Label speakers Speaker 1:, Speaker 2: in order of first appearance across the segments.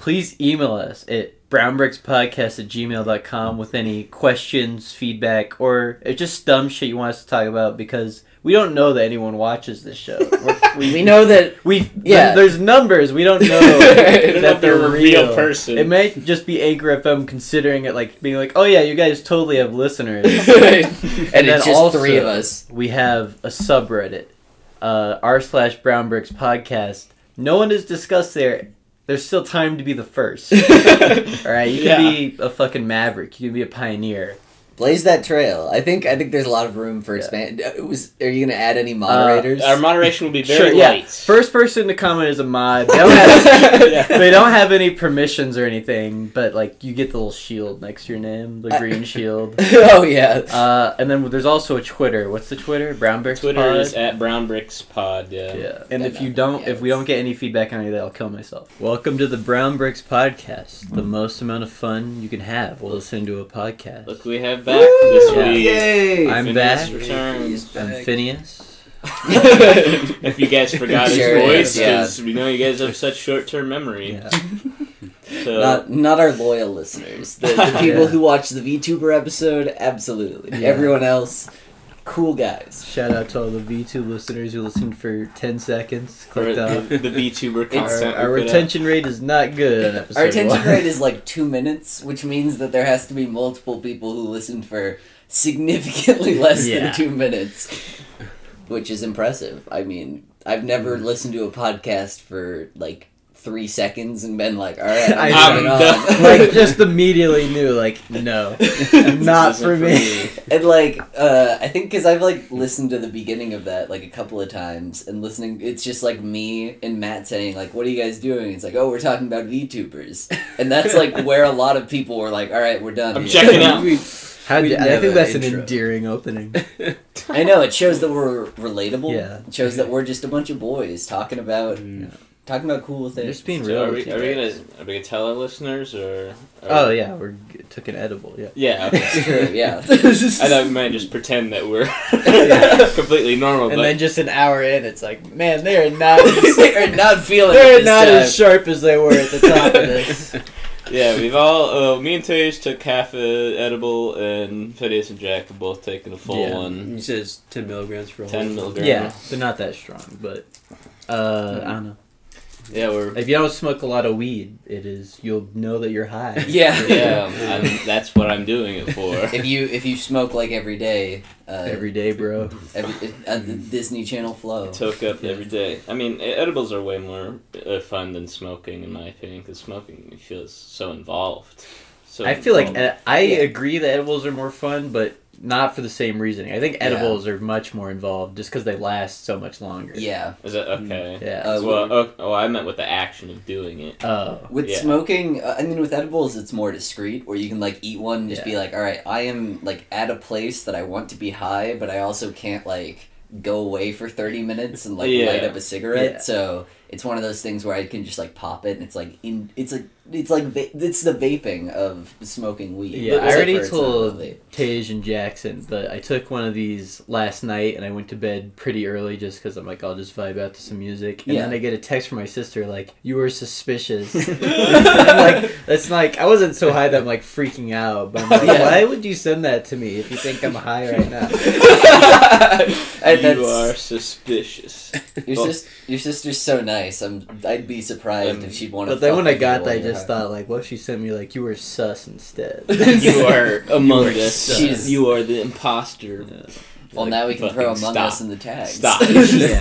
Speaker 1: please email us at brownbrickspodcast at gmail.com with any questions, feedback, or it's just dumb shit you want us to talk about because we don't know that anyone watches this show. We're-
Speaker 2: We know that
Speaker 1: We yeah.
Speaker 2: Yeah.
Speaker 1: There's numbers. We don't know
Speaker 2: I
Speaker 1: that
Speaker 3: don't know if
Speaker 1: they're
Speaker 3: they're a
Speaker 1: real.
Speaker 3: real person.
Speaker 1: It might just be Anchor FM considering it like being like, oh yeah, you guys totally have listeners.
Speaker 2: and,
Speaker 1: And then
Speaker 2: it's just
Speaker 1: also-
Speaker 2: three of us.
Speaker 1: we have a subreddit, uh, r slash Brown Bricks Podcast. No one has discussed there. There's still time to be the first. All right, you can
Speaker 3: Yeah.
Speaker 1: be a fucking maverick. You can be a pioneer.
Speaker 2: Blaze that trail. I think I think there's a lot of room for expand. uh, Was are you gonna add any
Speaker 1: Uh,
Speaker 2: moderators?
Speaker 3: Our moderation will be very
Speaker 1: Sure, yeah.
Speaker 3: light.
Speaker 1: First person to comment is a mod. They don't have,
Speaker 3: Yeah.
Speaker 1: they don't have any permissions or anything, but like you get the little shield next to your name, the
Speaker 2: I-
Speaker 1: green shield.
Speaker 2: oh yeah.
Speaker 1: Uh, and then there's also a Twitter. What's the Twitter? Brown Bricks
Speaker 3: Twitter
Speaker 1: Pod?
Speaker 3: is at Brown Bricks Pod. Yeah.
Speaker 1: yeah. And
Speaker 2: Yeah,
Speaker 1: if you
Speaker 2: no,
Speaker 1: don't,
Speaker 2: yeah,
Speaker 1: if we don't get any feedback on any of that, I'll kill myself. Welcome to the Brown Bricks Podcast,
Speaker 3: Mm.
Speaker 1: the most amount of fun you can have while listening to a podcast.
Speaker 3: Look, who we have back this
Speaker 1: Yeah.
Speaker 3: week.
Speaker 2: Yay!
Speaker 1: I'm
Speaker 3: Phineas
Speaker 1: back.
Speaker 3: Returns.
Speaker 1: I'm Phineas.
Speaker 3: if you guys forgot his
Speaker 2: Sure
Speaker 3: voice,
Speaker 2: is, yeah.
Speaker 3: because we know you guys have such short-term memory.
Speaker 1: Yeah.
Speaker 3: So
Speaker 2: Not, not our loyal listeners. The, the people
Speaker 1: Yeah.
Speaker 2: who watch the VTuber episode, absolutely.
Speaker 1: Yeah.
Speaker 2: Everyone else, cool guys.
Speaker 1: Shout out to all the V2 listeners who listened for 10 seconds.
Speaker 3: for
Speaker 1: Clicked up.
Speaker 3: the, the VTuber
Speaker 1: Our,
Speaker 3: content,
Speaker 1: our
Speaker 3: we put
Speaker 1: retention rate is not good on episode
Speaker 2: Our attention
Speaker 1: one.
Speaker 2: rate is like two minutes, which means that there has to be multiple people who listened for significantly less
Speaker 1: Yeah.
Speaker 2: than two minutes, which is impressive. I mean, I've
Speaker 1: Mm.
Speaker 2: never listened to a podcast for like three seconds and been like, all right,
Speaker 1: I
Speaker 2: I'm
Speaker 1: know.
Speaker 2: moving
Speaker 3: I'm
Speaker 2: on."
Speaker 3: done.
Speaker 1: like, just immediately knew, like, no,
Speaker 3: up.
Speaker 1: not
Speaker 3: This
Speaker 1: for
Speaker 3: isn't
Speaker 1: me.
Speaker 2: And like, uh, I think because I've like listened to the beginning of that like a couple of times, and listening, it's just like me and Matt saying like, "What are you guys doing?" It's like, "Oh, we're talking about VTubers," and that's like where a lot of people were like, "All right, we're done."
Speaker 3: I'm
Speaker 2: here."
Speaker 3: checking out.
Speaker 1: How
Speaker 4: We
Speaker 1: do, I
Speaker 4: never
Speaker 1: think that's an
Speaker 4: intro.
Speaker 1: endearing opening.
Speaker 2: I know it shows that we're relatable.
Speaker 1: Yeah. Mm.
Speaker 2: it shows that we're just a bunch of boys talking about talking about cool things.
Speaker 1: Just being
Speaker 3: So
Speaker 1: real.
Speaker 3: are,
Speaker 1: with
Speaker 3: we,
Speaker 1: you
Speaker 3: are we gonna
Speaker 1: guys.
Speaker 3: are we gonna tell our listeners or? or-
Speaker 1: Oh yeah, we g- took an edible. Yeah.
Speaker 3: Yeah. Okay.
Speaker 2: Sure, yeah.
Speaker 3: I thought we might just pretend that we're
Speaker 1: Yeah.
Speaker 3: completely normal,
Speaker 1: And
Speaker 3: but
Speaker 1: then just an hour in, it's like, man, they are not
Speaker 2: they are not feeling it
Speaker 1: they're
Speaker 2: this
Speaker 1: not
Speaker 2: time.
Speaker 1: as sharp as they were at the top of this.
Speaker 3: yeah, we've all. Uh, me and Tage took half a edible, and Phineas and Jack have both taken a full
Speaker 1: Yeah. Mm.
Speaker 3: one.
Speaker 4: He says 10 milligrams for a whole
Speaker 3: 10 milligrams.
Speaker 1: yeah, they're not that strong, but uh, I don't know.
Speaker 3: Yeah, we're.
Speaker 1: If you don't smoke a lot of weed, it is you'll know that you're high.
Speaker 2: Yeah.
Speaker 3: Yeah, I'm, that's what I'm doing it for.
Speaker 2: If you if you smoke like every day, uh,
Speaker 1: Every day, bro.
Speaker 2: every uh, the Disney Channel flow.
Speaker 3: Toke up every day. I mean, e- edibles are way more uh, fun than smoking, in my opinion, because smoking feels so involved. So
Speaker 1: I feel like
Speaker 3: involved.
Speaker 1: ed- I
Speaker 2: Yeah.
Speaker 1: agree that edibles are more fun, but not for the same reasoning. I think edibles are much more involved just because they last so much longer.
Speaker 2: Yeah.
Speaker 3: Is it okay?
Speaker 1: mm, Yeah.
Speaker 2: Uh,
Speaker 3: well, oh, oh, I meant with the action of doing it.
Speaker 1: oh.
Speaker 2: With
Speaker 3: Yeah.
Speaker 2: smoking, uh, I mean, with edibles, it's more discreet, where you can like eat one and just be
Speaker 1: Yeah.
Speaker 2: like, all right, I am like at a place that I want to be high, but I also can't like go away for 30 minutes and like
Speaker 3: Yeah.
Speaker 2: light up a cigarette.
Speaker 1: Yeah.
Speaker 2: So it's one of those things where I can just like pop it and it's like, in, it's like, it's like, va- it's the vaping of smoking weed.
Speaker 1: Yeah, I
Speaker 2: Except
Speaker 1: already
Speaker 2: for it's not
Speaker 1: told
Speaker 2: really-
Speaker 1: Tej and Jackson, but I took one of these last night and I went to bed pretty early just because I'm like, I'll just vibe out to some music. And
Speaker 2: Yeah.
Speaker 1: then I get a text from my sister, like, you were suspicious. I'm like, that's like, I wasn't so high that I'm like freaking out, but I'm like,
Speaker 2: Yeah.
Speaker 1: why would you send that to me if you think I'm high right now?
Speaker 2: And
Speaker 3: you
Speaker 2: that's-
Speaker 3: are suspicious.
Speaker 2: Your,
Speaker 3: Well-
Speaker 2: sis- your sister's so nice. I'm. I'd be surprised
Speaker 3: Um,
Speaker 2: if she'd want to.
Speaker 1: But then when I got that, I just thought, like, what if she sent me, like, you were sus instead?
Speaker 3: you are among
Speaker 1: You are
Speaker 3: us.
Speaker 1: sus.
Speaker 2: She's-
Speaker 3: You are the imposter.
Speaker 2: Well, now we can
Speaker 3: Fucking
Speaker 2: throw Among
Speaker 3: stop.
Speaker 2: Us in the tags.
Speaker 3: Stop.
Speaker 1: Yeah.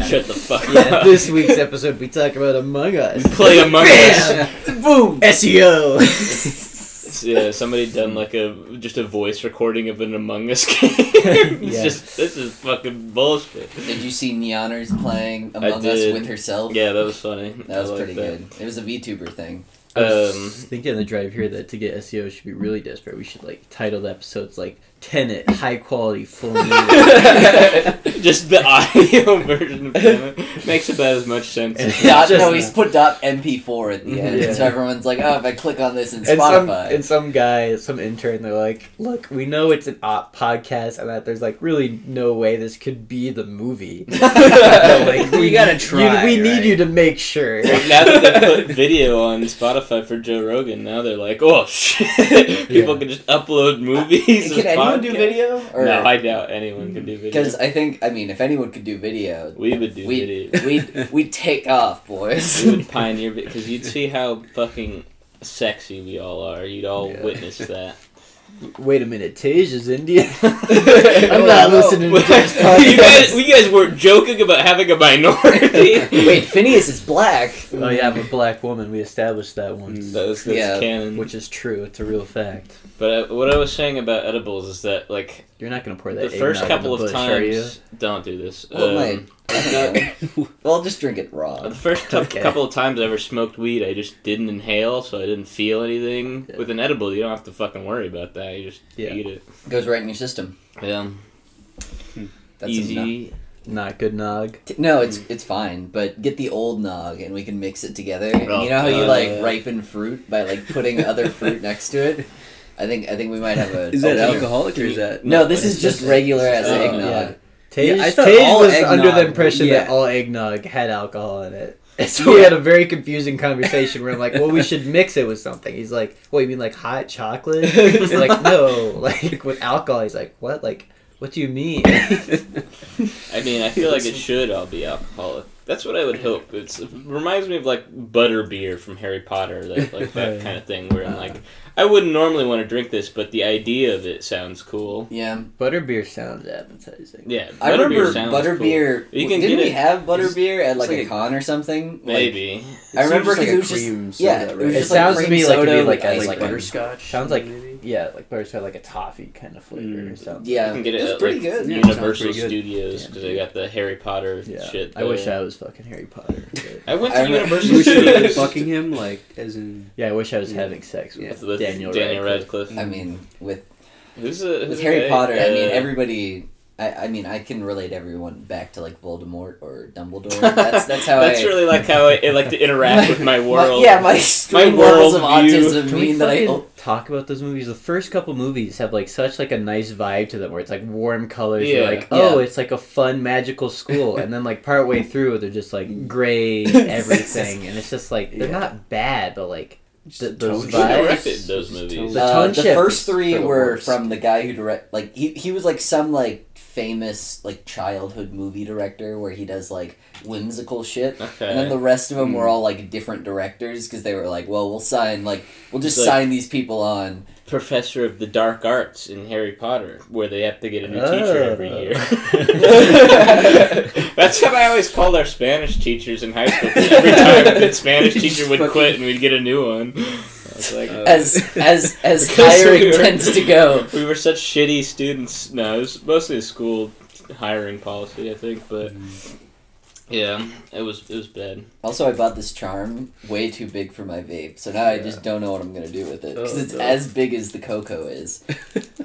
Speaker 3: Shut the fuck
Speaker 1: yeah,
Speaker 3: up.
Speaker 1: this week's episode, we talk about Among Us. E
Speaker 3: Play Among Us.
Speaker 1: Bam!
Speaker 2: Boom.
Speaker 1: SEO!
Speaker 3: Yeah, somebody done like a just a voice recording of an Among Us game. it's
Speaker 1: Yeah.
Speaker 3: just this is fucking bullshit.
Speaker 2: Did you see Neoners playing
Speaker 3: I
Speaker 2: Among Us
Speaker 3: did.
Speaker 2: with herself?
Speaker 3: Yeah, that was funny.
Speaker 2: That was
Speaker 3: I liked
Speaker 2: pretty
Speaker 3: that.
Speaker 2: good. It was a VTuber thing.
Speaker 1: I was
Speaker 3: Um,
Speaker 1: E thinking on the drive here that to get SEO should be really desperate. We should like title the episodes like Tenet high quality full meal.
Speaker 3: Just the audio version of Tenet makes about as much sense. as-
Speaker 2: Dot,
Speaker 1: Just
Speaker 2: no,
Speaker 1: not.
Speaker 2: he's put dot MP4
Speaker 3: Mm-hmm.
Speaker 2: at the end,
Speaker 1: Yeah.
Speaker 2: so everyone's like, oh, if I click on this in
Speaker 1: and some
Speaker 2: Spotify.
Speaker 1: and some guy, some intern, they're like, "Look, we know it's an op podcast, and that there's like really no way this could be the movie. like,
Speaker 4: You gotta try,
Speaker 1: we need
Speaker 4: right?
Speaker 1: you to make sure."
Speaker 3: But now that they put video on Spotify for Joe Rogan, now they're like, oh shit, people
Speaker 1: Yeah.
Speaker 3: can just upload movies.
Speaker 2: Can
Speaker 3: as
Speaker 2: anyone do
Speaker 3: podcasts.
Speaker 2: video? Or,
Speaker 3: No, I doubt anyone can do video.
Speaker 2: Because I think, I mean, if anyone could do video,
Speaker 3: We would do
Speaker 2: we
Speaker 3: video.
Speaker 2: we'd, we'd take off, boys.
Speaker 3: We would pioneer because you'd see how fucking sexy we all are. You'd all
Speaker 1: Yeah.
Speaker 3: witness that.
Speaker 1: Wait a minute, Tej is Indian. I'm
Speaker 3: I'm
Speaker 1: not
Speaker 2: no.
Speaker 1: listening to this
Speaker 3: you guys,
Speaker 1: podcast.
Speaker 3: you guys were joking about having a minority.
Speaker 2: Wait, Phineas is black.
Speaker 1: oh yeah, I'm a black woman. We established Mm, that once,
Speaker 3: That was that's
Speaker 2: Yeah.
Speaker 3: canon.
Speaker 1: which is true. It's a real fact.
Speaker 3: but uh, what I was saying about edibles is that like
Speaker 1: You're not gonna pour that.
Speaker 3: the
Speaker 1: eggnog
Speaker 3: first
Speaker 1: in
Speaker 3: couple
Speaker 1: the
Speaker 3: of
Speaker 1: bush, are you?
Speaker 3: times, don't do this.
Speaker 2: Well,
Speaker 3: Um,
Speaker 2: mate. well, I'll just drink it raw.
Speaker 3: The first tou-
Speaker 1: Okay.
Speaker 3: couple of times I ever smoked weed, I just didn't inhale, so I didn't feel anything.
Speaker 1: Yeah.
Speaker 3: With an edible, you don't have to fucking worry about that. You just
Speaker 1: Yeah.
Speaker 3: eat it.
Speaker 2: Goes right in your system.
Speaker 3: Yeah,
Speaker 2: That's enough.
Speaker 3: easy.
Speaker 1: Not good nog.
Speaker 2: T- No,
Speaker 3: Hmm.
Speaker 2: it's it's fine, but get the old nog and we can mix it together.
Speaker 3: Oh,
Speaker 2: you know how you
Speaker 3: God.
Speaker 2: like ripen fruit by like putting other fruit next to it. I think I think we might have a.
Speaker 4: Is that
Speaker 2: a-
Speaker 4: alcoholic or is that?
Speaker 2: No, this
Speaker 3: What
Speaker 2: is
Speaker 3: is
Speaker 2: just
Speaker 3: this?
Speaker 2: regular as
Speaker 3: Oh,
Speaker 2: eggnog.
Speaker 1: yeah. Tej,
Speaker 4: Yeah, I thought
Speaker 1: Tej
Speaker 4: all
Speaker 1: was under the
Speaker 4: eggnog-
Speaker 1: impression that
Speaker 4: yeah.
Speaker 1: all eggnog had alcohol in it. So we had a very confusing conversation where I'm like, well, we should mix it with something. He's like, what, you mean like hot chocolate? He's like, no, like with alcohol. He's like, what? Like, what do you mean?
Speaker 3: I mean, I feel like it should all be alcoholic. That's what I would hope. It's, it reminds me of like butter beer from Harry Potter, like, like that kind of thing.
Speaker 2: Uh-huh.
Speaker 3: Where I'm like, I wouldn't normally want to drink this, but the idea of it sounds cool.
Speaker 2: Yeah.
Speaker 1: Butterbeer sounds appetizing.
Speaker 3: Yeah,
Speaker 2: I
Speaker 3: butterbeer
Speaker 2: remember
Speaker 3: sounds
Speaker 2: butterbeer.
Speaker 3: cool. You can
Speaker 2: didn't
Speaker 3: get
Speaker 2: we
Speaker 3: it-
Speaker 2: have butterbeer at like,
Speaker 4: like
Speaker 2: a con or something? Like,
Speaker 3: Maybe
Speaker 2: I remember
Speaker 4: like
Speaker 2: 'cause
Speaker 4: a
Speaker 2: it was just-
Speaker 4: cream soda,
Speaker 2: yeah, it
Speaker 4: right?
Speaker 2: was
Speaker 1: It
Speaker 2: just like
Speaker 1: sounds to
Speaker 2: cream
Speaker 1: me like it'd be
Speaker 2: soda
Speaker 1: like
Speaker 2: with
Speaker 1: a-
Speaker 2: ice
Speaker 1: like
Speaker 2: cream.
Speaker 4: butterscotch.
Speaker 1: Sounds like-
Speaker 4: maybe?
Speaker 1: Yeah, like butterbeer had like a toffee kind of flavor or something.
Speaker 3: you
Speaker 2: Yeah,
Speaker 3: can get it,
Speaker 2: it was
Speaker 3: at
Speaker 2: pretty
Speaker 3: like
Speaker 2: good.
Speaker 4: Yeah, sounds
Speaker 3: Universal
Speaker 4: pretty good.
Speaker 3: Studios because they got the Harry Potter
Speaker 1: Yeah.
Speaker 3: shit.
Speaker 1: I wish
Speaker 3: there.
Speaker 1: I was fucking Harry Potter. but-
Speaker 3: I went
Speaker 2: I
Speaker 3: to
Speaker 2: remember-
Speaker 3: Universal
Speaker 4: You should have been
Speaker 3: Studios.
Speaker 4: fucking him, like, as in.
Speaker 1: yeah, I wish I was
Speaker 4: Yeah.
Speaker 1: having sex with,
Speaker 3: with, with
Speaker 1: Daniel,
Speaker 3: Daniel,
Speaker 1: Radcliffe.
Speaker 3: Radcliffe.
Speaker 2: I mean, with
Speaker 3: Who's a, who's
Speaker 2: with
Speaker 3: a
Speaker 2: Harry
Speaker 3: guy,
Speaker 2: Potter, I mean
Speaker 3: uh,
Speaker 2: everybody. I, I mean, I can relate everyone back to like Voldemort or Dumbledore. That's that's how
Speaker 3: that's
Speaker 2: I.
Speaker 3: really like how I, I like to interact with my world.
Speaker 2: My, yeah, my extreme levels of
Speaker 3: world view.
Speaker 2: autism
Speaker 1: Can we
Speaker 2: mean that I.
Speaker 1: fucking
Speaker 2: Oh,
Speaker 1: talk about those movies? The first couple movies have like such like a nice vibe to them, where it's like warm colors. You're
Speaker 3: Yeah.
Speaker 1: like, oh,
Speaker 2: Yeah.
Speaker 1: it's like a fun magical school, and then like partway through, they're just like gray everything, and it's just like they're
Speaker 4: Yeah.
Speaker 1: not bad, but like Th- those
Speaker 4: tone
Speaker 3: Who
Speaker 1: vibes.
Speaker 3: directed those
Speaker 4: Just
Speaker 3: movies?
Speaker 4: tone-
Speaker 1: The
Speaker 4: The
Speaker 2: uh,
Speaker 1: tone
Speaker 2: the
Speaker 1: shift
Speaker 2: first
Speaker 1: is
Speaker 2: three
Speaker 1: for the
Speaker 2: were
Speaker 1: worst.
Speaker 2: from the guy who direct. Like he he was like some like famous like childhood movie director where he does like whimsical shit.
Speaker 3: Okay. Hmm.
Speaker 2: And then the rest of them were all like different directors because they were like, well, we'll sign like we'll just
Speaker 3: Like-
Speaker 2: sign these people on.
Speaker 3: Professor of the Dark Arts in Harry Potter, where they have to get a new teacher every
Speaker 1: Oh.
Speaker 3: year. Oh. That's how I always called our Spanish teachers in high school. 'cause Every time the Spanish teacher would quit and we'd get a new one. I was like,
Speaker 4: Uh,
Speaker 2: As as as
Speaker 3: Because
Speaker 2: hiring
Speaker 3: we were-
Speaker 2: tends to go.
Speaker 3: we were such shitty students. No, it was mostly a school hiring policy, I think, but yeah, it was it was bad.
Speaker 2: Also, I bought this charm way too big for my vape, so now I just don't know what I'm gonna do with it because
Speaker 4: Oh,
Speaker 2: it's
Speaker 4: no.
Speaker 2: as big as the cocoa is.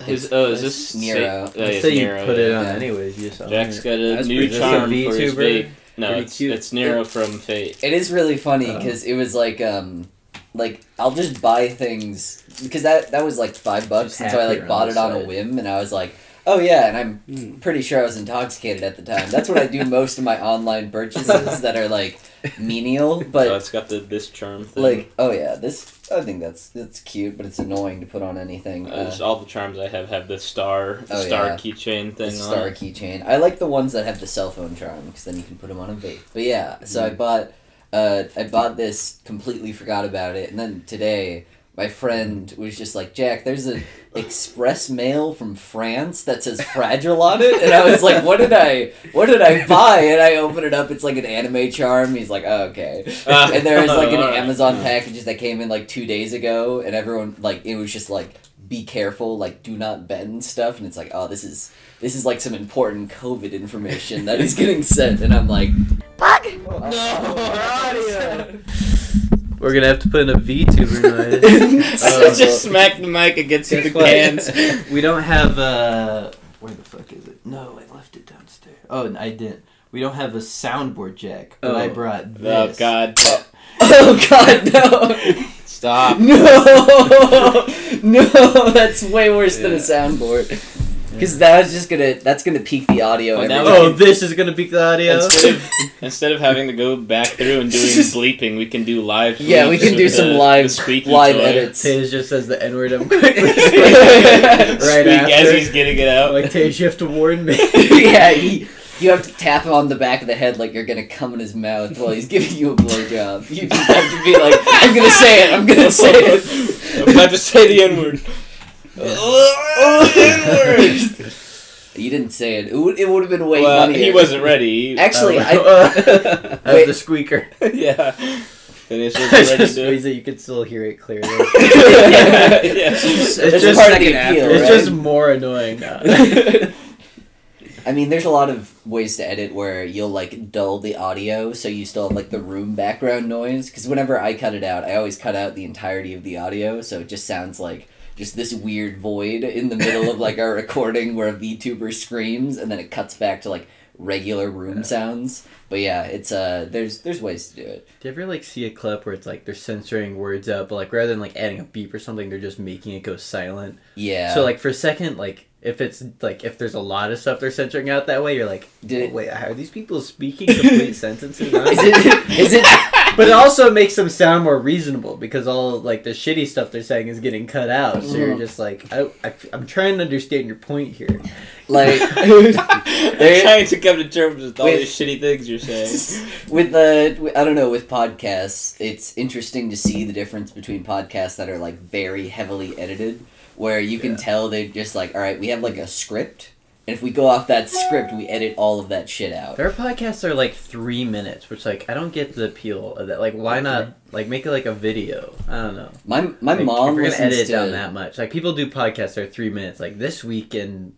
Speaker 3: His, oh, is this
Speaker 2: Nero.
Speaker 3: Sa- oh,
Speaker 1: I'd
Speaker 3: it's
Speaker 1: say you
Speaker 3: Nero,
Speaker 1: put it on
Speaker 2: yeah.
Speaker 1: anyways. You saw
Speaker 3: Jack's
Speaker 1: it.
Speaker 3: got a
Speaker 4: That's
Speaker 3: new
Speaker 4: pretty cool.
Speaker 3: charm for his
Speaker 1: VTuber.
Speaker 3: vape. No,
Speaker 4: Pretty
Speaker 3: it's
Speaker 4: cute.
Speaker 3: it's Nero from Fate.
Speaker 2: It is really funny
Speaker 1: Oh.
Speaker 2: because it was like um like I'll just buy things because that that was like five bucks, and so I
Speaker 1: happier
Speaker 2: like
Speaker 1: on
Speaker 2: bought
Speaker 1: the
Speaker 2: it on a
Speaker 1: side.
Speaker 2: whim, and I was like, oh yeah, and I'm
Speaker 4: Mm.
Speaker 2: pretty sure I was intoxicated at the time. That's what I do most of my online purchases that are like menial,
Speaker 3: oh,
Speaker 2: but
Speaker 3: it's got the this charm thing.
Speaker 2: like oh yeah, this I think that's that's cute, but it's annoying to put on anything.
Speaker 3: Uh,
Speaker 2: Uh,
Speaker 3: just all the charms I have have the star, the
Speaker 2: Oh,
Speaker 3: star
Speaker 2: yeah.
Speaker 3: keychain
Speaker 2: the
Speaker 3: thing
Speaker 2: star
Speaker 3: on.
Speaker 2: keychain. I like the ones that have the cell phone charm because then you can put them on a vape. But yeah, so
Speaker 3: Mm-hmm.
Speaker 2: I bought, uh, I bought this. Completely forgot about it, and then today my friend was just like, "Jack, there's an express mail from France that says fragile on it," and I was like, "What did I, what did I buy?" And I open it up. It's like an anime charm. He's like, oh, "Okay,"
Speaker 3: Ah.
Speaker 2: and there was like an
Speaker 3: Alright.
Speaker 2: Amazon package that came in like two days ago, and everyone like it was just like be careful, like do not bend stuff, and it's like oh this is this is like some important COVID information that is getting sent, and I'm like, fuck.
Speaker 1: No, we're out of here. We're gonna have to put in a VTuber night.
Speaker 3: I
Speaker 2: Uh,
Speaker 3: just smacked the mic against the
Speaker 1: Guess what?
Speaker 3: cans. Oh,
Speaker 1: we don't have uh where the fuck is it? No, I left it downstairs. Oh, I didn't. We don't have a soundboard jack, but I
Speaker 4: Oh.
Speaker 1: brought
Speaker 3: Oh
Speaker 1: this.
Speaker 3: God!
Speaker 2: Oh god, no!
Speaker 3: Stop.
Speaker 2: No, no, that's way worse than a
Speaker 4: Yeah.
Speaker 2: soundboard. Because that's just gonna that's gonna peak the audio.
Speaker 3: Well,
Speaker 2: every
Speaker 3: now
Speaker 1: Oh,
Speaker 2: time.
Speaker 1: this is gonna be the audio.
Speaker 3: Instead of, instead of having to go back through and doing bleeping, we can do live.
Speaker 2: Yeah, we
Speaker 3: bleeps
Speaker 2: can do
Speaker 3: with
Speaker 2: some
Speaker 3: the-
Speaker 2: live-
Speaker 3: the squeaky
Speaker 2: live
Speaker 3: toy.
Speaker 2: edits.
Speaker 1: Taze just says the N word. I'm quickly
Speaker 3: Squeak
Speaker 1: right
Speaker 3: as
Speaker 1: after.
Speaker 3: he's getting it out.
Speaker 1: like Taze, you have to warn me.
Speaker 2: yeah, he, you have to tap him on the back of the head like you're gonna come in his mouth while he's giving you a blowjob. You just have to be like, I'm gonna say it, I'm gonna say
Speaker 3: I'm about
Speaker 2: it.
Speaker 3: to say the N word. N word.
Speaker 2: you didn't say it. It would, it would have been way
Speaker 3: Well,
Speaker 2: funnier.
Speaker 3: he wasn't ready. He-
Speaker 2: Actually,
Speaker 1: Oh.
Speaker 2: I.
Speaker 1: I have
Speaker 2: wait,
Speaker 1: the squeaker.
Speaker 3: yeah. Phineas was
Speaker 1: It's
Speaker 3: ready
Speaker 1: just
Speaker 3: to.
Speaker 1: means that you can still hear it clearly.
Speaker 3: yeah.
Speaker 1: It's
Speaker 2: that's
Speaker 1: just
Speaker 2: part of
Speaker 4: like
Speaker 2: the
Speaker 4: an
Speaker 2: appeal,
Speaker 4: after-
Speaker 1: It's
Speaker 2: right?
Speaker 1: just more annoying now.
Speaker 2: I mean, there's a lot of ways to edit where you'll like dull the audio so you still have like the room background noise. Because whenever I cut it out, I always cut out the entirety of the audio, so it just sounds like just this weird void in the middle of like our recording where a VTuber screams and then it cuts back to like regular room sounds. But yeah, it's uh, there's there's ways to do it.
Speaker 1: Do you ever like see a clip where it's like they're censoring words out, but like rather than like adding a beep or something, they're just making it go silent.
Speaker 2: Yeah.
Speaker 1: So like for a second, like if it's like if there's a lot of stuff they're censoring out that way, you're like,
Speaker 2: Did it-
Speaker 1: oh, wait, are these people speaking complete sentences?
Speaker 2: is it is it
Speaker 1: but it also makes them sound more reasonable because all like the shitty stuff they're saying is getting cut out. So you're
Speaker 2: Mhm.
Speaker 1: just like, I, I, I'm trying to understand your point here.
Speaker 2: like?
Speaker 3: I'm trying to come to terms with all
Speaker 2: Wait.
Speaker 3: these shitty things you're saying.
Speaker 2: with the I don't know with podcasts, it's interesting to see the difference between podcasts that are like very heavily edited, where you can
Speaker 1: Yeah.
Speaker 2: tell they're just like, all right, we have like a script, and if we go off that script, we edit all of that shit out.
Speaker 1: Their podcasts are like three minutes, which like I don't get the appeal of that. Like, why not like make it like a video? I don't know.
Speaker 2: My my
Speaker 1: Like,
Speaker 2: mom
Speaker 1: if we're
Speaker 2: listens
Speaker 1: gonna edit
Speaker 2: to
Speaker 1: it down that much. Like people do podcasts that are three minutes. Like this week and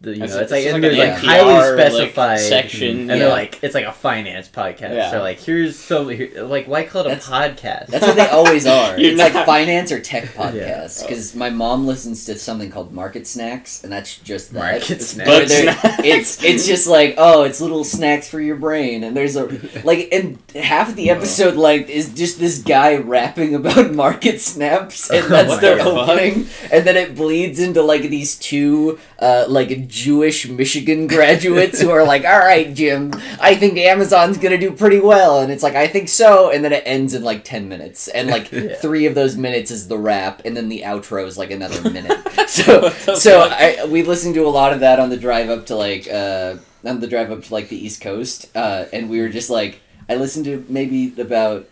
Speaker 1: the, you know it's,
Speaker 3: It's- it's
Speaker 1: like,
Speaker 3: like
Speaker 1: and
Speaker 3: an
Speaker 1: there's like
Speaker 3: NPR,
Speaker 1: highly
Speaker 3: like,
Speaker 1: specified
Speaker 3: section,
Speaker 1: and
Speaker 2: yeah.
Speaker 1: they're like it's like a finance podcast.
Speaker 3: Yeah.
Speaker 1: So like here's so here, like why call it a
Speaker 2: That's-
Speaker 1: podcast?
Speaker 2: That's what they always are.
Speaker 3: You're
Speaker 2: it's like
Speaker 3: not-
Speaker 2: finance or tech
Speaker 1: Yeah.
Speaker 2: podcasts. Because my mom listens to something called Market Snacks, and that's just that.
Speaker 1: Market
Speaker 2: It's-
Speaker 1: Snacks.
Speaker 2: where
Speaker 3: Bug
Speaker 2: they're-
Speaker 3: snacks.
Speaker 2: It's it's just like oh, it's little snacks for your brain, and there's a like, and half of the episode like is just this guy rapping about market snaps, and
Speaker 1: Oh
Speaker 2: that's
Speaker 1: my
Speaker 2: their
Speaker 3: God.
Speaker 2: opening, and then it bleeds into like these two uh, like Jewish Michigan graduates who are like, all right, Jim, I think Amazon's gonna do pretty well, and it's like I think so, and then it ends in like ten minutes, and like
Speaker 1: Yeah.
Speaker 2: three of those minutes is the rap, and then the outro is like another minute. so
Speaker 3: What the
Speaker 2: so
Speaker 3: fuck?
Speaker 2: I, we listened to a lot of that on the drive up to like uh on the drive up to like the East Coast, uh, and we were just like I listened to maybe about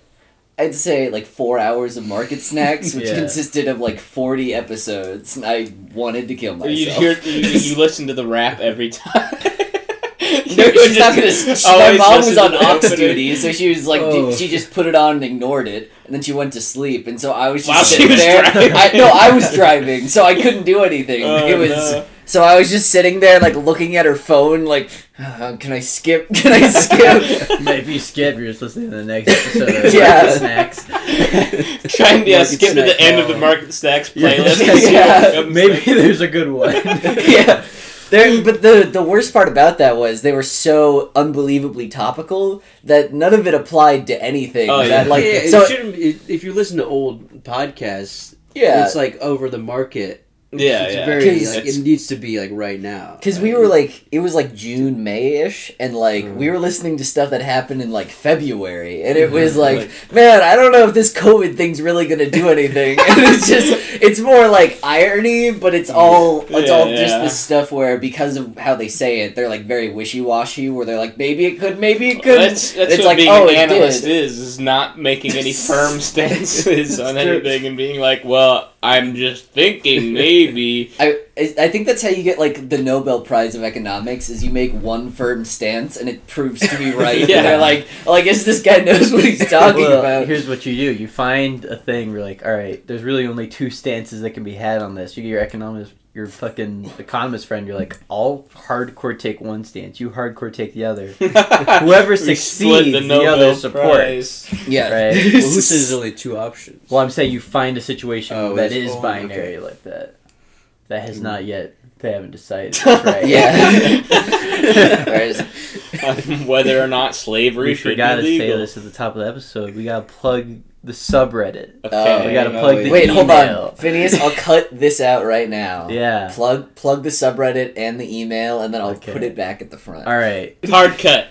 Speaker 2: I'd say like four hours of Market Snacks, which
Speaker 1: Yeah.
Speaker 2: consisted of like forty episodes. and I wanted to kill myself.
Speaker 3: You hear, you, you listen to the rap every time.
Speaker 2: No, she's not gonna. She, my
Speaker 3: always
Speaker 2: mom
Speaker 3: listen
Speaker 2: was
Speaker 3: to
Speaker 2: on
Speaker 3: the
Speaker 2: ops
Speaker 3: opening.
Speaker 2: duty, so she was like,
Speaker 1: Oh.
Speaker 2: she just put it on and ignored it, and then she went to sleep. And so I was just
Speaker 3: While she
Speaker 2: sitting
Speaker 3: was
Speaker 2: there.
Speaker 3: driving.
Speaker 2: I, no, I was driving, so I couldn't do anything.
Speaker 3: Oh,
Speaker 2: it was
Speaker 3: no.
Speaker 2: so I was just sitting there, like looking at her phone, like, "Uh, can I skip? Can I skip?
Speaker 1: if you skip, you're just listening to the next episode of
Speaker 2: Yeah.
Speaker 1: Market Snacks.
Speaker 3: Trying to yeah,
Speaker 4: Market
Speaker 3: skip to the
Speaker 4: snack
Speaker 3: end of the
Speaker 4: hour.
Speaker 3: Market Snacks
Speaker 1: Yeah.
Speaker 3: playlist.
Speaker 1: Yeah.
Speaker 3: and see what comes
Speaker 1: Maybe
Speaker 3: next.
Speaker 1: there's a good one.
Speaker 2: yeah. There, but the the worst part about that was they were so unbelievably topical that none of it applied to anything.
Speaker 3: Oh, yeah.
Speaker 2: That like
Speaker 4: yeah, it
Speaker 2: so
Speaker 4: shouldn't be, it- if you listen to old podcasts,
Speaker 2: yeah.
Speaker 4: it's like over the market.
Speaker 3: Yeah,
Speaker 4: it's
Speaker 3: yeah.
Speaker 4: Very,
Speaker 2: 'Cause-
Speaker 4: like, it needs to be like right now.
Speaker 2: Because we were like, it was like June, May ish, and like we
Speaker 3: Mm.
Speaker 2: were listening to stuff that happened in like February, and it was like, man, I don't know if this COVID thing's really gonna do anything. and it's just, it's more like irony, but it's all, it's
Speaker 3: Yeah,
Speaker 2: all just
Speaker 3: yeah.
Speaker 2: this stuff where because of how they say it, they're like very wishy washy, where they're like, maybe it could, maybe it could.
Speaker 3: That's, that's
Speaker 2: it's
Speaker 3: what
Speaker 2: like,
Speaker 3: being
Speaker 2: oh,
Speaker 3: an
Speaker 2: it did.
Speaker 3: analyst is, is not making any firm stances on
Speaker 1: It's true.
Speaker 3: anything and being like, well, I'm just thinking maybe.
Speaker 2: I I think that's how you get like the Nobel Prize of economics is you make one firm stance and it proves to be right.
Speaker 3: Yeah.
Speaker 2: And they're like, oh, I guess this guy knows what he's talking
Speaker 1: Well,
Speaker 2: about.
Speaker 1: Here's what you do: you find a thing. You're like, all right, there's really only two stances that can be had on this. You get your economist your fucking economist friend, you're like, I'll hardcore take one stance, you hardcore take the other. Whoever
Speaker 3: We split
Speaker 1: succeeds, the, other supports.
Speaker 3: Prize.
Speaker 2: Yeah.
Speaker 1: Right.
Speaker 4: well, who says there's only two options?
Speaker 1: Well, I'm saying you find a situation
Speaker 4: Oh,
Speaker 1: that
Speaker 4: it's-
Speaker 1: is
Speaker 4: oh,
Speaker 1: binary
Speaker 4: okay. Hmm.
Speaker 1: like that. That has not yet. They haven't decided.
Speaker 2: Yeah.
Speaker 1: Right?
Speaker 2: Whereas-
Speaker 3: Um, whether or not slavery
Speaker 1: We
Speaker 3: should
Speaker 1: forgot
Speaker 3: be
Speaker 1: to say
Speaker 3: legal.
Speaker 1: this at the top of the episode. We gotta plug the subreddit.
Speaker 3: Okay.
Speaker 2: Oh,
Speaker 1: we gotta
Speaker 4: Oh,
Speaker 1: plug the
Speaker 2: Wait, hold
Speaker 1: email.
Speaker 2: on, Phineas. I'll cut this out right now.
Speaker 1: Yeah.
Speaker 2: Plug plug the subreddit and the email, and then I'll
Speaker 1: Okay.
Speaker 2: put it back at the front.
Speaker 1: All right,
Speaker 3: hard cut,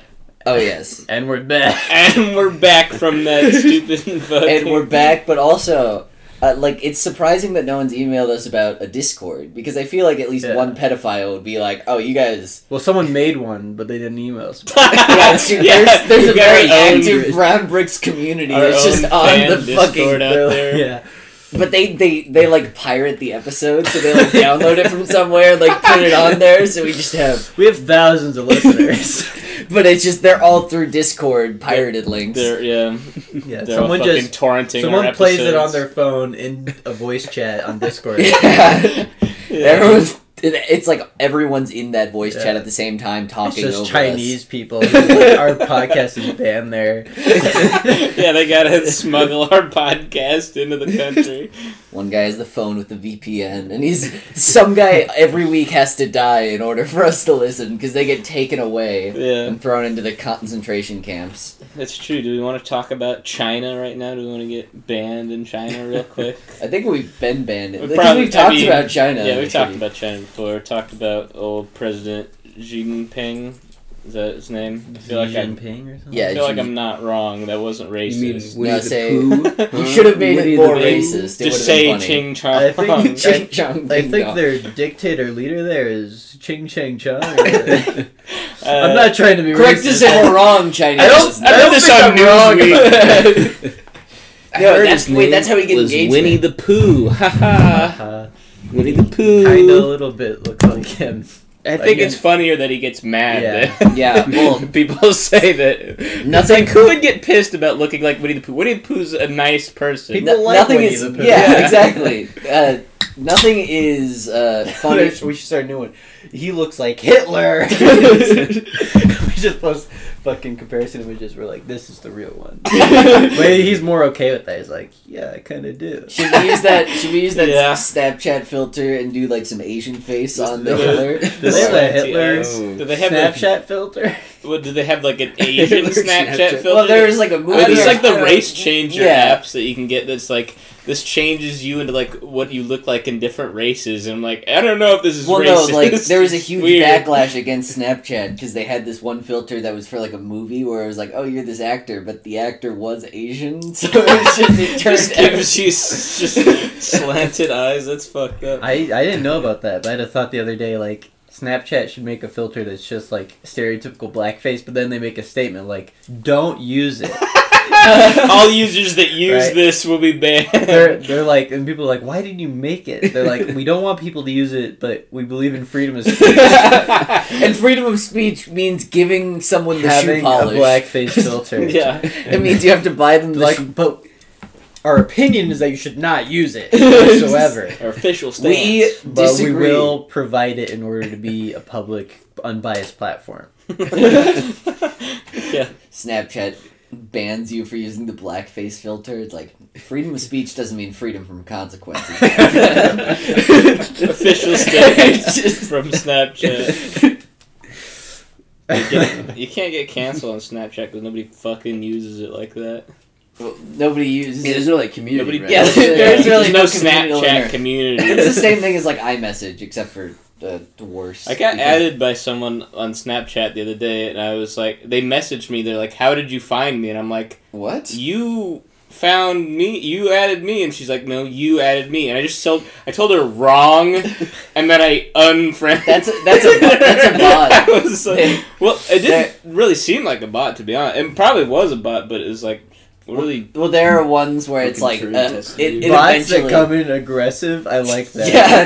Speaker 2: Oh yes,
Speaker 1: and we're back.
Speaker 3: and we're back from that stupid fucking.
Speaker 2: and we're back. But also, uh, like, it's surprising that no one's emailed us about a Discord because I feel like at least
Speaker 1: Yeah.
Speaker 2: one pedophile would be like, "Oh, you guys."
Speaker 1: Well, someone made one, but they didn't email us.
Speaker 2: Yeah, it's-
Speaker 3: Yeah,
Speaker 2: there's, there's a
Speaker 3: we got our
Speaker 2: very
Speaker 3: own-
Speaker 2: active Brown Bricks community
Speaker 3: our
Speaker 2: that's just
Speaker 3: own
Speaker 2: on
Speaker 3: fan
Speaker 2: the
Speaker 3: Discord
Speaker 2: fucking.
Speaker 3: out there.
Speaker 1: yeah,
Speaker 2: But they, they they like pirate the episode, so they like download it from somewhere, like put it on there, so we just have
Speaker 1: we have thousands of listeners.
Speaker 2: But it's just they're all through Discord pirated links.
Speaker 3: They're, yeah,
Speaker 1: yeah,
Speaker 3: they're
Speaker 1: someone
Speaker 3: all fucking
Speaker 1: just
Speaker 3: torrenting.
Speaker 1: someone
Speaker 3: our
Speaker 1: plays it on
Speaker 3: episodes.
Speaker 1: their phone in a voice chat on Discord.
Speaker 2: yeah.
Speaker 3: Yeah.
Speaker 2: Everyone's it's like everyone's in that voice
Speaker 1: Yeah.
Speaker 2: chat at the same time
Speaker 1: It's
Speaker 2: talking
Speaker 1: just
Speaker 2: over
Speaker 1: Chinese people. Our podcast is banned there.
Speaker 3: yeah, they gotta smuggle our podcast into the country.
Speaker 2: us. One guy has the phone with the VPN and he's some guy every week has to die in order for us to listen because they get taken away
Speaker 3: Yeah,
Speaker 2: and thrown into the concentration camps.
Speaker 3: that's true. Do we want to talk about China right now? Do we want to get banned in China real quick?
Speaker 2: I think we've been banned
Speaker 3: We
Speaker 2: because
Speaker 3: probably-
Speaker 2: we've talked
Speaker 3: I mean,
Speaker 2: about China.
Speaker 3: yeah, we
Speaker 2: actually.
Speaker 3: talked about China before. We talked about old President Xi Jinping. Is that his name? I feel like
Speaker 1: Jinping
Speaker 3: I'm,
Speaker 1: or something.
Speaker 3: I
Speaker 2: Yeah,
Speaker 3: feel like
Speaker 2: Xi-
Speaker 3: I'm not wrong. That wasn't
Speaker 4: You mean
Speaker 3: racist.
Speaker 4: Winnie
Speaker 2: No,
Speaker 4: the
Speaker 2: say-
Speaker 4: Pooh?
Speaker 2: you should have made
Speaker 4: Winnie
Speaker 2: it
Speaker 4: the
Speaker 2: more
Speaker 4: Pooh?
Speaker 2: racist. It
Speaker 3: Just
Speaker 2: would've
Speaker 3: say
Speaker 2: been funny.
Speaker 3: Ching Chong.
Speaker 1: I think-
Speaker 2: Ching Chong
Speaker 1: I
Speaker 2: Ding
Speaker 1: think
Speaker 2: Dong.
Speaker 1: their dictator leader there is Ching Chang Chong. I'm
Speaker 3: Uh,
Speaker 1: not trying to be
Speaker 2: Correct
Speaker 1: racist.
Speaker 2: us if we're wrong, Chinese.
Speaker 3: I
Speaker 2: is
Speaker 3: don't.
Speaker 2: not-
Speaker 3: I
Speaker 1: don't
Speaker 3: read this
Speaker 1: think I'm
Speaker 3: on Newsweek.
Speaker 2: No, that's- wait, that's how we get
Speaker 4: was
Speaker 2: engagement.
Speaker 4: Winnie the Pooh. Ha ha.
Speaker 1: Uh,
Speaker 4: Winnie the Pooh.
Speaker 1: kind of a little bit look like him.
Speaker 3: I think
Speaker 1: Again.
Speaker 3: it's funnier that he gets mad.
Speaker 1: Yeah.
Speaker 3: that-
Speaker 2: Yeah, well-
Speaker 3: people say that.
Speaker 2: Nothing-
Speaker 3: Nothing. Like, who would get pissed about looking like Winnie the Pooh? Winnie the Pooh's a nice person.
Speaker 1: People-
Speaker 2: No-
Speaker 1: like
Speaker 2: nothing
Speaker 1: Winnie
Speaker 2: is.
Speaker 1: the Pooh.
Speaker 2: Yeah,
Speaker 3: Yeah.
Speaker 2: exactly. Uh, nothing is uh, funny.
Speaker 1: we should start a new one. He looks like Hitler. we just post fucking comparison images. We're like, this is the real one. but he's more okay with that. He's like, yeah, I kind of do.
Speaker 2: Should we use that? Should we use that
Speaker 3: Yeah.
Speaker 2: Snapchat filter and do like some Asian face on the
Speaker 1: the-
Speaker 2: Hitler?
Speaker 1: Do they have a Hitler
Speaker 4: Oh.
Speaker 3: Do they have Snapchat?
Speaker 1: Snapchat filter?
Speaker 3: What, do they have like an Asian
Speaker 4: Hitler
Speaker 3: Snapchat,
Speaker 4: Snapchat.
Speaker 3: filter?
Speaker 2: well, there's like a movie.
Speaker 3: Well, there's like the
Speaker 2: Uh,
Speaker 3: race changer
Speaker 2: yeah.
Speaker 3: apps that you can get that's like this changes you into like what you look like in different races and I'm like I don't know if this is
Speaker 2: Well,
Speaker 3: racist.
Speaker 2: no, like there was a huge
Speaker 3: Weird.
Speaker 2: backlash against Snapchat because they had this one filter that was for like a movie where it was like, "Oh, you're this actor," but the actor was Asian, so it was just it turned
Speaker 3: Just gives you s- just slanted eyes. That's fucked up.
Speaker 1: I, I didn't know about that, but I just thought the other day, like, Snapchat should make a filter that's just like stereotypical blackface, but then they make a statement like, don't use it.
Speaker 3: All users that use
Speaker 1: Right.
Speaker 3: this will be banned.
Speaker 1: they're they're like, and people are like, why did you make it? They're like, we don't want people to use it, but we believe in freedom of speech.
Speaker 2: And freedom of speech means giving someone the shoe
Speaker 1: Having a
Speaker 2: polish.
Speaker 1: blackface filter,
Speaker 3: yeah.
Speaker 2: It means you have to buy them the like.
Speaker 1: Like, but our opinion is that you should not use it whatsoever.
Speaker 3: Our official stance.
Speaker 2: We
Speaker 1: But
Speaker 2: disagree.
Speaker 1: we will provide it in order to be a public, unbiased platform.
Speaker 3: yeah.
Speaker 2: Snapchat bans you for using the blackface filter. It's like freedom of speech doesn't mean freedom from consequences.
Speaker 3: Official stance
Speaker 2: Just-
Speaker 3: from Snapchat. You, get- you can't get canceled on Snapchat because nobody fucking uses it like that.
Speaker 2: Nobody uses
Speaker 4: Yeah, there's no like community.
Speaker 3: Nobody.
Speaker 4: right?
Speaker 2: Yeah, there's really
Speaker 3: no
Speaker 2: no community on there.
Speaker 3: Snapchat community.
Speaker 2: It's the same thing as like iMessage, except for uh, the worst.
Speaker 3: I got
Speaker 2: Because-
Speaker 3: added by someone on Snapchat the other day, and I was like, they messaged me. They're like, "How did you find me?" And I'm like,
Speaker 2: What?
Speaker 3: "You found me. You added me." And she's like, "No, you added me." And I just told, I told her wrong, and then I unfriended.
Speaker 2: That's a- that's a- that's a bot.
Speaker 3: I was like, well, it
Speaker 2: That-
Speaker 3: didn't really seem like a bot to be honest. It probably was a bot, but it was like really.
Speaker 2: Well, there are ones where it's like uh,
Speaker 4: Fucking Turing
Speaker 2: it,
Speaker 4: test.
Speaker 2: it
Speaker 1: Bots
Speaker 2: eventually.
Speaker 1: that come in aggressive, I like that.
Speaker 2: Yeah,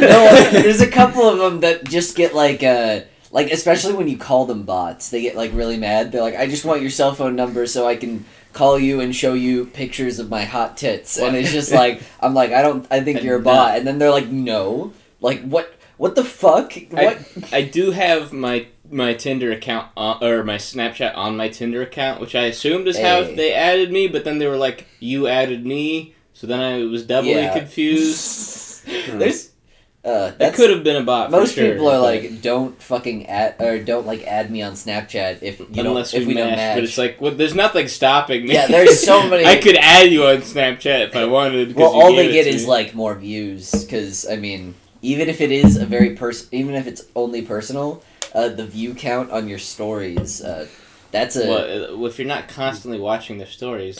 Speaker 2: no, there's a couple of them that just get like, uh, like especially when you call them bots, they get like really mad. They're like, "I just want your cell phone number so I can call you and show you pictures of my hot tits," and it's just like, I'm like, I don't, I think you're a bot, and then they're like, "No, like what." What the fuck? What?
Speaker 3: I do have my my Tinder account on, or my Snapchat on my Tinder account, which I assumed is how
Speaker 2: Hey.
Speaker 3: they added me, but then they were like, "You added me," so then I was doubly
Speaker 2: Yeah.
Speaker 3: confused.
Speaker 2: There's. Uh,
Speaker 3: That
Speaker 2: that's,
Speaker 3: could have been a bot. for
Speaker 2: most
Speaker 3: sure,
Speaker 2: people are
Speaker 3: but
Speaker 2: like, don't fucking add or don't like add me on Snapchat if you
Speaker 3: unless
Speaker 2: don't,
Speaker 3: we,
Speaker 2: if we
Speaker 3: match,
Speaker 2: don't match.
Speaker 3: but it's like, well, there's nothing stopping me.
Speaker 2: yeah, there's so many.
Speaker 3: I could add you on Snapchat if I wanted. 'cause
Speaker 2: Well,
Speaker 3: you
Speaker 2: all
Speaker 3: gave
Speaker 2: they get
Speaker 3: it to
Speaker 2: is
Speaker 3: me.
Speaker 2: like more views because I mean, even if it is a very person, even if it's only personal, uh, the view count on your stories, uh, that's a
Speaker 3: Well, uh, well, if you're not constantly watching their stories,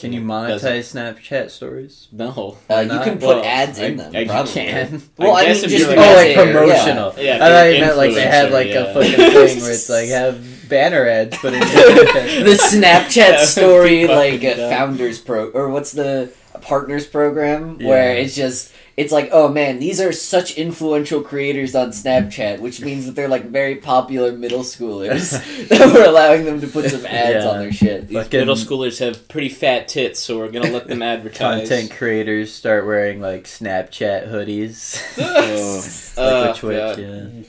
Speaker 1: Can
Speaker 3: then
Speaker 1: you
Speaker 3: it doesn't-
Speaker 1: monetize Snapchat stories?
Speaker 3: No.
Speaker 2: uh, you
Speaker 1: not?
Speaker 2: can put
Speaker 3: Well,
Speaker 2: ads in
Speaker 3: I-
Speaker 2: them.
Speaker 3: I
Speaker 2: probably.
Speaker 1: Can.
Speaker 2: Well, I,
Speaker 3: guess
Speaker 2: mean,
Speaker 3: if
Speaker 2: just
Speaker 3: you're
Speaker 1: Oh,
Speaker 3: like-
Speaker 2: as
Speaker 1: like
Speaker 2: a-
Speaker 1: promotional.
Speaker 3: Yeah,
Speaker 1: I thought
Speaker 3: if
Speaker 1: you meant like they had
Speaker 3: influencer,
Speaker 1: like
Speaker 3: yeah.
Speaker 1: a fucking thing where it's like have banner ads, but it's Snapchat.
Speaker 2: Yeah. The Snapchat
Speaker 3: Yeah,
Speaker 2: story,
Speaker 3: fucking
Speaker 2: like uh,
Speaker 3: dumb.
Speaker 2: founders pro, or what's the partners program,
Speaker 1: Yeah.
Speaker 2: where it's just. It's like, oh man, these are such influential creators on Snapchat, which means that they're like very popular middle schoolers. We're allowing them to put some ads
Speaker 1: Yeah.
Speaker 2: on their shit.
Speaker 3: These
Speaker 1: Fucking-
Speaker 3: middle schoolers have pretty fat tits, so we're gonna let them advertise.
Speaker 1: content creators start wearing like Snapchat hoodies.
Speaker 3: Oh,
Speaker 1: like with Twitch,
Speaker 3: God.
Speaker 1: yeah.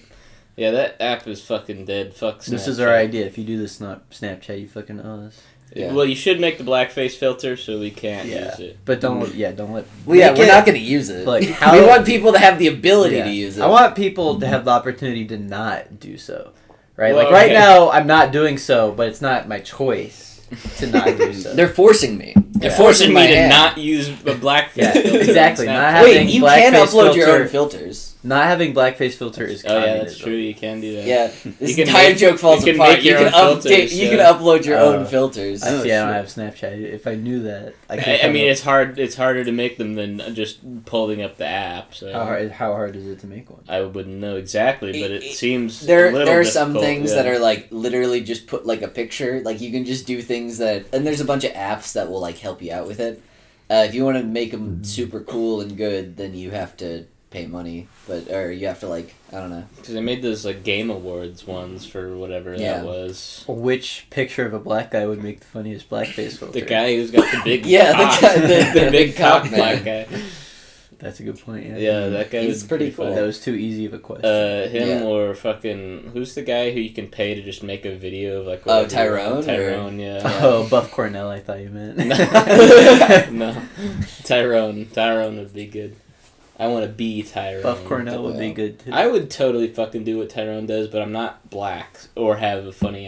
Speaker 3: Yeah, that app is fucking dead. Fuck. Snapchat.
Speaker 1: This is our idea. If you do this on Snapchat, you fucking owe us.
Speaker 2: Yeah.
Speaker 3: Well, you should make the blackface filter so we can't
Speaker 1: Yeah.
Speaker 3: use it.
Speaker 1: But don't, yeah, don't let.
Speaker 2: Well, yeah,
Speaker 1: Make
Speaker 2: we're
Speaker 1: it-
Speaker 2: not going to use it.
Speaker 1: Like,
Speaker 2: we
Speaker 1: how-
Speaker 2: want people to have the ability
Speaker 1: yeah.
Speaker 2: to use it.
Speaker 1: I want people to have the opportunity to not do so. Right?
Speaker 3: Well,
Speaker 1: like, right
Speaker 3: okay.
Speaker 1: now, I'm not doing so, but it's not my choice to not do so.
Speaker 2: They're forcing me.
Speaker 3: They're
Speaker 2: Yeah.
Speaker 3: forcing me
Speaker 2: my
Speaker 3: to
Speaker 2: hand.
Speaker 3: not use a blackface.
Speaker 1: Yeah,
Speaker 3: filter on
Speaker 1: exactly.
Speaker 3: Snapchat.
Speaker 1: Not having
Speaker 2: Wait, you can
Speaker 1: blackface
Speaker 2: upload your own
Speaker 1: filter.
Speaker 2: filters.
Speaker 1: Not having blackface filter is
Speaker 3: oh
Speaker 1: communism.
Speaker 3: yeah, that's true. You can do that.
Speaker 2: Yeah,
Speaker 3: You
Speaker 2: this
Speaker 3: can
Speaker 2: entire
Speaker 3: make-
Speaker 2: joke falls
Speaker 3: you can
Speaker 2: apart.
Speaker 3: make
Speaker 2: You
Speaker 3: your
Speaker 2: can
Speaker 3: own
Speaker 2: update.
Speaker 3: filters,
Speaker 2: you can
Speaker 3: yeah. Uh,
Speaker 2: upload your
Speaker 1: Oh.
Speaker 2: own filters.
Speaker 1: I
Speaker 4: Oh,
Speaker 1: see, I don't
Speaker 4: shit.
Speaker 1: have Snapchat. If I knew that, I could.
Speaker 3: I, I mean, it's hard. It's harder to make them than just pulling up the app. So
Speaker 1: how hard, how hard is it to make one?
Speaker 3: I wouldn't know exactly, but
Speaker 2: It-
Speaker 3: it,
Speaker 2: it-
Speaker 3: seems
Speaker 2: There,
Speaker 3: a little
Speaker 2: there are some
Speaker 3: difficult,
Speaker 2: things
Speaker 3: yeah.
Speaker 2: that are like literally just put like a picture. Like you can just do things that, and there's a bunch of apps that will like help you out with it. Uh, if you want to make them
Speaker 3: Mm-hmm.
Speaker 2: super cool and good, then you have to pay money, but or you have to like I don't know.
Speaker 3: Because I made those like game awards ones for whatever
Speaker 2: Yeah.
Speaker 3: that was.
Speaker 1: Which picture of a black guy would make the funniest blackface filter?
Speaker 3: The guy who's got the big
Speaker 2: Yeah, the
Speaker 3: cock.
Speaker 2: guy- the- the big cock
Speaker 3: black guy.
Speaker 1: That's a good point. Yeah.
Speaker 3: Yeah, that guy
Speaker 2: He's
Speaker 3: was
Speaker 2: pretty cool.
Speaker 1: That was too easy of a question.
Speaker 3: Uh, him
Speaker 2: Yeah.
Speaker 3: or fucking who's the guy who you can pay to just make a video of like
Speaker 2: Oh,
Speaker 3: whatever you want?
Speaker 2: Tyrone, or-
Speaker 3: Tyrone, yeah.
Speaker 1: oh, Buff Cornell, I thought you meant.
Speaker 3: no, Tyrone, Tyrone would be good. I want to be Tyrone.
Speaker 1: Buff Cornell would be
Speaker 2: Well,
Speaker 1: good too.
Speaker 3: I would totally fucking do what Tyrone does, but I'm not black or have a funny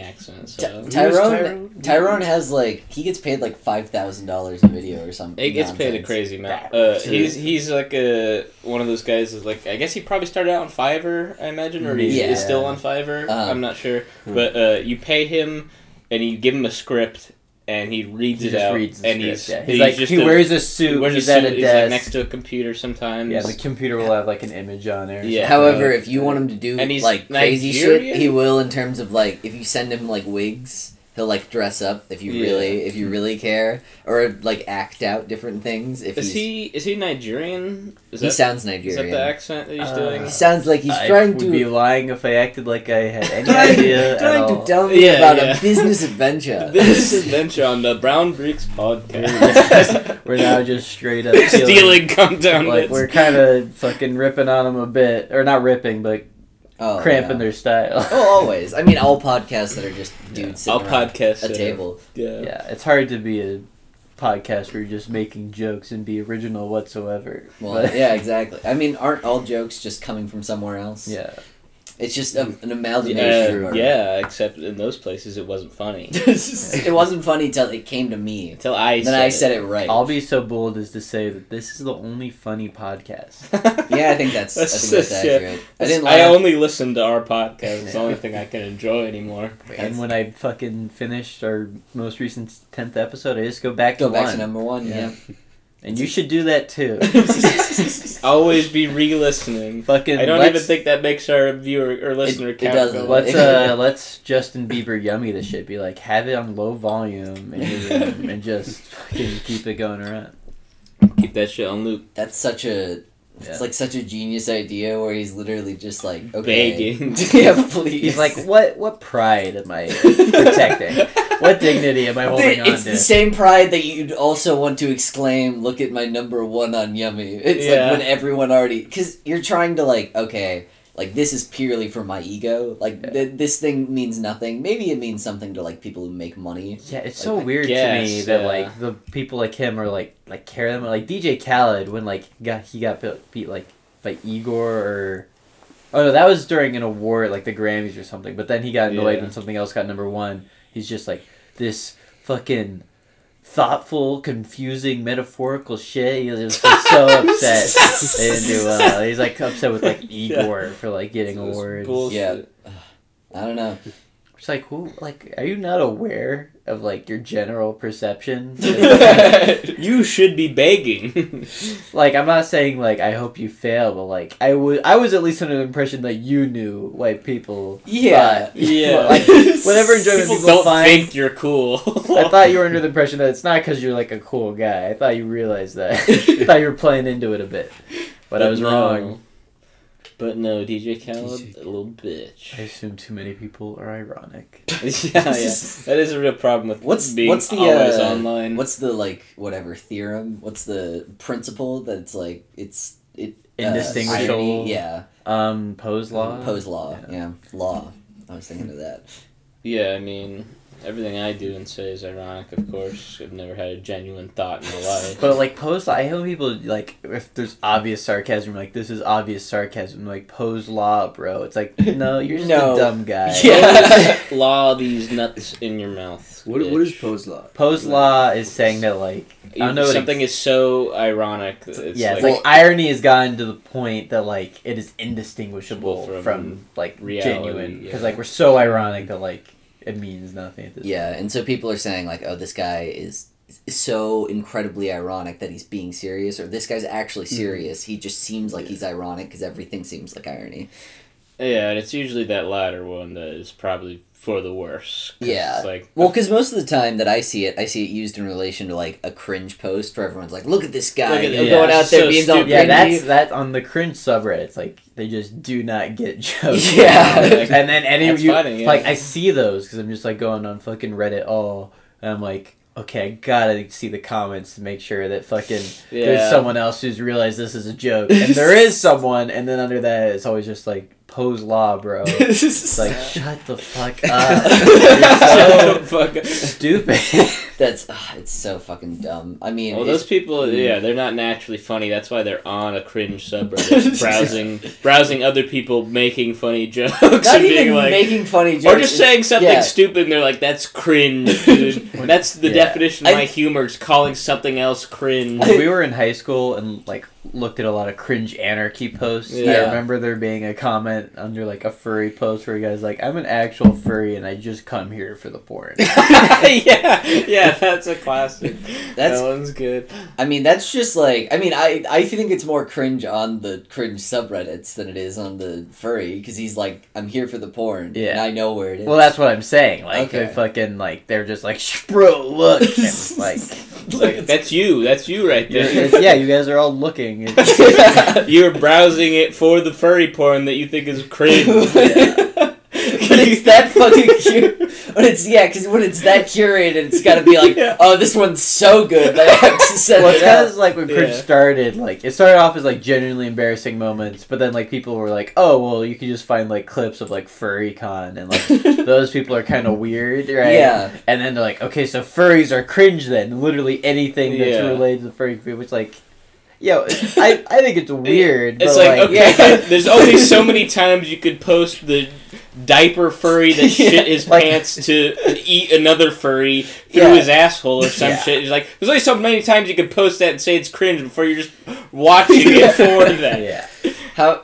Speaker 2: Ty-
Speaker 3: accent. So
Speaker 2: Tyrone,
Speaker 4: Tyrone?
Speaker 2: Tyrone, has like he gets paid like five thousand dollars a video or something.
Speaker 3: It gets paid a crazy amount. Uh, he's he's like a one of those guys. Is like I guess he probably started out on Fiverr, I imagine, or he
Speaker 2: Yeah.
Speaker 3: is still on Fiverr.
Speaker 1: Uh,
Speaker 2: Uh-huh.
Speaker 3: I'm not sure,
Speaker 1: hmm.
Speaker 3: but uh, you pay him and you give him a script and he reads
Speaker 1: he
Speaker 3: it
Speaker 1: just
Speaker 3: out
Speaker 1: reads the
Speaker 3: and
Speaker 1: script.
Speaker 3: he's
Speaker 1: yeah.
Speaker 3: he's
Speaker 1: he's like
Speaker 3: just
Speaker 1: he
Speaker 3: a-
Speaker 1: wears a
Speaker 3: he
Speaker 1: suit.
Speaker 3: wears
Speaker 1: he's
Speaker 3: a
Speaker 1: at
Speaker 3: suit,
Speaker 1: a
Speaker 3: he's, like,
Speaker 1: desk.
Speaker 3: next to a computer sometimes.
Speaker 1: yeah, the computer will have like an image on there.
Speaker 3: Yeah.
Speaker 2: However, if you want him to do
Speaker 3: And he's
Speaker 2: like crazy
Speaker 3: Nigerian?
Speaker 2: shit, he will. In terms of like, if you send him like wigs, he'll like dress up if you
Speaker 3: Yeah.
Speaker 2: really if you really care, or like act out different things. If
Speaker 3: is
Speaker 2: he's,
Speaker 3: he is he Nigerian? Is
Speaker 2: he
Speaker 3: that,
Speaker 2: sounds
Speaker 3: is
Speaker 2: Nigerian.
Speaker 3: that the accent that he's
Speaker 1: Uh,
Speaker 3: doing?
Speaker 2: he sounds like he's
Speaker 1: I
Speaker 2: trying
Speaker 1: would
Speaker 2: to
Speaker 1: be lying if I acted like I had any
Speaker 2: trying,
Speaker 1: idea at
Speaker 2: trying
Speaker 1: all.
Speaker 2: to tell me
Speaker 3: Yeah,
Speaker 2: about
Speaker 3: yeah.
Speaker 2: a business adventure.
Speaker 3: This is adventure on the Brown Bricks podcast.
Speaker 2: Yes.
Speaker 1: We're now just straight up
Speaker 3: stealing come down.
Speaker 1: Like we're kind of fucking ripping on them a bit, or not ripping, but
Speaker 2: oh,
Speaker 1: cramping
Speaker 2: no.
Speaker 1: their style.
Speaker 2: Oh, always. I mean, all podcasts that are just dudes
Speaker 3: I'll
Speaker 2: sitting around
Speaker 3: podcast
Speaker 2: a table.
Speaker 3: Yeah.
Speaker 1: Yeah, it's hard to be a podcast where you're just making jokes and be original whatsoever.
Speaker 2: Well,
Speaker 1: But-
Speaker 2: yeah, exactly. I mean, aren't all jokes just coming from somewhere else?
Speaker 1: yeah.
Speaker 2: It's just a, an amalgamation.
Speaker 3: Yeah,
Speaker 2: or-
Speaker 3: yeah, except in those places it wasn't funny.
Speaker 2: it wasn't funny till it came to me.
Speaker 3: Until I
Speaker 2: then
Speaker 3: said
Speaker 2: I said it right.
Speaker 1: I'll be so bold as to say that this is the only funny podcast.
Speaker 2: yeah, I think that's, I
Speaker 3: That's
Speaker 2: think that's
Speaker 3: just- yeah.
Speaker 2: accurate. I didn't
Speaker 3: I
Speaker 2: laugh.
Speaker 3: only listen to our podcast. It's the only thing I can enjoy anymore.
Speaker 1: and when I fucking finished our most recent tenth episode, I just go back
Speaker 2: go
Speaker 1: to
Speaker 2: back
Speaker 1: one.
Speaker 2: to number one.
Speaker 1: Yeah.
Speaker 2: Yeah.
Speaker 1: and you should do that too.
Speaker 3: Always be re-listening.
Speaker 1: fucking.
Speaker 3: I don't
Speaker 1: let's,
Speaker 3: even think that makes our viewer or listener
Speaker 2: it
Speaker 3: count.
Speaker 2: doesn't.
Speaker 3: go up.
Speaker 1: Let's uh, let's Justin Bieber yummy this shit. Be like, have it on low volume and, and just fucking keep it going around. uh,
Speaker 3: Keep that shit on loop.
Speaker 2: That's such a.
Speaker 1: Yeah.
Speaker 2: It's like such a genius idea where he's literally just like okay.
Speaker 3: Begging.
Speaker 2: yeah, please.
Speaker 1: He's like, what what pride am I protecting? what dignity am I holding
Speaker 2: it's
Speaker 1: on
Speaker 2: the
Speaker 1: to?
Speaker 2: same pride that you'd also want to exclaim, "Look at my number one on Yummy." It's
Speaker 3: Yeah.
Speaker 2: like when everyone already because you're trying to like, okay, like this is purely for my ego. Like th- this thing means nothing. Maybe it means something to like people who make money.
Speaker 1: Yeah, it's
Speaker 2: Like,
Speaker 1: so
Speaker 2: I
Speaker 1: weird to me
Speaker 3: guess,
Speaker 1: that
Speaker 3: yeah.
Speaker 1: like the people like him are like like care them like DJ Khaled when like got he got beat, beat like by Igor or oh no that was during an award like the Grammys or something but then he got annoyed
Speaker 3: Yeah.
Speaker 1: when something else got number one he's just like this fucking thoughtful confusing metaphorical shit he was just so upset they didn't do well he's like upset with like Igor for like getting
Speaker 3: This
Speaker 1: awards
Speaker 2: Yeah.
Speaker 3: bullshit.
Speaker 2: I don't know.
Speaker 1: it's like who like are you not aware of like your general perception
Speaker 3: you should be begging.
Speaker 1: like I'm not saying like I hope you fail, but like I was I was at least under the impression that you knew like people.
Speaker 2: Yeah.
Speaker 1: thought-
Speaker 3: Yeah.
Speaker 1: like, whatever enjoyment people,
Speaker 3: people don't
Speaker 1: find.
Speaker 3: think you're cool.
Speaker 1: I thought you were under the impression that it's not because you're like a cool guy. I thought you realized that. I thought you were playing into it a bit, but, I was
Speaker 3: no.
Speaker 1: wrong.
Speaker 3: But no, DJ Khaled,
Speaker 4: DJ.
Speaker 3: a little
Speaker 1: I
Speaker 3: bitch.
Speaker 1: assume too many people are
Speaker 2: Uh,
Speaker 1: ironic.
Speaker 3: yeah, yeah, that is a real problem with
Speaker 2: What's-
Speaker 3: being
Speaker 2: what's the,
Speaker 3: always
Speaker 2: uh,
Speaker 3: online.
Speaker 2: What's the like whatever theorem? What's the principle that's like it's it uh,
Speaker 1: Indistinguishable.
Speaker 2: irony- yeah.
Speaker 1: Um, Poe's law.
Speaker 2: Poe's law.
Speaker 1: Yeah.
Speaker 2: Yeah. Law. I was thinking of that.
Speaker 3: Yeah, I mean, everything I do and say is ironic, of course. I've never had a genuine thought in my life.
Speaker 1: But like Poe's law, I hate when people like if there's obvious sarcasm, like this is obvious sarcasm, like Poe's law, bro. It's like no, you're just
Speaker 2: No.
Speaker 1: a dumb guy.
Speaker 2: Yeah.
Speaker 3: law these nuts in your mouth.
Speaker 4: What, what is
Speaker 3: bitch.
Speaker 4: Poe's law?
Speaker 1: Poe's law is saying that like I don't know what
Speaker 3: something is so ironic. that It's
Speaker 1: yeah,
Speaker 3: like,
Speaker 1: it's like irony has gotten to the point that like it is indistinguishable from,
Speaker 3: From
Speaker 1: like
Speaker 3: reality,
Speaker 1: genuine because
Speaker 3: yeah.
Speaker 1: like we're so ironic that like it means nothing. At this
Speaker 2: Yeah, and so people are saying like, "Oh, this guy is so incredibly ironic that he's being serious," or "This guy's actually
Speaker 3: Mm-hmm.
Speaker 2: serious. He just seems like he's ironic because everything seems like irony."
Speaker 3: yeah, and it's usually that latter one that is probably for the worse. 'cause
Speaker 2: Yeah.
Speaker 3: it's like
Speaker 2: Well, because most of the time that I see it, I see it used in relation to like a cringe post where everyone's like, "Look at this guy
Speaker 3: Look at
Speaker 2: you know,
Speaker 1: this-
Speaker 2: going
Speaker 3: yeah,
Speaker 2: out there
Speaker 3: so
Speaker 2: being all
Speaker 3: stupid."
Speaker 1: Yeah,
Speaker 2: cringy."
Speaker 1: that's that on the cringe subreddit. It's like they just do not get jokes.
Speaker 2: Yeah.
Speaker 1: and then any of
Speaker 3: That's
Speaker 1: you
Speaker 3: funny, yeah.
Speaker 1: like I see those because I'm just like going on fucking Reddit all, and I'm like, okay, I gotta see the comments to make sure that fucking there's
Speaker 3: yeah,
Speaker 1: someone else who's realized this is a joke, and there is someone, and then under that it's always just like pose law, bro. It's like shut the fuck up,
Speaker 3: Shut the fuck up.
Speaker 1: You're so stupid.
Speaker 2: that's ah, it's so fucking dumb. I mean,
Speaker 3: Well,
Speaker 2: it's- Hmm.
Speaker 3: those people, yeah, they're not naturally funny. That's why they're on a cringe subreddit, browsing, browsing other people making funny jokes,
Speaker 2: not
Speaker 3: and
Speaker 2: even
Speaker 3: being like,
Speaker 2: making funny jokes,
Speaker 3: or just
Speaker 2: it's-
Speaker 3: saying something
Speaker 2: yeah.
Speaker 3: stupid, and they're like, "That's cringe, dude." That's the
Speaker 1: Yeah.
Speaker 3: definition of
Speaker 2: I-
Speaker 3: my humor is calling something else cringe.
Speaker 1: when we were in high school and like looked at a lot of cringe anarchy posts. I
Speaker 3: Yeah.
Speaker 1: remember there being a comment under like a furry post where you guys like, "I'm an actual furry and I just come here for the porn."
Speaker 3: yeah, yeah, that's a classic.
Speaker 2: That's-
Speaker 3: that one's good.
Speaker 2: I mean, that's just like I mean, I I think it's more cringe on the cringe subreddits than it is on the furry because he's like, I'm here for the porn,
Speaker 1: Yeah.
Speaker 2: and I know where it is.
Speaker 1: well, that's what I'm saying. Like they
Speaker 2: Okay.
Speaker 1: fucking like they're just like, "Shh, "Bro, look," and like.
Speaker 3: Like, that's you. That's you right
Speaker 1: You're,
Speaker 3: there.
Speaker 1: yeah, you guys are all looking. It's-
Speaker 3: You're browsing it for the furry porn that you think is cringe.
Speaker 2: But it's that fucking cute. But it's yeah, because when it's that curated, it's got to be like,
Speaker 3: Yeah.
Speaker 2: oh, this one's so good that I have to send
Speaker 1: well,
Speaker 2: it
Speaker 1: it's kind of
Speaker 2: out.
Speaker 1: like when cringe
Speaker 3: Yeah.
Speaker 1: started. Like it started off as like genuinely embarrassing moments, but then like people were like, "Oh, well, you can just find like clips of like furry con, and like those people are kind of weird, right?"
Speaker 2: Yeah,
Speaker 1: And then they're like, "Okay, so furries are cringe then. Literally anything that's
Speaker 3: Yeah.
Speaker 1: related to furry, people, which like, yeah, I I think it's weird.
Speaker 3: It's
Speaker 1: but,
Speaker 3: like, okay,
Speaker 2: yeah.
Speaker 3: there's only so many times you could post the diaper furry that shit his
Speaker 1: Like-
Speaker 3: pants to eat another furry through
Speaker 2: Yeah.
Speaker 3: his asshole or some
Speaker 1: Yeah.
Speaker 3: shit. It's like, there's only so many times you could post that and say it's cringe before you're just watching it for that.
Speaker 1: yeah.
Speaker 2: how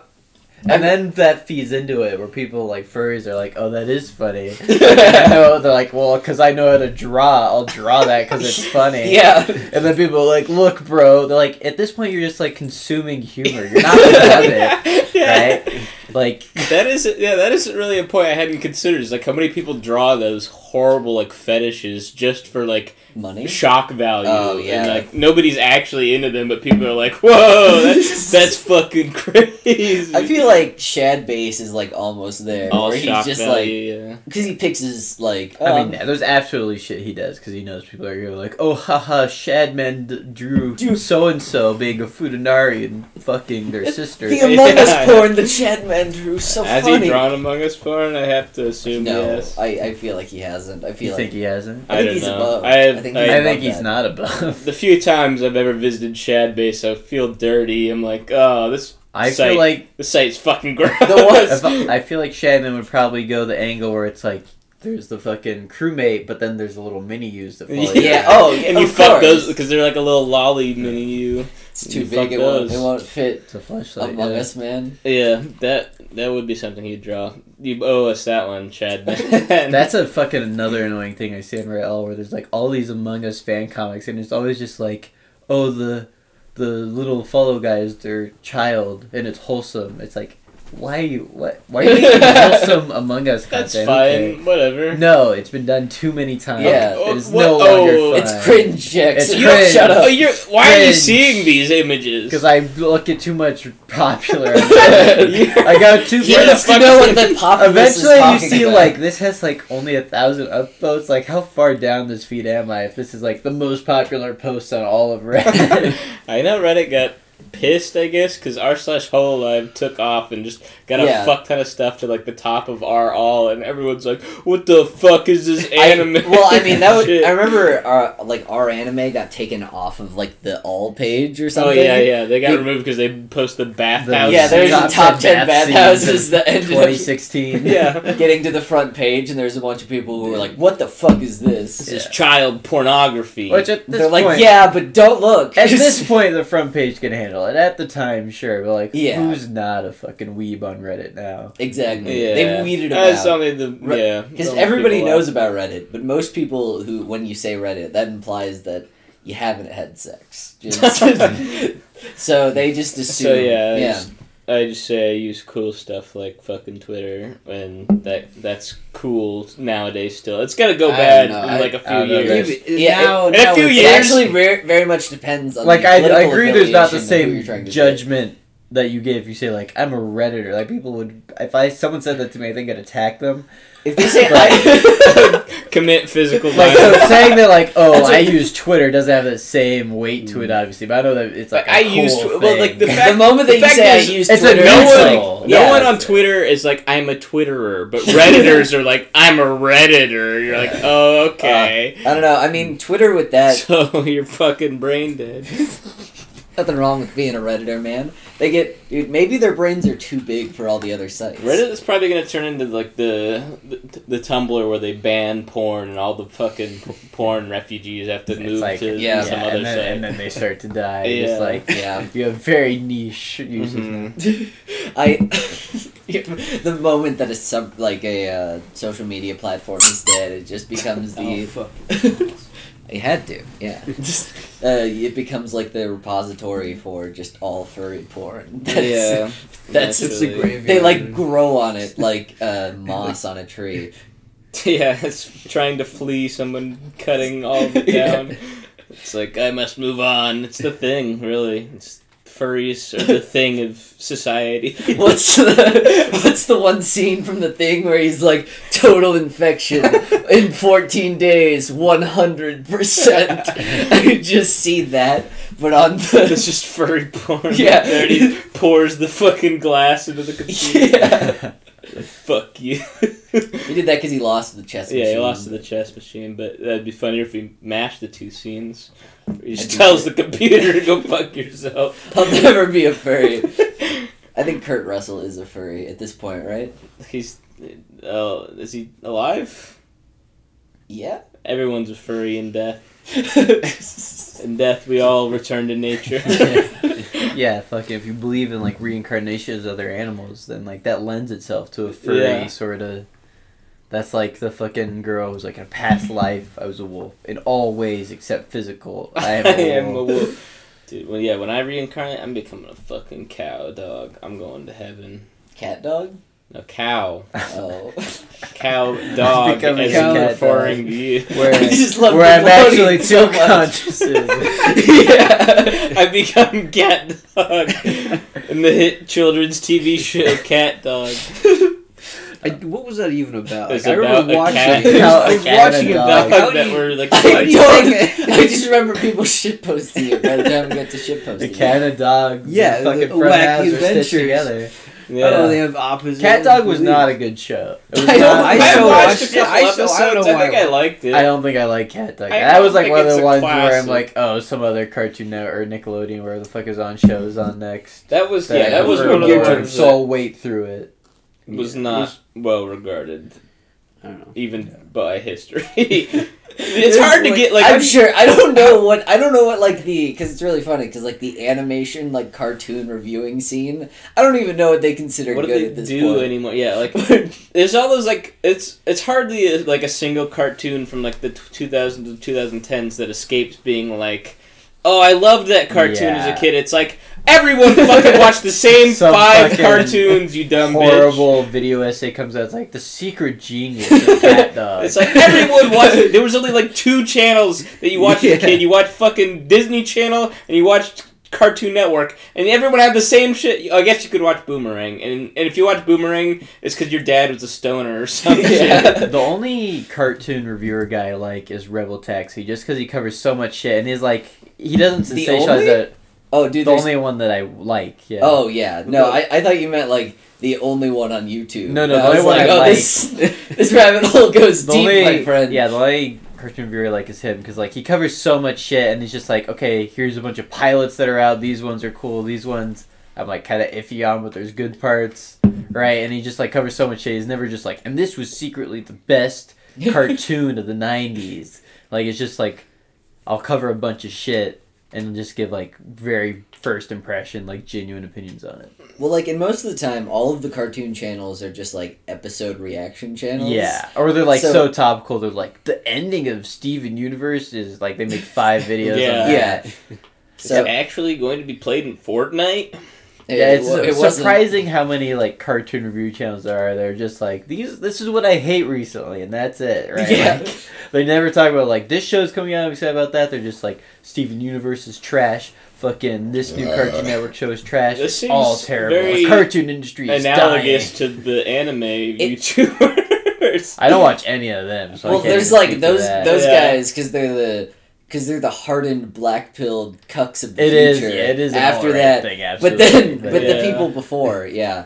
Speaker 1: And then that feeds into it, where people like furries are like, "Oh, that is funny." And I know they're like, "Well, because I know how to draw, I'll draw that because it's funny."
Speaker 2: yeah,
Speaker 1: And then people are like, "Look, bro," they're like, "At this point, you're just like consuming humor. You're not above it,
Speaker 3: Yeah.
Speaker 1: right?" Like,
Speaker 3: That is yeah, that isn't really a point I hadn't considered. Is like how many people draw those horrible like fetishes just for like
Speaker 2: money.
Speaker 3: shock value.
Speaker 2: Oh, yeah.
Speaker 3: And like nobody's actually into them, but people are like, Whoa, that's that's fucking crazy.
Speaker 2: I feel like Shad Base is like almost there,
Speaker 3: all
Speaker 2: where
Speaker 3: Oh, shock
Speaker 2: he's just like
Speaker 3: value, yeah.
Speaker 2: because he picks his like.
Speaker 1: I
Speaker 2: um,
Speaker 1: mean, there's absolutely shit he does because he knows people are gonna be like, "Oh, haha, Shadman d- drew so and so being a Futanari and fucking their sister."
Speaker 2: the Among Us
Speaker 3: Yeah.
Speaker 2: porn that Shad Andrew's so
Speaker 3: Has
Speaker 2: funny.
Speaker 3: he drawn Among Us Four? And I have to assume
Speaker 2: no,
Speaker 3: yes.
Speaker 2: I, I feel like he hasn't. I feel
Speaker 1: You
Speaker 2: like
Speaker 1: think he hasn't?
Speaker 2: I
Speaker 3: I,
Speaker 2: think
Speaker 3: don't
Speaker 2: he's
Speaker 3: know.
Speaker 2: above.
Speaker 3: I have.
Speaker 2: I
Speaker 3: I
Speaker 2: think he's
Speaker 3: think
Speaker 1: I
Speaker 2: above.
Speaker 1: think
Speaker 2: that.
Speaker 1: he's not above.
Speaker 3: the few times I've ever visited Shad base, I feel dirty. I'm like, oh, this
Speaker 1: I
Speaker 3: Psych.
Speaker 1: feel like
Speaker 3: the site's fucking gross.
Speaker 1: if I, I feel like Shannon would probably go the angle where it's like there's the fucking crewmate, but then there's the little mini use that follows.
Speaker 2: Yeah. Oh, yeah.
Speaker 3: and you
Speaker 2: of
Speaker 3: fuck
Speaker 2: course.
Speaker 3: those because they're like a little lolly mini you.
Speaker 2: It's
Speaker 3: You
Speaker 2: too
Speaker 3: fuck
Speaker 2: big. It won't,
Speaker 3: those.
Speaker 2: it won't fit
Speaker 1: It's a flashlight.
Speaker 2: Among
Speaker 1: yeah.
Speaker 2: Us, man.
Speaker 3: Yeah, that that would be something you'd draw. You owe us that one, Chad.
Speaker 1: That's a fucking another annoying thing I see in Rail where there's like all these Among Us fan comics and it's always just like, oh the the little follow guy is their child and it's wholesome. It's like why you what why are you making wholesome Among Us content?
Speaker 3: that's fine. Whatever.
Speaker 1: No, it's been done too many times.
Speaker 2: Yeah.
Speaker 1: it is
Speaker 3: What-
Speaker 1: no
Speaker 3: what-
Speaker 1: longer
Speaker 3: oh,
Speaker 1: fun.
Speaker 2: It's cringe, Jax.
Speaker 1: It's
Speaker 2: You don't
Speaker 1: cringe.
Speaker 2: Shut
Speaker 3: Oh,
Speaker 2: up.
Speaker 3: you're. Why are you
Speaker 1: Cringe.
Speaker 3: seeing these images?
Speaker 1: because I look at too much popular.
Speaker 3: You're-
Speaker 1: I got too
Speaker 3: You're
Speaker 1: much.
Speaker 3: the
Speaker 2: You know what the populace
Speaker 1: Eventually,
Speaker 2: is
Speaker 1: you
Speaker 2: talking
Speaker 1: see
Speaker 2: about.
Speaker 1: like this has like only a thousand upvotes. Like, how far down this feed am I? If this is like the most popular post on all of Reddit,
Speaker 3: I know Reddit got pissed, I guess, because r slash whole live took off and just got
Speaker 2: Yeah.
Speaker 3: a fuck ton of stuff to like the top of r all, and everyone's like, "What the fuck is this
Speaker 2: I-
Speaker 3: anime?"
Speaker 2: well, I mean, that would.
Speaker 3: shit?"
Speaker 2: I remember, our, like our anime got taken off of like the all page or
Speaker 3: Oh
Speaker 2: something.
Speaker 3: yeah, yeah, they got
Speaker 2: You-
Speaker 3: removed because they post the bathhouse.
Speaker 2: Yeah, there's
Speaker 1: Top
Speaker 2: a top
Speaker 1: 10
Speaker 2: ten bathhouses
Speaker 1: scenes
Speaker 2: that ended up
Speaker 1: 2016.
Speaker 3: yeah.
Speaker 2: getting to the front page, and there's a bunch of people who were like, "What the fuck is this?"
Speaker 3: This is child pornography.
Speaker 1: Which at this
Speaker 2: They're like,
Speaker 1: point,
Speaker 2: "Yeah, but don't look."
Speaker 1: At this point, the front page can handle it. At the time, sure, but like,
Speaker 2: Yeah.
Speaker 1: who's not a fucking weeb on Reddit now?
Speaker 2: exactly,
Speaker 3: yeah,
Speaker 2: they've weeded them
Speaker 3: That's
Speaker 2: out.
Speaker 3: something the
Speaker 2: Re-
Speaker 3: yeah,
Speaker 2: Because
Speaker 3: some
Speaker 2: everybody
Speaker 3: people
Speaker 2: knows about Reddit, but most people who, when you say Reddit, that implies that you haven't had sex. Just- so they just assume.
Speaker 3: So yeah, I
Speaker 2: yeah.
Speaker 3: just- I just say I use cool stuff like fucking Twitter, and that that's cool nowadays. Still, it's gonna go
Speaker 1: I
Speaker 3: bad
Speaker 1: don't
Speaker 3: in
Speaker 1: know, I-
Speaker 3: like a
Speaker 1: I don't
Speaker 3: few
Speaker 1: know,
Speaker 3: years.
Speaker 1: there's-
Speaker 2: Yeah,
Speaker 1: now,
Speaker 3: in a
Speaker 1: now
Speaker 3: few
Speaker 1: it's
Speaker 2: It
Speaker 3: years.
Speaker 2: actually ver- very much depends on.
Speaker 1: like
Speaker 2: the
Speaker 1: I, I
Speaker 2: political
Speaker 1: agree there's not the
Speaker 2: affiliation of who
Speaker 1: same
Speaker 2: you're trying to date.
Speaker 1: judgment that you get if you say like I'm a redditor like people would if I someone said that to me I think I'd attack them
Speaker 2: If they say
Speaker 1: Right.
Speaker 2: I,
Speaker 3: Commit physical
Speaker 1: like
Speaker 3: violence.
Speaker 1: so saying that like oh
Speaker 2: That's
Speaker 1: I
Speaker 2: what-
Speaker 1: use Twitter doesn't have the same weight to it obviously but I know that it's like
Speaker 3: But
Speaker 1: I
Speaker 3: Mm. I use Twi- well, like, the fact-
Speaker 2: the moment that
Speaker 3: the
Speaker 2: you
Speaker 3: fact
Speaker 2: say
Speaker 3: is,
Speaker 2: I use
Speaker 1: it's a
Speaker 2: Twitter,
Speaker 3: no
Speaker 2: it's
Speaker 3: one,
Speaker 2: like,
Speaker 1: insult.
Speaker 3: no
Speaker 2: yeah.
Speaker 3: one on Twitter is like I'm a Twitterer, but redditors are like I'm a redditor. You're like, oh, okay.
Speaker 2: I don't know. I mean, Twitter with
Speaker 1: Uh,
Speaker 2: that.
Speaker 3: so you're fucking brain dead.
Speaker 2: Nothing wrong with being a redditor, man. They get dude. Maybe their brains are too big for all the other sites.
Speaker 3: Reddit is probably gonna turn into like the the, the Tumblr where they ban porn and all the fucking p- porn refugees have to
Speaker 1: It's
Speaker 3: move
Speaker 1: like,
Speaker 3: to
Speaker 2: yeah,
Speaker 3: some
Speaker 1: yeah,
Speaker 3: other
Speaker 1: and, then, and
Speaker 3: site.
Speaker 1: then they start to die
Speaker 3: Yeah.
Speaker 1: just like
Speaker 2: Yeah.
Speaker 1: you have very niche uses
Speaker 3: Mhm.
Speaker 2: I the moment that a sub like a uh, social media platform is dead, it just becomes the.
Speaker 3: Oh.
Speaker 2: I had to, yeah. Just, uh, it becomes like the repository for just all furry porn. That's,
Speaker 3: yeah,
Speaker 2: that's
Speaker 3: It's
Speaker 2: the
Speaker 3: a
Speaker 4: graveyard.
Speaker 2: They like grow on it like uh, moss on a tree.
Speaker 3: yeah. It's trying to flee someone cutting all of it down. It's like I must move on. It's the thing, really. It's furries are the thing of society.
Speaker 2: What's the What's the one scene from the thing where he's like total infection in fourteen days, one hundred percent? I just see that, but on
Speaker 3: It's
Speaker 2: the
Speaker 3: just furry porn.
Speaker 2: Yeah.
Speaker 3: there he pours the fucking glass into the computer.
Speaker 2: yeah,
Speaker 3: Fuck you.
Speaker 2: he did that because he lost the chess.
Speaker 3: yeah, he
Speaker 2: machine.
Speaker 3: lost to the chess machine, but that'd be funnier if he mashed the two scenes. He
Speaker 2: That'd
Speaker 3: just
Speaker 2: be
Speaker 3: tells the computer to go fuck yourself.
Speaker 2: I'll never be a furry. I think Kurt Russell is a furry at this point, right?
Speaker 3: He's, oh, is he alive?
Speaker 2: Yeah.
Speaker 3: Everyone's a furry in death.
Speaker 2: yeah,
Speaker 3: In death, we all return to nature.
Speaker 1: yeah fuck it. if you believe in like reincarnation as other animals then like that lends itself to a furry
Speaker 3: Yeah.
Speaker 1: sort of that's like the fucking girl who's like in a past life i was a wolf in all ways except physical i am a wolf,
Speaker 3: Dude, well, yeah, when I reincarnate, I'm becoming a fucking cow, dog. I'm going to heaven.
Speaker 2: Cat dog.
Speaker 3: A cow.
Speaker 2: Oh,
Speaker 3: Cow, dog,
Speaker 1: becoming
Speaker 3: as
Speaker 1: cow,
Speaker 3: in
Speaker 1: dog.
Speaker 3: referring to you.
Speaker 1: Where-
Speaker 2: I just love
Speaker 1: where i'm actually
Speaker 2: Nickelodeon
Speaker 1: two
Speaker 2: so much.
Speaker 1: consciousness
Speaker 3: yeah, I become cat dog in the hit children's TV show Cat Dog.
Speaker 4: I, what was that even about?
Speaker 3: It's
Speaker 4: Like, I
Speaker 3: about
Speaker 4: remember
Speaker 3: a
Speaker 4: watching
Speaker 3: cat.
Speaker 4: it.
Speaker 1: How a
Speaker 4: I was
Speaker 1: cat and
Speaker 4: watching
Speaker 1: a
Speaker 4: it.
Speaker 1: dog.
Speaker 4: Like, how do
Speaker 3: that
Speaker 4: you,
Speaker 3: were like,
Speaker 2: I
Speaker 3: like-
Speaker 2: don't. I just remember people shit posting it by the time we got to shit
Speaker 1: the
Speaker 2: posting.
Speaker 1: cat and dog
Speaker 4: Yeah,
Speaker 1: the fucking
Speaker 4: the
Speaker 1: front
Speaker 4: wacky
Speaker 1: halves are stitched
Speaker 4: adventures.
Speaker 1: together
Speaker 3: Yeah.
Speaker 4: Oh, they have opposite.
Speaker 1: Cat Dog was not a good show. It was
Speaker 4: I
Speaker 1: not-
Speaker 4: don't-
Speaker 3: I,
Speaker 4: I
Speaker 3: watched,
Speaker 4: watched
Speaker 3: a couple
Speaker 4: it. I
Speaker 3: episodes.
Speaker 4: still-
Speaker 3: I,
Speaker 4: I don't know why
Speaker 3: think
Speaker 4: I
Speaker 3: I liked it.
Speaker 1: I don't think I like Cat Dog.
Speaker 3: I
Speaker 1: That was
Speaker 3: don't
Speaker 1: like
Speaker 3: think
Speaker 1: one of
Speaker 3: it's
Speaker 1: the
Speaker 3: a
Speaker 1: ones where I'm
Speaker 3: classic.
Speaker 1: like, oh, some other Cartoon Network or Nickelodeon, where the fuck is on shows on next.
Speaker 3: that was
Speaker 1: I
Speaker 3: yeah. That was
Speaker 1: prefer
Speaker 3: one of the
Speaker 1: year to-
Speaker 3: ones
Speaker 1: So
Speaker 3: that
Speaker 1: I'll wait through it.
Speaker 3: was
Speaker 4: Yeah.
Speaker 3: not well regarded,
Speaker 4: I don't know.
Speaker 3: even by history. it's hard to
Speaker 2: like-
Speaker 3: get like
Speaker 2: I'm sure I don't know what I don't know what like the because it's really funny because like the animation like cartoon reviewing scene I don't even know what they consider
Speaker 3: what
Speaker 2: good
Speaker 3: do
Speaker 2: at
Speaker 3: they
Speaker 2: this
Speaker 3: do
Speaker 2: point.
Speaker 3: anymore? Yeah, like there's all those like it's it's hardly uh like a single cartoon from like the t- 2000 to 2010s that escapes being like, oh, I loved that cartoon as
Speaker 1: Yeah.
Speaker 3: a kid. It's like everyone fucking watched the same
Speaker 1: Some
Speaker 3: five
Speaker 1: fucking
Speaker 3: cartoons, you dumb bitch.
Speaker 1: Horrible video essay comes out. It's like the secret genius of Cat Dog.
Speaker 3: It's like everyone watched. There was only like two channels that you watched as a kid. You watched fucking Disney Channel and you watched Cartoon Network, and everyone had the same shit. I guess you could watch Boomerang, and and if you watch Boomerang, it's because your dad was a stoner or some shit.
Speaker 1: the only cartoon reviewer guy I like is Rebel Taxi, just because he covers so much shit and he's like he doesn't
Speaker 2: The
Speaker 1: sensationalize
Speaker 2: only?
Speaker 1: it.
Speaker 2: Oh, dude,
Speaker 1: The
Speaker 2: there's-
Speaker 1: only one that I like, yeah.
Speaker 2: Oh yeah, no, I, I thought you meant like the only one on YouTube.
Speaker 1: No, no,
Speaker 2: And
Speaker 1: the
Speaker 2: I was
Speaker 1: only one
Speaker 2: like,
Speaker 1: I
Speaker 2: oh,
Speaker 1: like-
Speaker 2: this this rabbit hole goes
Speaker 1: the
Speaker 2: deep,
Speaker 1: only
Speaker 2: my friend.
Speaker 1: yeah, the only cartoon reviewer I like is him because like he covers so much shit and he's just like, okay, here's a bunch of pilots that are out. These ones are cool. These ones I'm like kind of iffy on, but there's good parts, right? And he just like covers so much shit. He's never just like, and this was secretly the best cartoon of the 90s. Like, it's just like, I'll cover a bunch of shit and just give, like, very first impression, like, genuine opinions on it.
Speaker 2: Well, like, and most of the time, all of the cartoon channels are just like episode reaction channels.
Speaker 1: Yeah. Or they're, like, so,
Speaker 2: So-
Speaker 1: topical. They're like, the ending of Steven Universe is, like, they make five videos.
Speaker 3: Yeah.
Speaker 1: On that.
Speaker 2: yeah.
Speaker 3: Is
Speaker 2: So
Speaker 3: it actually going to be played in Fortnite?
Speaker 1: Yeah, it's
Speaker 2: wa-
Speaker 1: su-
Speaker 2: wasn't-
Speaker 1: surprising how many like cartoon review channels there are. They're just like these. This is what I hate recently, and that's it, right?
Speaker 2: Yeah.
Speaker 1: Like, they never talk about like this show's coming out. I'm excited about that. They're just like Steven Universe is trash. Fucking this new Cartoon Network show is trash.
Speaker 3: This
Speaker 1: It's
Speaker 3: seems
Speaker 1: all terrible.
Speaker 3: very
Speaker 1: the cartoon industry is
Speaker 3: Analogous
Speaker 1: dying.
Speaker 3: to the anime YouTubers.
Speaker 1: I don't watch any of them. So I
Speaker 2: Well,
Speaker 1: can't
Speaker 2: there's
Speaker 1: even
Speaker 2: like
Speaker 1: speak to
Speaker 2: those
Speaker 1: that.
Speaker 2: those
Speaker 3: Yeah.
Speaker 2: guys because they're the because they're the hardened black pilled cucks of the
Speaker 1: It is.
Speaker 2: future.
Speaker 1: Yeah, it is. an
Speaker 2: after
Speaker 1: alright
Speaker 2: that.
Speaker 1: thing,
Speaker 2: But
Speaker 1: absolutely.
Speaker 2: then, but the
Speaker 3: Yeah.
Speaker 2: people before, yeah,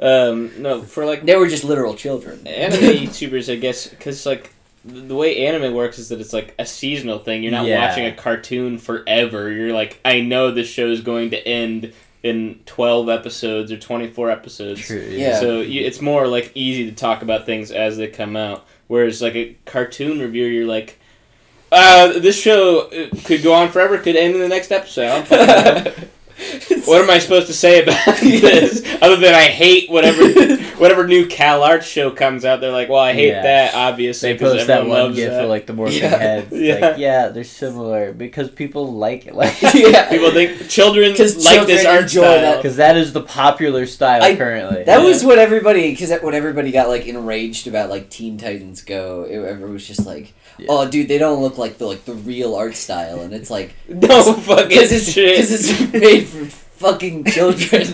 Speaker 3: Um, no, for like
Speaker 2: they were just literal children.
Speaker 3: anime YouTubers, I guess, because like the the way anime works is that it's like a seasonal thing. You're not
Speaker 1: Yeah.
Speaker 3: watching a cartoon forever. You're like, I know this show is going to end in twelve episodes or twenty four episodes.
Speaker 1: True,
Speaker 2: Yeah.
Speaker 3: So you, it's more like easy to talk about things as they come out. Whereas like a cartoon review, you're like, uh, this show uh, could go on forever, could end in the next episode. I don't fucking know. What am I supposed to say about this other than I hate whatever whatever new Cal Arts show comes out? They're like, well, I hate
Speaker 1: Yeah.
Speaker 3: that obviously
Speaker 1: They
Speaker 3: because
Speaker 1: post that
Speaker 3: everyone
Speaker 1: one
Speaker 3: loves
Speaker 1: gif
Speaker 3: that.
Speaker 1: of like the morphing
Speaker 2: Yeah.
Speaker 1: heads.
Speaker 3: Yeah.
Speaker 1: Like, yeah, they're similar because people like it. Like,
Speaker 2: yeah,
Speaker 3: People think children like
Speaker 2: 'Cause
Speaker 3: this
Speaker 2: children
Speaker 3: art
Speaker 2: enjoy
Speaker 3: style.
Speaker 1: Because that is the popular style
Speaker 2: I-
Speaker 1: currently.
Speaker 2: That
Speaker 3: Yeah.
Speaker 2: was what everybody, because what everybody got like enraged about, like Teen Titans Go. It, everyone was just like,
Speaker 1: Yeah.
Speaker 2: "Oh, dude, they don't look like the like the real art style," and it's like,
Speaker 3: No fucking
Speaker 2: because it's
Speaker 3: shit.
Speaker 2: because it's made for fucking children.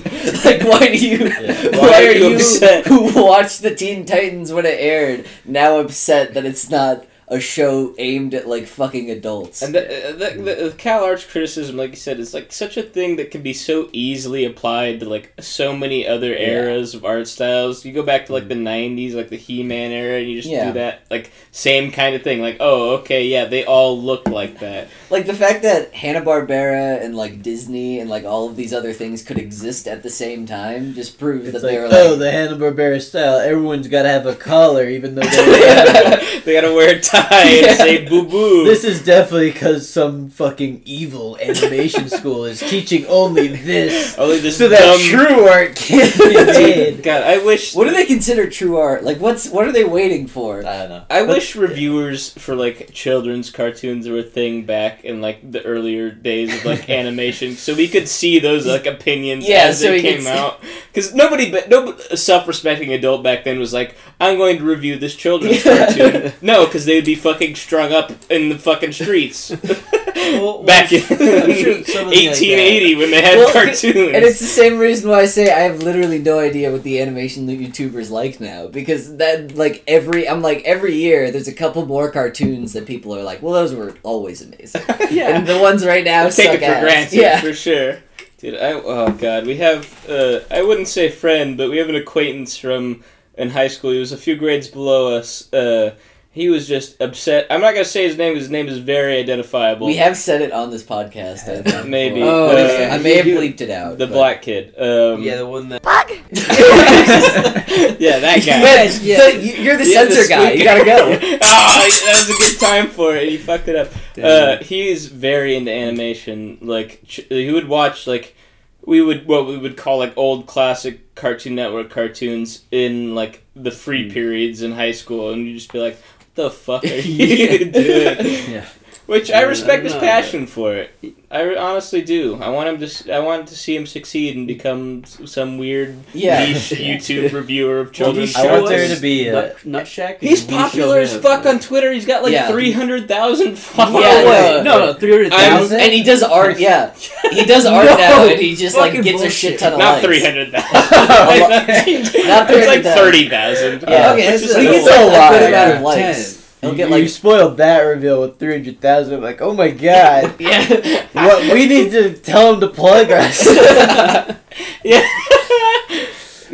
Speaker 2: like, why do you?
Speaker 1: Yeah.
Speaker 2: Why, are you
Speaker 3: upset?
Speaker 2: who watched the Teen Titans when it aired now upset that it's not a show aimed at like fucking adults?
Speaker 3: And the, uh, the, the, the Cal Arts criticism, like you said, is like such a thing that can be so easily applied to like so many other eras of art styles. You go back to like
Speaker 1: Mm-hmm.
Speaker 3: the '90s, like the He-Man era, and you just
Speaker 2: Yeah.
Speaker 3: do that like same kind of thing. Like, oh, okay, yeah, they all look like that.
Speaker 2: like the fact that Hanna Barbera and like Disney and like all of these other things could exist at the same time just proves
Speaker 1: It's
Speaker 2: that
Speaker 1: like,
Speaker 2: they were like.
Speaker 1: oh, the Hanna Barbera style. Everyone's got to have a collar, even though they
Speaker 3: they gotta wear a tie and
Speaker 2: Yeah.
Speaker 3: say "boo boo."
Speaker 1: this is definitely because some fucking evil animation school is teaching only this,
Speaker 3: Only this
Speaker 1: so that
Speaker 3: dumb.
Speaker 1: true art can be made.
Speaker 3: God, I wish.
Speaker 2: What do they consider true art? Like, what's what are they waiting for?
Speaker 1: don't know.
Speaker 3: I wish reviewers for like children's cartoons were a thing back in like the earlier days of like animation, so we could see those like opinions
Speaker 2: Yeah,
Speaker 3: as
Speaker 2: so
Speaker 3: they
Speaker 2: we could
Speaker 3: came
Speaker 2: see-
Speaker 3: out. Because nobody, but no a self-respecting adult back then was like, "I'm going to review this children's
Speaker 2: Yeah.
Speaker 3: cartoon." No, because they'd be fucking strung up in the fucking streets
Speaker 1: well,
Speaker 3: back in
Speaker 1: I'm sure something like
Speaker 3: 1880 when they had
Speaker 2: Well,
Speaker 3: cartoons.
Speaker 2: And it's the same reason why I say I have literally no idea what the animation YouTubers like now because that like every I'm like every year there's a couple more cartoons that people are like, well, those were always amazing,
Speaker 3: yeah.
Speaker 2: and the ones right now
Speaker 3: Take
Speaker 2: suck
Speaker 3: it for
Speaker 2: ass.
Speaker 3: granted
Speaker 2: Yeah,
Speaker 3: for sure. Dude, I oh god, we have uh, I wouldn't say friend, but we have an acquaintance from in high school. He was a few grades below us. Uh, he was just upset. I'm not gonna say his name. His name is very identifiable.
Speaker 2: we have said it on this podcast. I think,
Speaker 3: Maybe.
Speaker 2: before.
Speaker 3: Oh, okay.
Speaker 2: I may have
Speaker 4: You-
Speaker 2: bleeped it out.
Speaker 3: the
Speaker 2: but-
Speaker 3: black kid. Um,
Speaker 4: yeah, the one that.
Speaker 3: yeah, that guy.
Speaker 2: Yes, the- you- you're the
Speaker 3: Yeah, the
Speaker 2: censor guy. You gotta
Speaker 3: squeaker.
Speaker 2: go.
Speaker 3: oh, that was a good time for it. You fucked it up. Uh, he's very into animation. Like ch- he would watch like we would what we would call like old classic Cartoon Network cartoons in like the free periods in high school, and you just be like, "What the fuck are you doing?"
Speaker 1: Yeah.
Speaker 3: Which I
Speaker 4: Yeah,
Speaker 3: respect his
Speaker 4: no,
Speaker 3: passion for it. I honestly do. I want him to. s- I want to see him succeed and become s- some weird
Speaker 2: Yeah.
Speaker 3: niche YouTube reviewer of
Speaker 4: Will you
Speaker 3: children's.
Speaker 1: I want
Speaker 4: show
Speaker 1: there
Speaker 4: us
Speaker 1: to be a-
Speaker 4: Nut, Nutshack?
Speaker 3: He's
Speaker 4: Will you show
Speaker 3: popular as
Speaker 4: him?
Speaker 3: fuck on Twitter. He's got like
Speaker 2: Yeah.
Speaker 3: 300,000
Speaker 2: Yeah,
Speaker 3: followers.
Speaker 2: no,
Speaker 4: no, no, three hundred
Speaker 3: I'm-
Speaker 2: And he does art, yeah. He does art
Speaker 4: No.
Speaker 2: now, and he just like
Speaker 4: Fucking
Speaker 2: gets a
Speaker 4: bullshit.
Speaker 2: shit ton of
Speaker 3: Not
Speaker 2: likes.
Speaker 3: 300,000.
Speaker 2: Not
Speaker 3: it's like 30,000.
Speaker 2: Yeah,
Speaker 1: okay,
Speaker 3: Which
Speaker 2: that's
Speaker 3: is
Speaker 2: just
Speaker 3: a
Speaker 2: he
Speaker 3: lot.
Speaker 2: gets a,
Speaker 1: lot.
Speaker 2: good
Speaker 1: Yeah.
Speaker 2: amount of likes. He'll
Speaker 1: You,
Speaker 2: get
Speaker 1: you
Speaker 2: like
Speaker 1: spoiled that reveal with 300,000. I'm like, oh my god.
Speaker 2: yeah.
Speaker 1: what We need to tell him to plug us.
Speaker 3: yeah.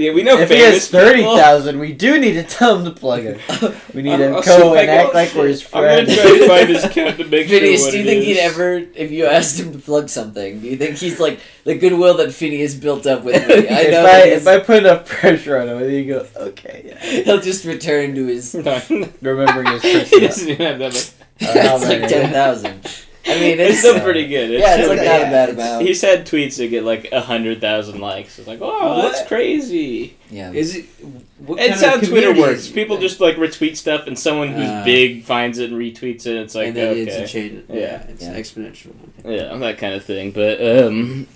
Speaker 3: yeah, we know
Speaker 1: if he has
Speaker 3: famous people.
Speaker 1: 30,000, we do need to tell him to plug us. We need
Speaker 3: I'll-
Speaker 1: to
Speaker 3: I'll see
Speaker 1: go
Speaker 3: if I
Speaker 1: and
Speaker 3: can-
Speaker 1: act like we're his
Speaker 3: I'm going
Speaker 1: friend.
Speaker 3: to try to find his account to make
Speaker 2: Phineas,
Speaker 3: sure what
Speaker 2: do you
Speaker 3: it
Speaker 2: think he'd
Speaker 3: is.
Speaker 2: ever, if you asked him to plug something, do you think he's like the goodwill that Phineas built up with me? I
Speaker 1: if,
Speaker 2: know
Speaker 1: I,
Speaker 2: that
Speaker 1: if I put enough pressure on him, then he goes, okay, yeah.
Speaker 2: he's- he'll just return to his.
Speaker 3: No.
Speaker 1: Remembering his
Speaker 3: he
Speaker 1: personality.
Speaker 3: doesn't even have that much.
Speaker 2: That's like
Speaker 1: man.
Speaker 2: ten thousand. I mean,
Speaker 3: It's
Speaker 2: it's,
Speaker 3: still pretty good. It's
Speaker 2: yeah, it's
Speaker 3: still
Speaker 2: like
Speaker 3: good.
Speaker 2: not a bad
Speaker 4: it's-
Speaker 2: amount.
Speaker 3: He's had tweets that get like 100,000 likes. It's like, oh, that's
Speaker 4: What?
Speaker 3: crazy.
Speaker 2: Yeah,
Speaker 4: Is it? What
Speaker 3: It's
Speaker 4: kind
Speaker 3: how
Speaker 4: of
Speaker 3: Twitter
Speaker 4: community
Speaker 3: works.
Speaker 4: is-
Speaker 3: People just like retweet stuff, and someone who's
Speaker 2: Uh.
Speaker 4: Ah.
Speaker 3: big finds it and retweets it. It's like
Speaker 4: and then it's
Speaker 3: okay,
Speaker 4: a chain. Yeah,
Speaker 3: Yeah.
Speaker 4: it's
Speaker 2: Yeah.
Speaker 4: exponential.
Speaker 3: yeah, that kind of thing. But um,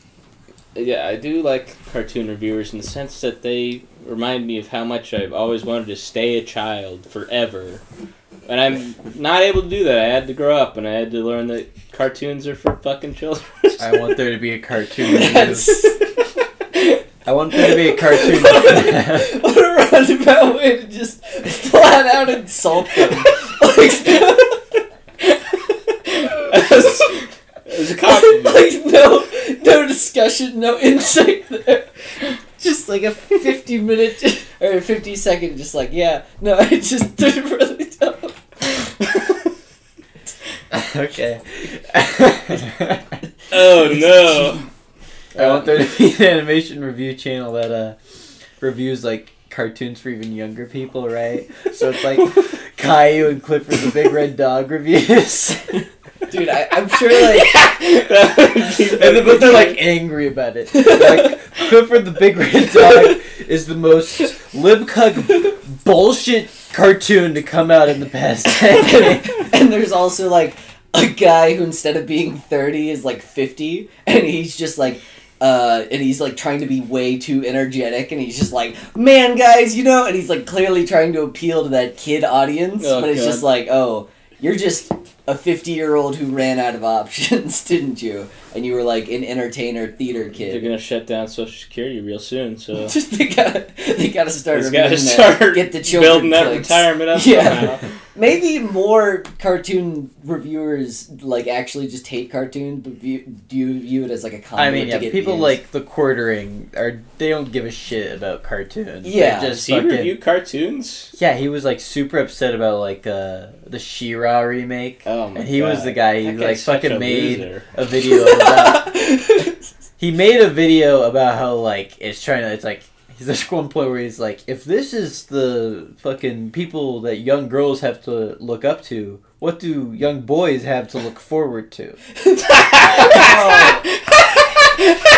Speaker 3: yeah, I do like cartoon reviewers in the sense that they remind me of how much I've always wanted to stay a child forever, and I'm not able to do that. I had to grow up, and I had to learn that cartoons are for fucking children.
Speaker 1: I want there to be a cartoon.
Speaker 2: That's-
Speaker 1: I want there to be a cartoon.
Speaker 2: what a roundabout way to just flat out insult them. Like,
Speaker 3: it was a compliment.
Speaker 2: like no, no discussion, no insight there. Just like a fifty minute or a fifty second, just like yeah, no, I just didn't really tell.
Speaker 1: okay.
Speaker 3: Oh no.
Speaker 1: I want there to be an animation review channel that uh reviews like cartoons for even younger people, right? So it's like Caillou and Clifford the Big Red Dog reviews,
Speaker 2: Dude, I, I'm sure like
Speaker 1: and then, but they're like angry about it. Like Clifford the Big Red Dog is the most libcug bullshit cartoon to come out in the past decade.
Speaker 2: and there's also like a guy who instead of being 30 is like 50 and he's just like uh, and he's like trying to be way too energetic and he's just like man guys you know and he's like clearly trying to appeal to that kid audience
Speaker 3: Oh,
Speaker 2: but it's
Speaker 3: God.
Speaker 2: just like oh you're just a 50 year old who ran out of options didn't you and you were like an entertainer theater
Speaker 3: They're
Speaker 2: kid
Speaker 3: gonna shut down Social Security real soon, so
Speaker 2: just they gotta they gotta start
Speaker 3: it's gotta
Speaker 2: removing that.
Speaker 3: start
Speaker 2: get the
Speaker 3: building
Speaker 2: children
Speaker 3: that
Speaker 2: clicks.
Speaker 3: retirement up.
Speaker 2: Yeah.
Speaker 3: somehow.
Speaker 2: Maybe more cartoon reviewers like actually just hate cartoons, but view, do you view it as like a
Speaker 1: I
Speaker 2: conduit
Speaker 1: mean, yeah,
Speaker 2: to get
Speaker 1: people
Speaker 2: views.
Speaker 1: like the quartering are they don't give a shit about cartoons. They
Speaker 2: Yeah.
Speaker 1: just
Speaker 3: Does he
Speaker 1: fucking-
Speaker 3: review cartoons?
Speaker 1: Yeah, he was like super upset about like uh, the She-Ra remake,
Speaker 3: Oh
Speaker 1: and he was the guy who
Speaker 3: That
Speaker 1: like
Speaker 3: guy's such
Speaker 1: fucking
Speaker 3: a
Speaker 1: made
Speaker 3: loser.
Speaker 1: a video. about... he made a video about how like it's trying to. It's like there's one point where he's like, if this is the fucking people that young girls have to look up to, what do young boys have to look forward to?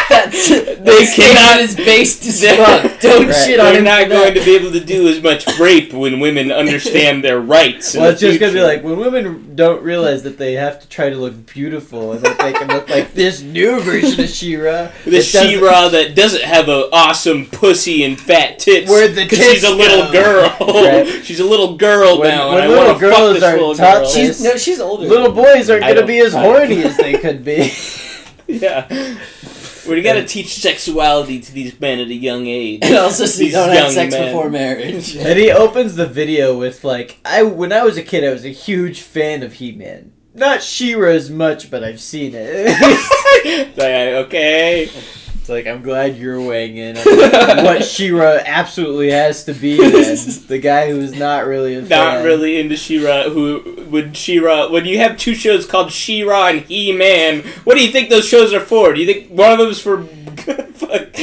Speaker 2: that's
Speaker 3: They
Speaker 2: they
Speaker 3: cannot-
Speaker 2: cannot is based as
Speaker 3: They-
Speaker 2: fuck. Don't
Speaker 1: Right.
Speaker 2: shit on
Speaker 3: They're
Speaker 2: him.
Speaker 3: not going to be able to do as much rape when women understand their rights. in
Speaker 1: Well,
Speaker 3: the
Speaker 1: it's just gonna be
Speaker 3: future.
Speaker 1: like when women don't realize that they have to try to look beautiful and that they can look like this new version of She-Ra.
Speaker 3: the
Speaker 1: that doesn't-
Speaker 3: She-Ra that doesn't have a awesome pussy and fat tits.
Speaker 1: Where the
Speaker 3: 'cause
Speaker 1: tits
Speaker 3: she's a
Speaker 1: go.
Speaker 3: little girl.
Speaker 1: Right.
Speaker 3: She's a little girl
Speaker 1: When-
Speaker 3: now,
Speaker 1: when
Speaker 3: and I want to
Speaker 1: little
Speaker 3: fuck
Speaker 1: girls
Speaker 3: this
Speaker 1: are
Speaker 3: little
Speaker 1: taught
Speaker 3: girl.
Speaker 1: to-
Speaker 2: She's no, she's older.
Speaker 1: Little boys aren't going
Speaker 3: I
Speaker 1: to
Speaker 3: don't-
Speaker 1: be as
Speaker 3: I don't-
Speaker 1: horny as they could be.
Speaker 3: yeah, we gotta teach sexuality to these men at a young age.
Speaker 2: and also so you
Speaker 3: These
Speaker 2: don't have
Speaker 3: young
Speaker 2: sex
Speaker 3: men.
Speaker 2: before marriage.
Speaker 1: and he opens the video with like, I when I was a kid, I was a huge fan of He Man. not Shira as much, but I've seen it.
Speaker 3: Like, I- okay.
Speaker 1: it's like I'm glad you're weighing in on what Shira absolutely has to be. Then. The guy who's not really a
Speaker 3: Not
Speaker 1: fan.
Speaker 3: really into She-Ra. Who would She-Ra? When you have two shows called She-Ra and He-Man, what do you think those shows are for? Do you think one of them's for fuck,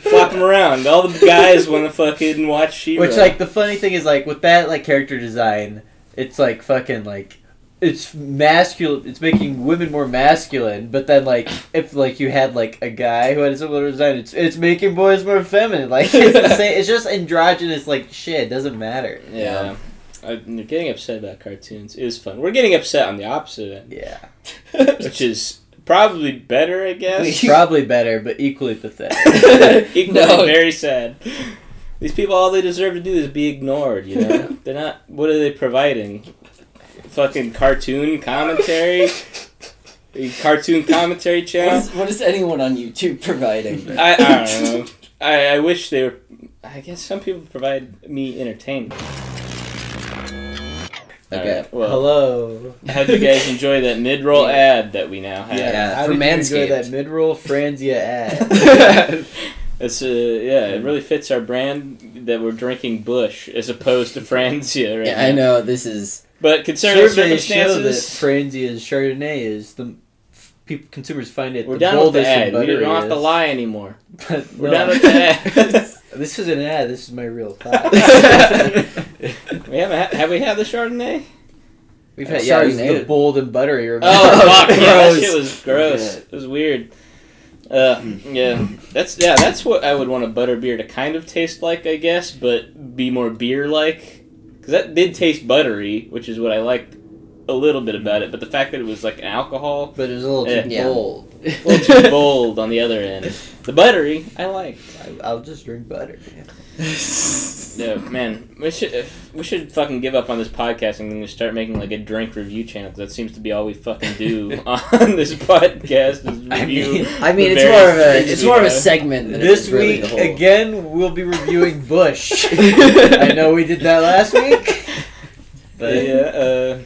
Speaker 3: flop 'em around? All the guys want to fucking watch She-Ra.
Speaker 5: Which like the funny thing is like with that like character design, it's like fucking like it's masculine. It's making women more masculine, but then like if like you had like a guy who had a similar design, it's it's making boys more feminine. Like it's the same, it's just androgynous like shit. It doesn't matter.
Speaker 2: Yeah.
Speaker 3: I'm getting upset about cartoons is fun. We're getting upset on the opposite end,
Speaker 5: Yeah,
Speaker 3: which is probably better, I guess.
Speaker 5: probably better, but equally pathetic.
Speaker 3: Equally
Speaker 2: No.
Speaker 3: very sad. These people, all they deserve to do is be ignored. You know, they're not. What are they providing? Fucking cartoon commentary, A cartoon commentary
Speaker 2: What
Speaker 3: channel.
Speaker 2: is, what is anyone on YouTube providing?
Speaker 3: I, I don't know. I, I wish they were. I guess some people provide me entertainment.
Speaker 2: Okay.
Speaker 3: Alright, well,
Speaker 1: Hello.
Speaker 3: how'd you guys enjoy that mid-roll
Speaker 2: Yeah.
Speaker 3: ad that we now have?
Speaker 2: Yeah,
Speaker 1: How
Speaker 2: for
Speaker 1: did you enjoy
Speaker 2: Manscaped.
Speaker 1: that mid-roll Franzia ad.
Speaker 3: It's uh, yeah,
Speaker 2: Mm.
Speaker 3: it really fits our brand that we're drinking Bush as opposed to Franzia right
Speaker 2: Yeah, I
Speaker 3: now.
Speaker 2: know this is
Speaker 3: But considering the
Speaker 1: Surveys show that
Speaker 3: circumstances,
Speaker 1: Franzia's Chardonnay is the people consumers find it
Speaker 3: we're
Speaker 1: the
Speaker 3: done with the
Speaker 1: boldest and
Speaker 3: ad. We don't
Speaker 1: buttery
Speaker 3: have to
Speaker 1: is.
Speaker 3: lie anymore.
Speaker 1: But
Speaker 3: We're
Speaker 1: no,
Speaker 3: done with the ad.
Speaker 1: This isn't an ad. This is my real thought.
Speaker 3: we haven't ha- have we had the Chardonnay?
Speaker 1: We've
Speaker 2: had-
Speaker 1: had
Speaker 2: yeah,
Speaker 1: yeah,
Speaker 2: we made
Speaker 1: the
Speaker 2: it.
Speaker 1: bold and buttery. Remember?
Speaker 3: Oh fuck! Yeah, that
Speaker 1: Gross.
Speaker 3: shit was gross.
Speaker 1: Yeah.
Speaker 3: It was weird. Uh, yeah, that's yeah, that's what I would want a butter beer to kind of taste like, I guess, but be more beer like. Because that did taste buttery, which is what I liked a little bit about it. But the fact that it was like an alcohol,
Speaker 1: But it was a little too
Speaker 2: Yeah.
Speaker 1: bold.
Speaker 3: a little too bold on the other end. The buttery, I liked.
Speaker 1: I, I'll just drink butter.
Speaker 3: Yeah, man, we should we should fucking give up on this podcast and just start making like a drink review channel 'cause that seems to be all we fucking do on this podcast. Is review
Speaker 2: I mean,
Speaker 3: the
Speaker 2: I mean, it's
Speaker 3: various
Speaker 2: more of a
Speaker 3: drinks
Speaker 2: it's
Speaker 3: we
Speaker 2: more of a
Speaker 3: have.
Speaker 2: segment than it
Speaker 1: this
Speaker 2: is really
Speaker 1: week
Speaker 2: the whole-
Speaker 1: again, we'll be reviewing Bush. I know we did that last week.
Speaker 3: But yeah, uh,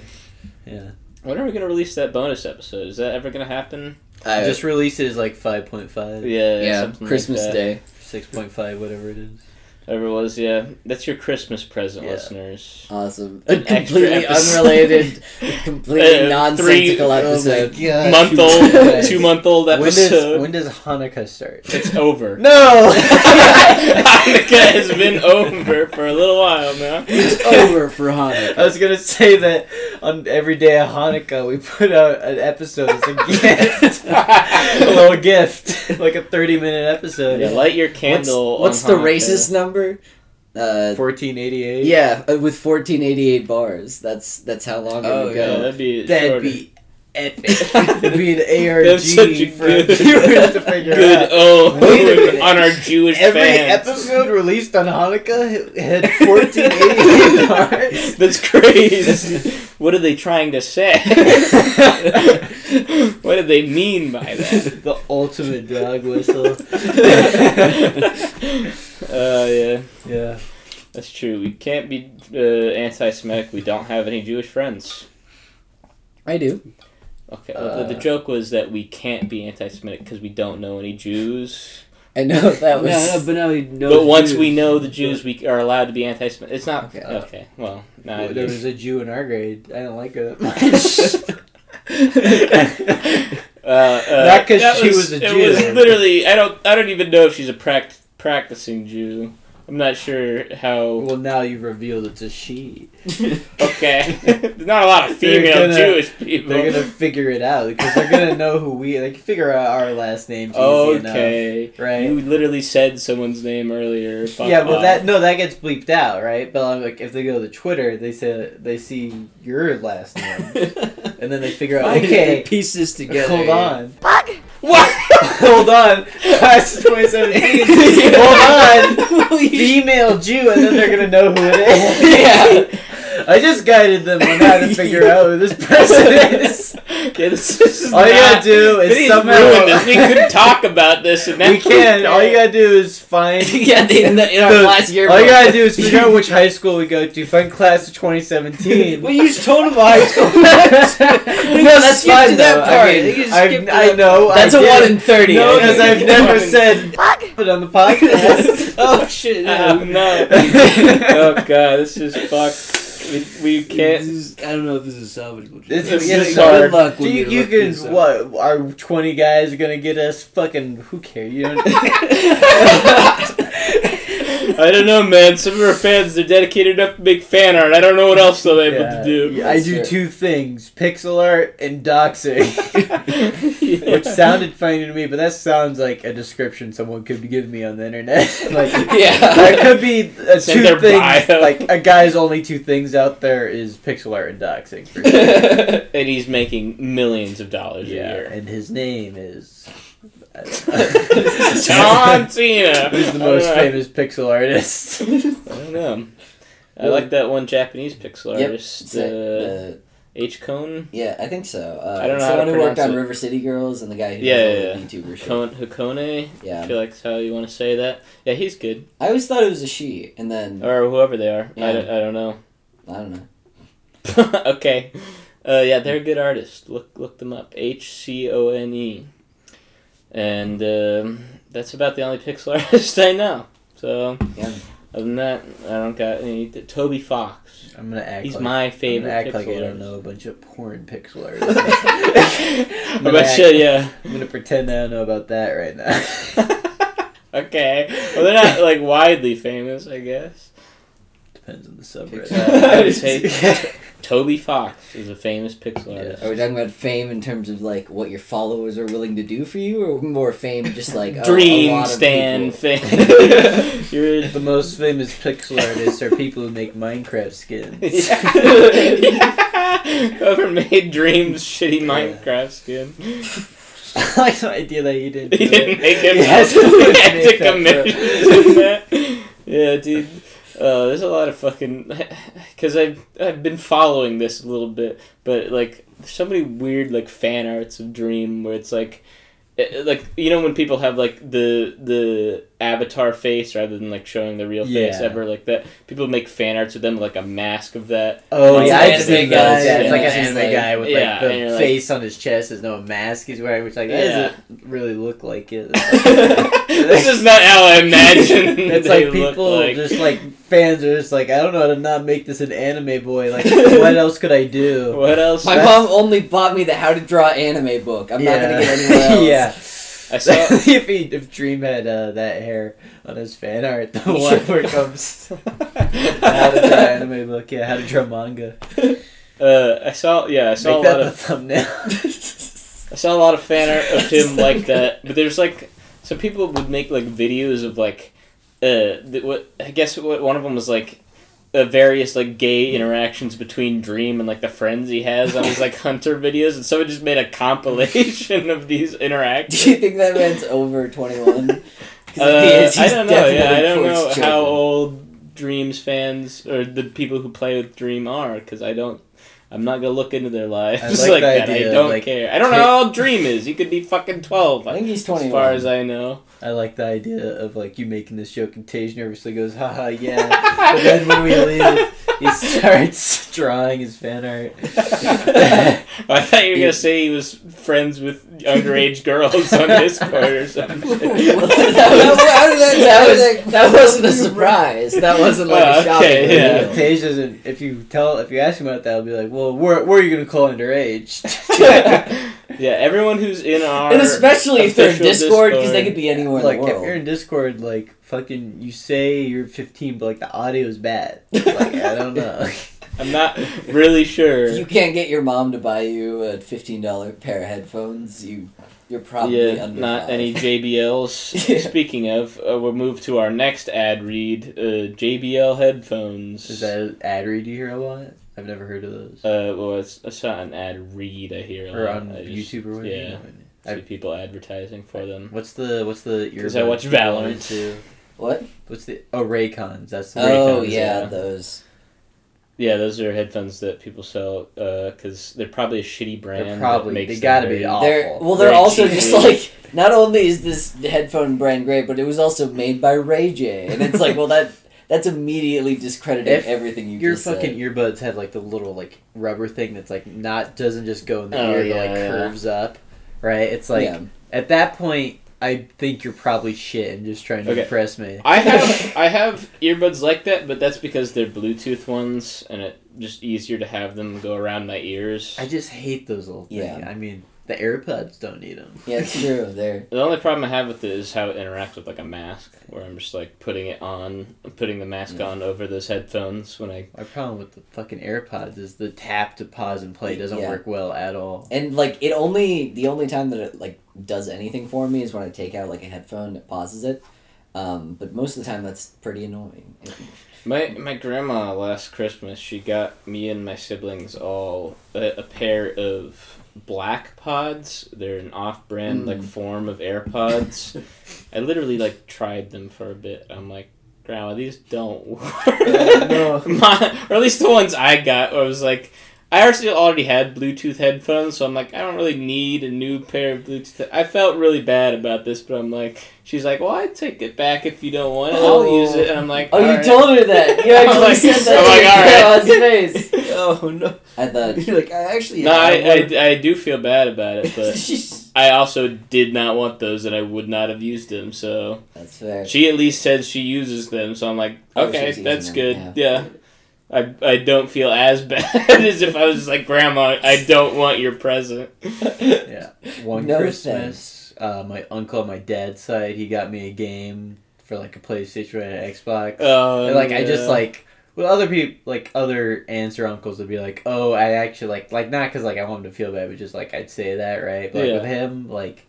Speaker 5: Yeah.
Speaker 3: When are we gonna release that bonus episode? Is that ever gonna happen?
Speaker 2: I-
Speaker 5: Just release it as like 5.5,
Speaker 3: Yeah,
Speaker 2: yeah,
Speaker 3: something like
Speaker 2: Christmas
Speaker 3: that.
Speaker 2: Day.
Speaker 5: 6.5, whatever it is.
Speaker 3: Whatever it was, yeah. That's your Christmas present,
Speaker 2: Yeah.
Speaker 3: listeners.
Speaker 2: Awesome.
Speaker 3: An
Speaker 2: A
Speaker 3: extra
Speaker 2: completely
Speaker 3: episode.
Speaker 2: unrelated, completely
Speaker 3: Uh,
Speaker 2: nonsensical
Speaker 3: three-
Speaker 2: episode.
Speaker 1: God.
Speaker 3: Month old, two month old
Speaker 1: When does
Speaker 3: episode.
Speaker 1: when does Hanukkah start?
Speaker 3: It's over.
Speaker 1: No.
Speaker 3: Hanukkah has been over for a little while now.
Speaker 2: it's over for Hanukkah.
Speaker 1: I was gonna say that on every day of Hanukkah we put out an episode as a gift, a little gift, like a thirty-minute episode.
Speaker 3: Yeah, light your candle.
Speaker 2: What's, what's
Speaker 3: on
Speaker 2: the
Speaker 3: Hanukkah.
Speaker 2: racist number? Uh,
Speaker 1: Fourteen eighty-eight.
Speaker 2: yeah, uh, with fourteen eighty eight bars. That's that's how long
Speaker 1: Oh,
Speaker 2: it would
Speaker 3: Yeah,
Speaker 2: go.
Speaker 3: that'd be
Speaker 1: That'd
Speaker 3: shorter.
Speaker 1: be epic. It'd be an ARG
Speaker 3: That's such a
Speaker 1: for
Speaker 3: good-
Speaker 1: viewers to figure
Speaker 3: good.
Speaker 1: out. Wait a
Speaker 3: Oh,
Speaker 1: minute.
Speaker 3: on our Jewish
Speaker 1: Every
Speaker 3: fans.
Speaker 1: episode released on Hanukkah had 1488 cards.
Speaker 3: That's crazy. what are they trying to say? what do they mean by that?
Speaker 1: The ultimate dog whistle.
Speaker 3: uh, yeah,
Speaker 1: Yeah.
Speaker 3: that's true. We can't be uh, anti-Semitic. We don't have any Jewish friends.
Speaker 2: I do.
Speaker 3: Okay. well,
Speaker 1: Uh.
Speaker 3: the, the joke was that we can't be anti-Semitic because we don't know any Jews.
Speaker 2: I know that was.
Speaker 4: no, no, but now we know.
Speaker 3: but once
Speaker 4: Jews.
Speaker 3: we know the Jews, we are allowed to be anti-Semitic. It's not okay.
Speaker 2: Okay.
Speaker 3: well, no.
Speaker 1: Well,
Speaker 3: it
Speaker 1: there
Speaker 3: is.
Speaker 1: was a Jew in our grade. I didn't like her that much.
Speaker 3: Uh, uh,
Speaker 1: Not 'cause
Speaker 3: that
Speaker 1: she was a Jew.
Speaker 3: It was literally. I don't. I don't even know if she's a pract- practicing Jew. I'm not sure how.
Speaker 1: well, now you've revealed it's a she.
Speaker 3: Okay, there's not a lot of
Speaker 1: They're
Speaker 3: female
Speaker 1: gonna-
Speaker 3: Jewish people.
Speaker 1: They're gonna figure it out because they're gonna know who we. They can figure out our last names easy enough,
Speaker 3: okay,
Speaker 1: right?
Speaker 3: you literally said someone's name earlier. Fuck
Speaker 1: yeah, well,
Speaker 3: off.
Speaker 1: that no, that gets bleeped out, right? But like, if they go to Twitter, they say they see your last name, and then they figure out, okay,
Speaker 4: pieces together.
Speaker 1: hold on,
Speaker 3: What?
Speaker 1: hold on, class of 2017, hold on, female Jew, and then they're gonna know who it is.
Speaker 2: yeah,
Speaker 1: I just guided them on how to figure out who this person is.
Speaker 3: Okay, this is
Speaker 1: All you
Speaker 3: not-
Speaker 1: gotta do is
Speaker 3: Vinny's
Speaker 1: somehow-
Speaker 3: ruined us. We couldn't talk about this, and now
Speaker 1: We can. All you gotta do is find.
Speaker 2: yeah, they, in, the, in our
Speaker 1: the-
Speaker 2: last year.
Speaker 1: all you gotta do is figure out which high school we go to. Find class of 2017.
Speaker 4: Well, you just told him I told
Speaker 1: no, that's
Speaker 4: skipped
Speaker 1: fine
Speaker 4: to that
Speaker 1: though.
Speaker 4: part.
Speaker 1: I,
Speaker 4: You
Speaker 1: mean,
Speaker 4: skipped to
Speaker 1: I, I
Speaker 4: that
Speaker 1: know.
Speaker 2: That's
Speaker 1: a
Speaker 2: a one in thirty.
Speaker 1: No,
Speaker 2: okay.
Speaker 1: because I've never
Speaker 3: Fucking-
Speaker 1: said it on the podcast.
Speaker 4: oh shit! Yeah.
Speaker 3: Oh, no. oh god, this is fucked. We, we
Speaker 4: This
Speaker 3: can't.
Speaker 4: is- I don't know if this is salvageable.
Speaker 1: This
Speaker 3: is
Speaker 4: Good
Speaker 1: hard.
Speaker 4: luck
Speaker 1: Do
Speaker 4: when
Speaker 1: you,
Speaker 4: you're
Speaker 1: you
Speaker 4: looking
Speaker 1: can
Speaker 4: this up.
Speaker 1: what? Are twenty guys gonna get us? Fucking who cares? You don't.
Speaker 3: I don't know, man. Some of our fans they're dedicated enough to make fan art. I don't know what else they'll be able to do.
Speaker 1: Yeah, I do
Speaker 2: Sure.
Speaker 1: two things: pixel art and doxing,
Speaker 3: Yeah.
Speaker 1: which sounded funny to me, but that sounds like a description someone could give me on the internet. like that
Speaker 2: yeah.
Speaker 1: could be uh,
Speaker 3: Send
Speaker 1: two
Speaker 3: their
Speaker 1: things.
Speaker 3: bio.
Speaker 1: Like a guy's only two things out there is pixel art and doxing. For sure.
Speaker 3: and he's making millions of dollars a year.
Speaker 1: and his name is.
Speaker 3: John Cena.
Speaker 1: Who's the most famous pixel artist?
Speaker 3: famous? I don't know. I like that one Japanese pixel
Speaker 2: Yep.
Speaker 3: artist, uh,
Speaker 2: So, uh,
Speaker 3: H Cone.
Speaker 2: yeah, I think so. Uh,
Speaker 3: I don't know how
Speaker 2: Someone
Speaker 3: to
Speaker 2: who worked
Speaker 3: pronounce
Speaker 2: on
Speaker 3: it.
Speaker 2: River City Girls and the guy who
Speaker 3: Yeah,
Speaker 2: did
Speaker 3: yeah,
Speaker 2: all the VTuber shit.
Speaker 3: Cone Hakone. I
Speaker 2: Yeah,
Speaker 3: feel like that's how you want to say that. Yeah, he's good,
Speaker 2: I always thought it was a she, and then
Speaker 3: or whoever they are. I,
Speaker 2: Yeah.
Speaker 3: don't, I don't know.
Speaker 2: I don't know.
Speaker 3: okay. Uh, yeah, they're good artists. Look look them up. H C O N E. And um, that's about the only pixel artist I know. So
Speaker 2: Yeah.
Speaker 3: other than that, I don't got any. Toby Fox.
Speaker 1: I'm gonna act
Speaker 3: He's
Speaker 1: like
Speaker 3: my
Speaker 1: I'm
Speaker 3: favorite.
Speaker 1: gonna act
Speaker 3: pixel
Speaker 1: like I don't
Speaker 3: artist.
Speaker 1: know a bunch of porn pixel artists.
Speaker 3: I'm
Speaker 1: gonna
Speaker 3: about
Speaker 1: act-
Speaker 3: shit, yeah.
Speaker 1: I'm gonna pretend I don't know about that right now.
Speaker 3: okay. Well, they're not like widely famous, I guess.
Speaker 1: Depends on the subreddit.
Speaker 2: Pixel
Speaker 3: I would say- Toby Fox is a famous pixel
Speaker 1: Yeah.
Speaker 3: artist.
Speaker 2: Are we talking about fame in terms of like what your followers are willing to do for you, or more fame just like a- a
Speaker 3: Dream
Speaker 2: lot of
Speaker 3: stand
Speaker 2: people?
Speaker 3: fame. You're
Speaker 1: the most famous pixel artists are people who make Minecraft skins.
Speaker 3: yeah. Whoever made Dream's shitty Minecraft skin.
Speaker 1: I like the idea that you didn't.
Speaker 3: He
Speaker 1: do it.
Speaker 3: didn't make it.
Speaker 1: He has to
Speaker 3: He had
Speaker 1: make
Speaker 3: to
Speaker 1: that
Speaker 3: commit to that. Yeah, dude. Uh, there's a lot of fucking because I've I've been following this a little bit, but like there's so many weird like fan arts of Dream where it's like, eh, like you know when people have like the the avatar face rather than like showing the real face
Speaker 1: Yeah.
Speaker 3: ever like that. People make fan arts of them like a mask of that.
Speaker 1: Oh
Speaker 2: It's
Speaker 1: yeah,
Speaker 2: an
Speaker 1: I've seen
Speaker 2: anime
Speaker 1: those.
Speaker 2: guy,
Speaker 1: Yeah, it's like
Speaker 2: yeah,
Speaker 1: an
Speaker 2: it's
Speaker 1: anime
Speaker 2: like-
Speaker 1: guy with
Speaker 3: yeah, and
Speaker 1: like
Speaker 3: you're
Speaker 1: the
Speaker 3: like-
Speaker 1: face on his chest is no mask he's wearing, which like that
Speaker 3: Yeah.
Speaker 1: doesn't really look like it.
Speaker 3: this is not how I imagine.
Speaker 1: It's
Speaker 3: they
Speaker 1: like
Speaker 3: look
Speaker 1: people
Speaker 3: like.
Speaker 1: just like fans are just like I don't know how to not make this an anime boy. Like what else could I do?
Speaker 3: What else?
Speaker 2: My mom only bought me the How to Draw Anime book. I'm not gonna get anyone else.
Speaker 1: yeah.
Speaker 3: I saw.
Speaker 1: if he if Dream had uh, that hair on his fan art, the one where it comes how to draw anime book, yeah, how to draw manga.
Speaker 3: Uh, I saw. Yeah, I saw
Speaker 1: Make
Speaker 3: a
Speaker 1: that
Speaker 3: lot
Speaker 1: the
Speaker 3: of.
Speaker 1: thumbnail.
Speaker 3: I saw a lot of fan art of him like that. But there's like some people would make like videos of like, uh, th- what I guess what one of them was like. Uh, various like gay interactions between Dream and like the friends he has on his like hunter videos, and someone just made a compilation of these
Speaker 2: Do you
Speaker 3: interactions.
Speaker 2: think that man's over 21? 'Cause if he
Speaker 3: Uh,
Speaker 2: is,
Speaker 3: I
Speaker 2: he's
Speaker 3: don't know. Yeah,
Speaker 2: definitely
Speaker 3: I don't
Speaker 2: towards
Speaker 3: know
Speaker 2: children.
Speaker 3: how old Dreams fans or the people who play with Dream are because I don't. I'm not gonna look into their lives
Speaker 1: like
Speaker 3: like,
Speaker 1: the
Speaker 3: that.
Speaker 1: idea
Speaker 3: I
Speaker 1: of,
Speaker 3: don't
Speaker 1: like,
Speaker 3: care. I don't know
Speaker 1: ta-
Speaker 3: how old Dream is. He could be fucking twelve.
Speaker 2: I think he's
Speaker 3: as
Speaker 2: 21.
Speaker 3: far as I know.
Speaker 1: I like the idea of like you making this joke and Tage nervously goes, haha yeah. But then when we leave, he starts drawing his fan art.
Speaker 3: I thought you were gonna say he was friends with underage girls on Discord or something.
Speaker 2: Well, that, was, how did
Speaker 1: That was-
Speaker 2: that, that, was, that wasn't a surprise. That wasn't like
Speaker 3: Oh,
Speaker 2: a shocking
Speaker 3: okay, yeah.
Speaker 2: reveal.
Speaker 1: Tage doesn't. If you tell, if you ask him about that, he'll be like, "Well, where, where are you gonna call underage?"
Speaker 3: yeah, everyone who's in our
Speaker 2: And especially if they're in
Speaker 3: official
Speaker 2: Discord, because they
Speaker 3: Discord-
Speaker 2: could be anywhere
Speaker 1: like
Speaker 2: in the
Speaker 1: if you're
Speaker 2: world.
Speaker 1: in Discord, like fucking, you say you're 15, but like the audio is bad. Like I don't know.
Speaker 3: I'm not really sure.
Speaker 2: You can't get your mom to buy you a $15 pair of headphones. You, you're probably
Speaker 3: yeah,
Speaker 2: under
Speaker 3: not
Speaker 2: five.
Speaker 3: any JBLs.
Speaker 2: Yeah.
Speaker 3: Speaking of, uh, we'll move to our next ad read. Uh, JBL headphones.
Speaker 1: Is that an ad read you hear a lot? I've never heard of those.
Speaker 3: Uh, well, it's, it's not an ad read. I hear a
Speaker 1: or
Speaker 3: lot.
Speaker 1: on
Speaker 3: I just
Speaker 1: YouTube or whatever.
Speaker 3: yeah. see
Speaker 1: I-
Speaker 3: people advertising for them.
Speaker 1: what's the what's the
Speaker 3: 'Cause I
Speaker 1: earbud
Speaker 3: watch
Speaker 1: you go
Speaker 3: Valorant.
Speaker 1: into?
Speaker 2: What?
Speaker 1: What's the oh Raycons? That's the
Speaker 2: Oh,
Speaker 1: Raycons,
Speaker 2: yeah,
Speaker 3: yeah.
Speaker 2: those.
Speaker 3: Yeah, those are headphones that people sell because they're probably a shitty brand. that
Speaker 1: probably-
Speaker 3: makes
Speaker 1: they
Speaker 3: them
Speaker 1: gotta be
Speaker 3: very-
Speaker 1: awful.
Speaker 2: They're well. They're
Speaker 3: Very
Speaker 2: also
Speaker 3: cheesy.
Speaker 2: just like not only is this headphone brand great, but it was also made by Ray J, and it's like well that that's immediately discrediting
Speaker 1: If
Speaker 2: everything you
Speaker 1: Your
Speaker 2: just said.
Speaker 1: fucking earbuds had like the little like rubber thing that's like not doesn't just go in the
Speaker 3: Oh,
Speaker 1: ear,
Speaker 3: yeah,
Speaker 1: but like
Speaker 3: yeah.
Speaker 1: curves up, right? It's like
Speaker 2: Yeah.
Speaker 1: at that point, I think you're probably shit and just trying to
Speaker 3: Okay.
Speaker 1: impress me.
Speaker 3: I have I have earbuds like that, but that's because they're Bluetooth ones, and it just easier to have them go around my ears.
Speaker 1: I just hate those little things.
Speaker 2: Yeah.
Speaker 1: I mean, the AirPods don't need them.
Speaker 2: yeah, it's true. There,
Speaker 3: The only problem I have with it is how it interacts with like a mask, where I'm just like putting it on, putting the mask on over those headphones when I.
Speaker 1: My problem with the fucking AirPods is the tap to pause and play doesn't
Speaker 2: Yeah.
Speaker 1: work well at all.
Speaker 2: and like it only the only time that it like does anything for me is when I take out like a headphone, it pauses it. Um, but most of the time, that's pretty annoying.
Speaker 3: My my grandma last Christmas, she got me and my siblings all a, a pair of black pods. They're an off-brand
Speaker 2: Hmm.
Speaker 3: like form of AirPods. I literally like tried them for a bit. I'm like, Grandma, these don't work.
Speaker 2: Uh, no.
Speaker 3: My, or at least the ones I got. Where I was like, I actually already had Bluetooth headphones, so I'm like, I don't really need a new pair of Bluetooth. I felt really bad about this, but I'm like, she's like, well, I take it back if you don't want it. I'll use it, and I'm like,
Speaker 2: Oh, you
Speaker 3: "Alright."
Speaker 2: told her that. You
Speaker 3: I'm
Speaker 2: actually
Speaker 3: like-
Speaker 2: said that
Speaker 3: I'm like,
Speaker 2: to your
Speaker 3: all
Speaker 2: grandma's face.
Speaker 4: Oh no!
Speaker 2: I thought
Speaker 4: You're like I actually.
Speaker 3: no,
Speaker 4: have one.
Speaker 3: I, I, I do feel bad about it, but
Speaker 2: that's
Speaker 3: I also did not want those, and I would not have used them. So
Speaker 2: fair.
Speaker 3: she at least said she uses them, so I'm like,
Speaker 2: Oh,
Speaker 3: okay,
Speaker 2: she's using
Speaker 3: that's
Speaker 2: them,
Speaker 3: good.
Speaker 2: yeah.
Speaker 3: Yeah, I I don't feel as bad as if I was just like, Grandma, I don't want your present.
Speaker 1: Yeah. One
Speaker 2: No
Speaker 1: Christmas, uh, my uncle on my dad's side, he got me a game for like a PlayStation or an Xbox.
Speaker 3: Uh,
Speaker 1: And, like I just like with other people, like other aunts or uncles would be like, "Oh, I actually like like not because like I want him to feel bad, but just like I'd say that right." But like,
Speaker 3: Yeah.
Speaker 1: with him, like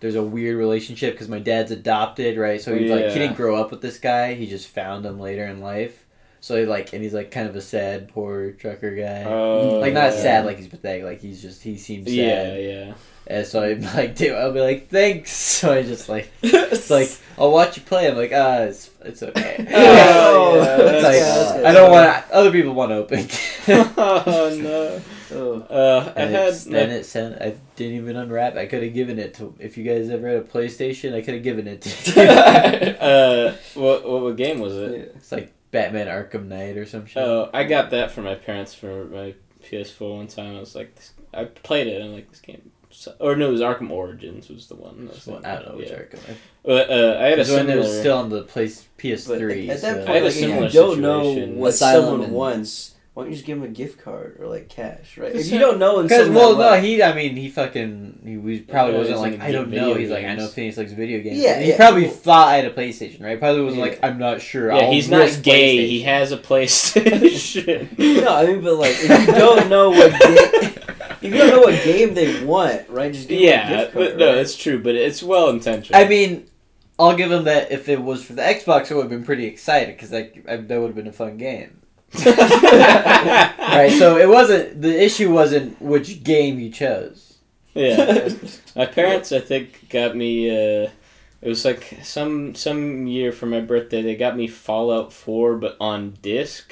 Speaker 1: there's a weird relationship because my dad's adopted, right? So he's like he
Speaker 3: Yeah.
Speaker 1: didn't grow up with this guy; he just found him later in life. So he like and he's like kind of a sad poor trucker guy.
Speaker 3: Oh,
Speaker 1: like not
Speaker 3: yeah.
Speaker 1: sad, like he's pathetic. Like he's just he seems sad.
Speaker 3: Yeah, yeah.
Speaker 1: And so I'm like, dude, I'll be like, thanks. So I just like, it's like, I'll watch you play. I'm like, ah, it's, it's okay.
Speaker 3: Oh, yeah,
Speaker 1: It's
Speaker 3: that's
Speaker 1: like,
Speaker 3: good.
Speaker 1: I don't want other people want to open.
Speaker 3: oh no.
Speaker 4: Oh.
Speaker 3: Uh, I
Speaker 1: And
Speaker 3: had
Speaker 1: it's- then it sent. I didn't even unwrap. I could have given it to. If you guys ever had a PlayStation, I could have given it to. you.
Speaker 3: uh, what what game was it?
Speaker 1: It's like Batman Arkham Knight or some shit.
Speaker 3: Oh, I got that from my parents for my PS4 one time. I was like, this, I played it. and I'm like, this game. su- Or no, it was Arkham Origins was the one. that was
Speaker 1: Well,
Speaker 3: like-
Speaker 1: I don't know which
Speaker 3: yeah.
Speaker 1: Arkham. I
Speaker 3: But, uh, I had a
Speaker 1: It's when it
Speaker 3: similar.
Speaker 1: was still on the place
Speaker 4: But
Speaker 1: PS3.
Speaker 4: at that
Speaker 1: so-
Speaker 4: point,
Speaker 3: I had a
Speaker 4: like, if
Speaker 3: similar
Speaker 4: you don't
Speaker 3: situation.
Speaker 4: know what
Speaker 2: Asylum
Speaker 4: someone
Speaker 2: and-
Speaker 4: wants, why don't you just give them a gift card or like cash, right? If
Speaker 3: Just
Speaker 4: you
Speaker 3: say-
Speaker 4: don't know, and
Speaker 1: Because
Speaker 4: someone
Speaker 1: well,
Speaker 4: that
Speaker 1: no, he. I mean, he fucking. He was probably
Speaker 3: Yeah,
Speaker 1: wasn't
Speaker 3: he's
Speaker 1: like
Speaker 3: into
Speaker 1: I don't
Speaker 3: video
Speaker 1: know. He's like I
Speaker 3: games.
Speaker 1: know Phoenix likes video games.
Speaker 4: Yeah,
Speaker 1: he
Speaker 4: yeah.
Speaker 1: probably thought I had a PLAYStation, right? Probably was
Speaker 4: Yeah.
Speaker 1: like I'm not sure.
Speaker 3: yeah,
Speaker 1: I'll
Speaker 3: he's not
Speaker 1: risk
Speaker 3: gay. He
Speaker 1: PlayStation.
Speaker 3: has a PlayStation.
Speaker 4: wants- no, I mean, but like if you don't know what ga- if you don't know what game they want, right? Just give them a
Speaker 3: yeah,
Speaker 4: gift card.
Speaker 3: but no,
Speaker 4: right?
Speaker 3: it's true. But it's well intentioned.
Speaker 1: I mean, I'll give him that. If it was for the Xbox, I would have been pretty excited because like I, that would have been a fun game, right? so it wasn't. The issue wasn't which game you chose.
Speaker 3: Yeah. My parents, I think, got me. Uh, it was like some some year for my birthday. They got me Fallout Four, but on disc,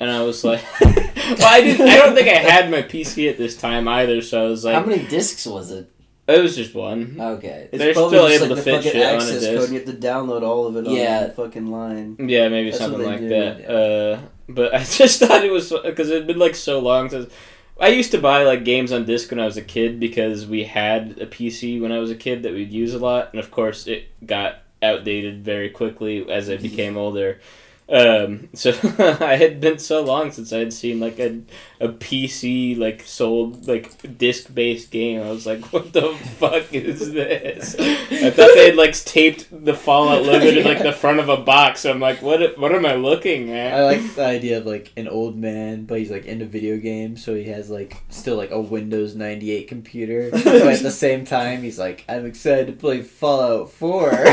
Speaker 3: and I was like, "Well, I didn't. I don't think I had my PC at this time either." So I was
Speaker 2: How
Speaker 3: like,
Speaker 2: many discs was it?
Speaker 3: "It was just one."
Speaker 2: Okay.
Speaker 4: It's
Speaker 3: They're
Speaker 4: probably
Speaker 3: still
Speaker 4: just
Speaker 3: able to
Speaker 4: like the
Speaker 3: fit
Speaker 4: fucking
Speaker 3: shit on a
Speaker 4: access
Speaker 3: disc.
Speaker 4: code. and You have to download all of it
Speaker 2: Yeah.
Speaker 4: on the fucking line.
Speaker 3: Yeah, maybe
Speaker 4: That's what
Speaker 3: something
Speaker 4: they
Speaker 3: like
Speaker 4: do,
Speaker 3: that.
Speaker 4: yeah.
Speaker 3: Uh, but I just thought it was because it had been like so long since. I used to buy like games on disc when I was a kid because we had a PC when I was a kid that we'd use a lot, and of course it got outdated very quickly as I became older. Um, so I had been so long since I had seen like a a PC like sold like disc based game. I was like, what the fuck is this? I thought they had like taped the Fallout logo to like the front of a box. I'm like, what? What am I looking
Speaker 1: I
Speaker 3: at?
Speaker 1: like the idea of like an old man, but he's like into video games, so he has like still like a Windows ninety eight computer. but at the same time, he's like, I'm excited to play Fallout Four, so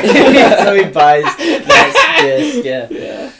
Speaker 1: he buys that disc. Yeah,
Speaker 3: yeah.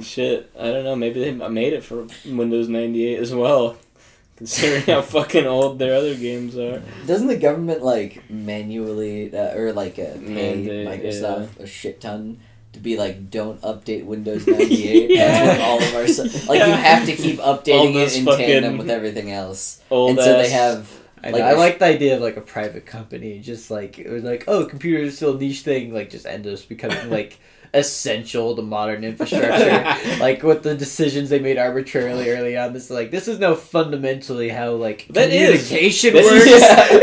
Speaker 3: Shit. I don't know. Maybe they made it for Windows ninety eight as well, considering how fucking old their other games are.
Speaker 2: Doesn't the government like manually uh, or like uh, pay
Speaker 3: Mandate,
Speaker 2: Microsoft a shit ton to be like, don't update Windows 98. That's what
Speaker 3: Yeah.
Speaker 2: all of our stuff. Like, you
Speaker 3: Yeah.
Speaker 2: have to keep updating it
Speaker 3: those
Speaker 2: in
Speaker 3: fucking
Speaker 2: tandem with everything else.
Speaker 3: Old
Speaker 2: and so they
Speaker 3: ass-
Speaker 2: have.
Speaker 6: I,
Speaker 2: Like,
Speaker 6: know,
Speaker 2: I
Speaker 6: I
Speaker 2: sh-
Speaker 6: like the idea of like a private company, just like it was like, oh, computers are still a niche thing, like just end us becoming like essential to modern infrastructure. like with the decisions they made arbitrarily early on, this is like this is now fundamentally how like
Speaker 3: That is-
Speaker 6: communication
Speaker 3: This
Speaker 6: works.
Speaker 3: is,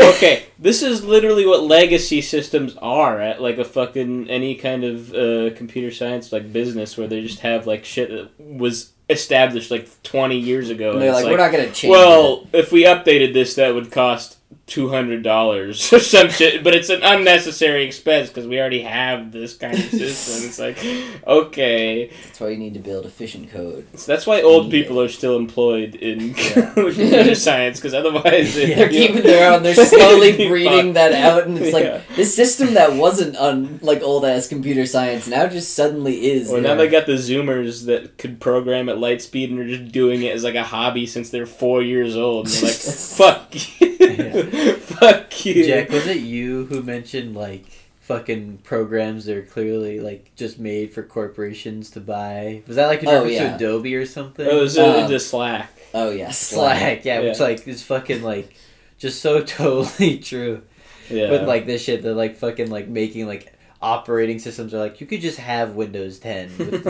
Speaker 2: Yeah.
Speaker 3: okay, this is literally what legacy systems are at, like a fucking any kind of uh, computer science like business where they just have like shit that was established like twenty years ago.
Speaker 2: And they're
Speaker 3: it's
Speaker 2: like, we're not going to change
Speaker 3: well, if we updated this, that would cost two hundred dollars or some shit. But it's an unnecessary expense because we already have this kind of system. It's like, okay,
Speaker 2: it. That's why you need to build efficient code.
Speaker 3: so that's why old people are still employed in computer science because otherwise it-
Speaker 2: They're
Speaker 3: you-
Speaker 2: keeping their own. They're slowly
Speaker 3: Fuck.
Speaker 2: breeding that out, and it's like
Speaker 3: Yeah.
Speaker 2: this system that wasn't on like old ass computer science now just suddenly is.
Speaker 3: Or now they got the Zoomers that could program at light speed and are just doing it as like a hobby since they're four years old. And they're like, fuck you. fuck you.
Speaker 1: Jack, was it you who mentioned like fucking programs that are clearly like just made for corporations to buy? Was that like in
Speaker 2: Oh,
Speaker 1: reference
Speaker 2: yeah.
Speaker 1: to Adobe or something?
Speaker 3: It was uh,
Speaker 2: Um,
Speaker 3: the Slack.
Speaker 2: Oh yeah, Slack.
Speaker 1: Slack, yeah,
Speaker 3: Yeah.
Speaker 1: which like is fucking like just so totally true.
Speaker 3: Yeah.
Speaker 1: With like this shit, they're like fucking like making like operating systems are like you could just have Windows 10 with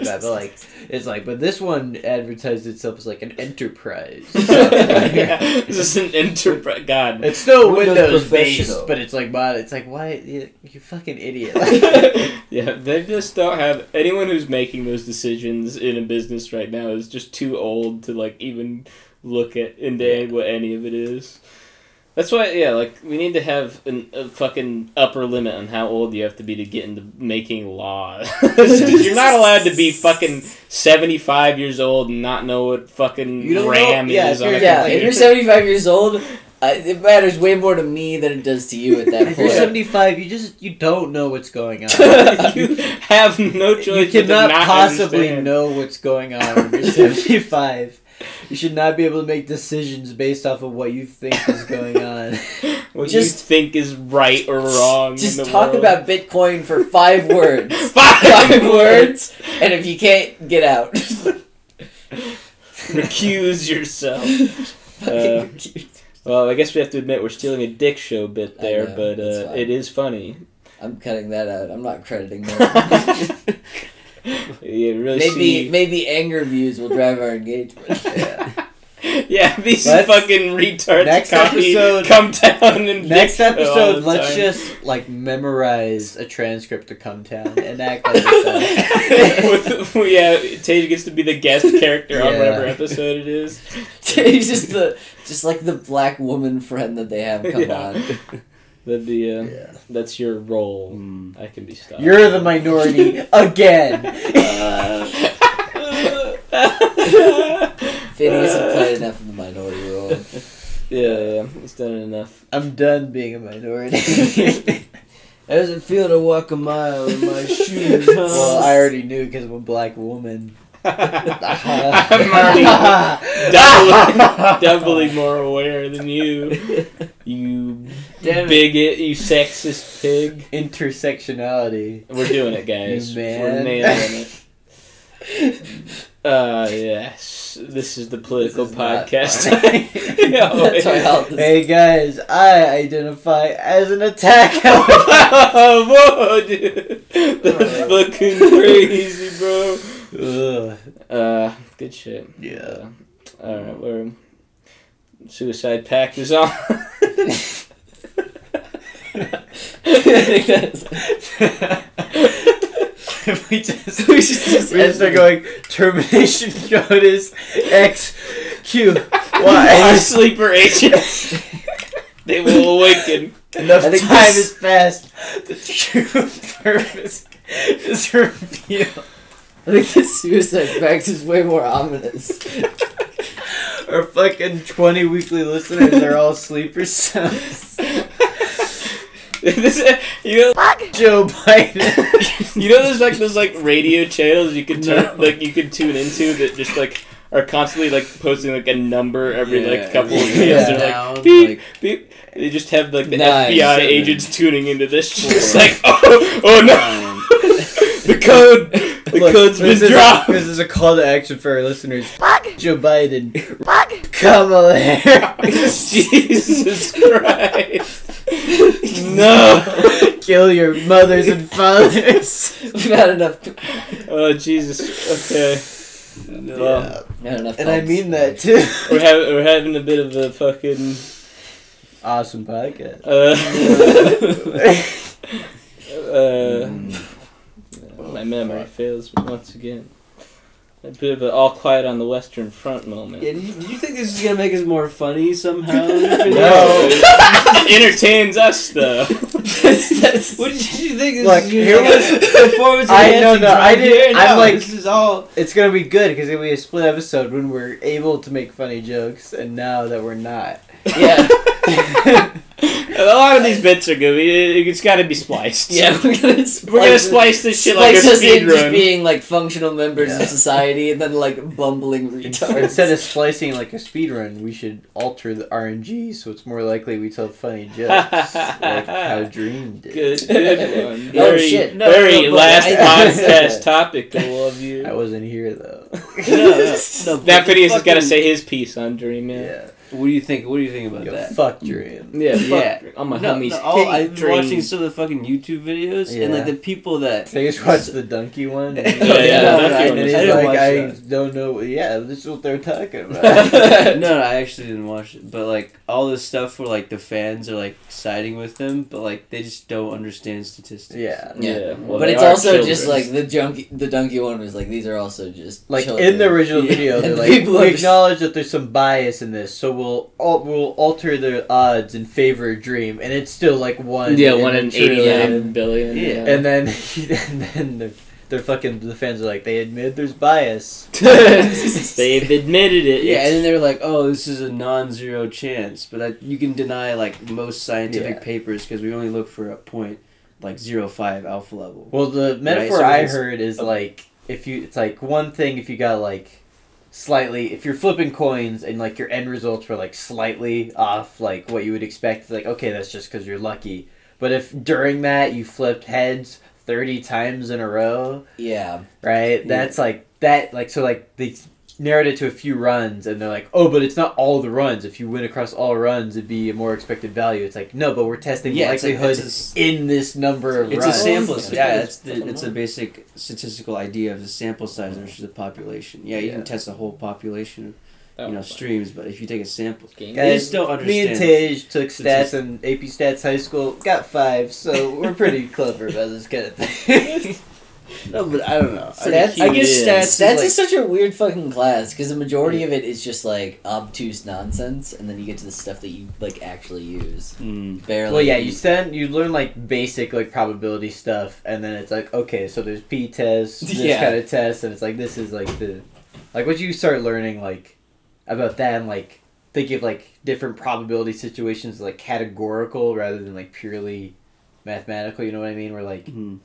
Speaker 1: that, but like it's like but this one advertised itself as like an enterprise.
Speaker 3: yeah. This is an enterprise. God.
Speaker 1: It's still
Speaker 4: Windows
Speaker 1: Windows,
Speaker 4: Professional.
Speaker 1: based, but it's like, but it's like, why you, you fucking idiot?
Speaker 3: yeah, they just don't have anyone who's making those decisions in a business right now is just too old to like even look at into any- what any of it is. That's why, yeah, like we need to have an, a fucking upper limit on how old you have to be to get into making law. 'Cause you're not allowed to be fucking seventy five years old and not know what fucking
Speaker 6: You don't know-
Speaker 3: RAM
Speaker 6: yeah,
Speaker 3: is
Speaker 6: if
Speaker 3: on a
Speaker 6: you're-
Speaker 2: Yeah,
Speaker 3: computer.
Speaker 2: if you're 75 years old, I, it matters way more to me than it does to you at that
Speaker 1: if you're
Speaker 2: point.
Speaker 1: seventy five, you just you don't know what's going on.
Speaker 3: you have no
Speaker 1: you
Speaker 3: choice. but to
Speaker 1: cannot
Speaker 3: not
Speaker 1: possibly
Speaker 3: understand.
Speaker 1: know what's going on when you're seventy five. You should not be able to make decisions based off of what you think is going on.
Speaker 3: what
Speaker 2: Just-
Speaker 3: you think is right or wrong.
Speaker 2: Just
Speaker 3: in the
Speaker 2: talk
Speaker 3: world.
Speaker 2: about Bitcoin for five words.
Speaker 3: five
Speaker 2: Five words, and if you can't, get out.
Speaker 3: Recuse yourself. Uh, well, I guess we have to admit we're stealing a dick show bit
Speaker 2: I
Speaker 3: there,
Speaker 2: know,
Speaker 3: but
Speaker 2: that's
Speaker 3: uh,
Speaker 2: fine.
Speaker 3: it is funny.
Speaker 2: I'm cutting that out. I'm not crediting that.
Speaker 3: you really
Speaker 2: maybe
Speaker 3: see.
Speaker 2: maybe anger views will drive our engagement.
Speaker 3: Yeah, these
Speaker 1: Let's-
Speaker 3: fucking retards
Speaker 1: next
Speaker 3: copy
Speaker 1: episode-
Speaker 3: come down and
Speaker 1: Next
Speaker 3: dick show all
Speaker 1: episode,
Speaker 3: the
Speaker 1: let's
Speaker 3: time.
Speaker 1: just like memorize a transcript to come down and act like it's a-
Speaker 3: With- yeah, Tage gets to be the guest character on
Speaker 1: Yeah.
Speaker 3: whatever episode it is.
Speaker 2: He's just the just like the black woman friend that they have come
Speaker 3: Yeah.
Speaker 2: on.
Speaker 3: That'd be, uh,
Speaker 1: Yeah. Hmm.
Speaker 3: That's your role. I can be stopped.
Speaker 1: You're the minority again.
Speaker 2: Uh, Finn
Speaker 3: Uh,
Speaker 2: hasn't played enough of the minority role.
Speaker 3: yeah, yeah, he's done it enough.
Speaker 1: I'm done being a minority.
Speaker 4: How does it feel to walk a mile in my shoes? Huh?
Speaker 1: well, I already knew because I'm a black woman.
Speaker 3: I'm already doubly, doubly more aware than you. You
Speaker 4: Damn it.
Speaker 3: bigot, you sexist pig.
Speaker 1: Intersectionality.
Speaker 3: We're doing it, guys.
Speaker 1: You man.
Speaker 3: We're nailing it. Uh, yes. This is the political
Speaker 1: is not
Speaker 3: podcast.
Speaker 1: funny.
Speaker 3: No,
Speaker 2: That's why all this.
Speaker 1: Hey guys, I identify as an attack.
Speaker 3: Whoa, dude. That's fucking crazy, bro.
Speaker 1: Ugh,
Speaker 3: Uh, good shit.
Speaker 1: yeah.
Speaker 3: Uh, all right, we're suicide pact is on.
Speaker 1: we just we just, we just are going termination notice X Q
Speaker 3: Our
Speaker 1: Y.
Speaker 3: sleeper agents. they will awaken.
Speaker 1: Enough
Speaker 2: I
Speaker 1: time
Speaker 2: think
Speaker 1: has passed. The true purpose is revealed.
Speaker 2: I think this suicide pact is way more ominous.
Speaker 1: Our fucking twenty weekly listeners are all sleepers. sounds.
Speaker 3: This- you know,
Speaker 1: Joe Biden.
Speaker 3: you know, there's like those like radio channels you could turn, like you could tune into that just like are constantly like posting like a number every like couple of
Speaker 1: every
Speaker 3: minutes.
Speaker 1: yeah.
Speaker 3: They're
Speaker 4: Down,
Speaker 3: like beep beep. They just have like the
Speaker 2: Nine,
Speaker 3: FBI
Speaker 2: seven,
Speaker 3: agents tuning into this.
Speaker 2: four,
Speaker 3: Just like oh oh no. the code. The
Speaker 1: Look,
Speaker 3: code's been
Speaker 1: this is,
Speaker 3: dropped.
Speaker 1: This is a call to action for our listeners. Joe Biden. Kamala Harris.
Speaker 3: Jesus Christ. No.
Speaker 1: Kill your mothers and fathers.
Speaker 2: not enough.
Speaker 3: Oh, Jesus. Okay. Well,
Speaker 2: Not enough.
Speaker 1: And I
Speaker 2: pumps.
Speaker 1: mean that too.
Speaker 3: we're, having, we're having a bit of a fucking.
Speaker 1: Awesome podcast.
Speaker 3: Uh, uh,
Speaker 2: Mm.
Speaker 3: my memory fails me once again. A bit of an all quiet on the Western Front moment.
Speaker 4: Yeah, do, you, do you think this is gonna make us more funny somehow?
Speaker 3: No, it entertains us though.
Speaker 4: What did you think? This
Speaker 1: Look,
Speaker 4: is
Speaker 1: here
Speaker 4: was performance.
Speaker 1: I- no,
Speaker 4: enhancing
Speaker 1: no, I
Speaker 4: drug
Speaker 1: didn't-
Speaker 4: here?
Speaker 1: I'm
Speaker 4: No,
Speaker 1: like-
Speaker 4: this is all.
Speaker 1: It's gonna be good because it'll be a split episode when we're able to make funny jokes, and now that we're not.
Speaker 2: yeah,
Speaker 3: A lot of these bits are good. It- It's got to be spliced.
Speaker 2: yeah. We're gonna splice,
Speaker 3: we're gonna splice this shit like a
Speaker 2: splice us
Speaker 3: speed
Speaker 2: in just
Speaker 3: run.
Speaker 2: being like functional members of society and then like bumbling
Speaker 1: Instead
Speaker 2: retards.
Speaker 1: of splicing like a speed run, we should alter the RNG so it's more likely we tell funny jokes, like how Dream did.
Speaker 3: Good, good one.
Speaker 2: Oh,
Speaker 3: Very,
Speaker 2: shit.
Speaker 4: No,
Speaker 3: very
Speaker 4: no, but
Speaker 3: last
Speaker 2: I-
Speaker 3: podcast topic that we'll have
Speaker 1: I
Speaker 3: you.
Speaker 1: wasn't here though.
Speaker 4: No, no, no, but
Speaker 3: That
Speaker 4: the
Speaker 3: video's got to
Speaker 4: fucking-
Speaker 3: say his piece on Dream, yeah.
Speaker 1: Yeah,
Speaker 4: What do you think? What do you think about
Speaker 1: Yo,
Speaker 4: that?
Speaker 1: fuck Dream.
Speaker 3: Yeah, fuck.
Speaker 4: Yeah.
Speaker 3: I'm a
Speaker 4: No,
Speaker 3: homie's
Speaker 4: no, all,
Speaker 3: hate
Speaker 4: I've been
Speaker 3: dream.
Speaker 4: watching some of the fucking YouTube videos and like
Speaker 1: Yeah.
Speaker 4: the people that
Speaker 1: They just watched the donkey one. and-
Speaker 4: Yeah, yeah,
Speaker 1: No,
Speaker 4: the donkey
Speaker 1: and
Speaker 4: one
Speaker 1: it's
Speaker 4: was- I didn't
Speaker 1: like
Speaker 4: watch
Speaker 1: I
Speaker 4: that.
Speaker 1: don't know. Yeah, this is what they're talking about.
Speaker 4: no, no, I actually didn't watch it, but like all this stuff where like the fans are like siding with them, but like they just don't understand statistics.
Speaker 1: yeah.
Speaker 2: Yeah.
Speaker 3: well,
Speaker 2: but
Speaker 3: they
Speaker 2: it's
Speaker 3: are
Speaker 2: also just
Speaker 3: children.
Speaker 2: like the junkie, the donkey one was like these are also just
Speaker 1: like
Speaker 2: children.
Speaker 1: in the original
Speaker 4: Yeah.
Speaker 1: video, they're
Speaker 2: And
Speaker 1: like,
Speaker 2: people
Speaker 1: we
Speaker 2: are-
Speaker 1: acknowledge that there's some bias in this, so we'll al- we'll alter the odds in favor of Dream, and it's still like one.
Speaker 3: yeah, one in
Speaker 1: the true,
Speaker 2: yeah.
Speaker 3: 89 billion.
Speaker 4: Yeah.
Speaker 1: And then and then they're, they're fucking the fans are like they admit there's bias.
Speaker 3: They've admitted it.
Speaker 4: Yeah, and
Speaker 3: It's-
Speaker 4: then they're like, "Oh, this is a non-zero chance," but that, you can deny like most scientific
Speaker 1: Yeah.
Speaker 4: papers because we only look for a point, like zero five alpha level.
Speaker 1: Well, the metaphor
Speaker 4: so
Speaker 1: I
Speaker 4: it's-
Speaker 1: heard is like if you it's like one thing if you got like slightly if you're flipping coins and like your end results were like slightly off like what you would expect it's like okay that's just because you're lucky but if during that you flipped heads 30 times in a row
Speaker 2: yeah,
Speaker 1: right that's like that like so like they narrowed it to a few runs and they're like oh but it's not all the runs if you win across all runs it'd be a more expected value it's like no but we're testing
Speaker 4: Yeah, it's like-
Speaker 1: likelihood
Speaker 4: it's
Speaker 1: in this number of
Speaker 4: It's a
Speaker 1: runs
Speaker 4: sample
Speaker 2: Yeah.
Speaker 4: size. Yeah, it's
Speaker 2: It's
Speaker 4: the, it's a basic statistical idea of the sample size versus the population. Yeah, you
Speaker 1: Yeah.
Speaker 4: can test the whole population,
Speaker 3: Oh,
Speaker 4: you know,
Speaker 3: fuck.
Speaker 4: streams, but if you take a sample,
Speaker 3: Game.
Speaker 1: Guys,
Speaker 4: they just don't
Speaker 1: Me
Speaker 4: understand.
Speaker 1: and Tej took
Speaker 4: It's
Speaker 1: stats in AP Stats High School, got five, so we're pretty clever about this kind of thing.
Speaker 4: no, but I don't know.
Speaker 2: So
Speaker 4: I,
Speaker 2: that's-
Speaker 4: I guess
Speaker 3: Yeah.
Speaker 4: stats. is
Speaker 2: that's
Speaker 4: like-
Speaker 2: just such a weird fucking class because the majority of it is just like obtuse nonsense, and then you get to the stuff that you like actually use
Speaker 3: Mm-hmm.
Speaker 4: Mm.
Speaker 2: barely.
Speaker 1: well, yeah, you send, you learn like basic like probability stuff, and then it's like okay, so there's P test, this
Speaker 2: Yeah.
Speaker 1: kind of test, and it's like this is like the, like what you start learning like about that and like think of like different probability situations like categorical rather than like purely mathematical. You know what I mean? Where like
Speaker 4: Mhm.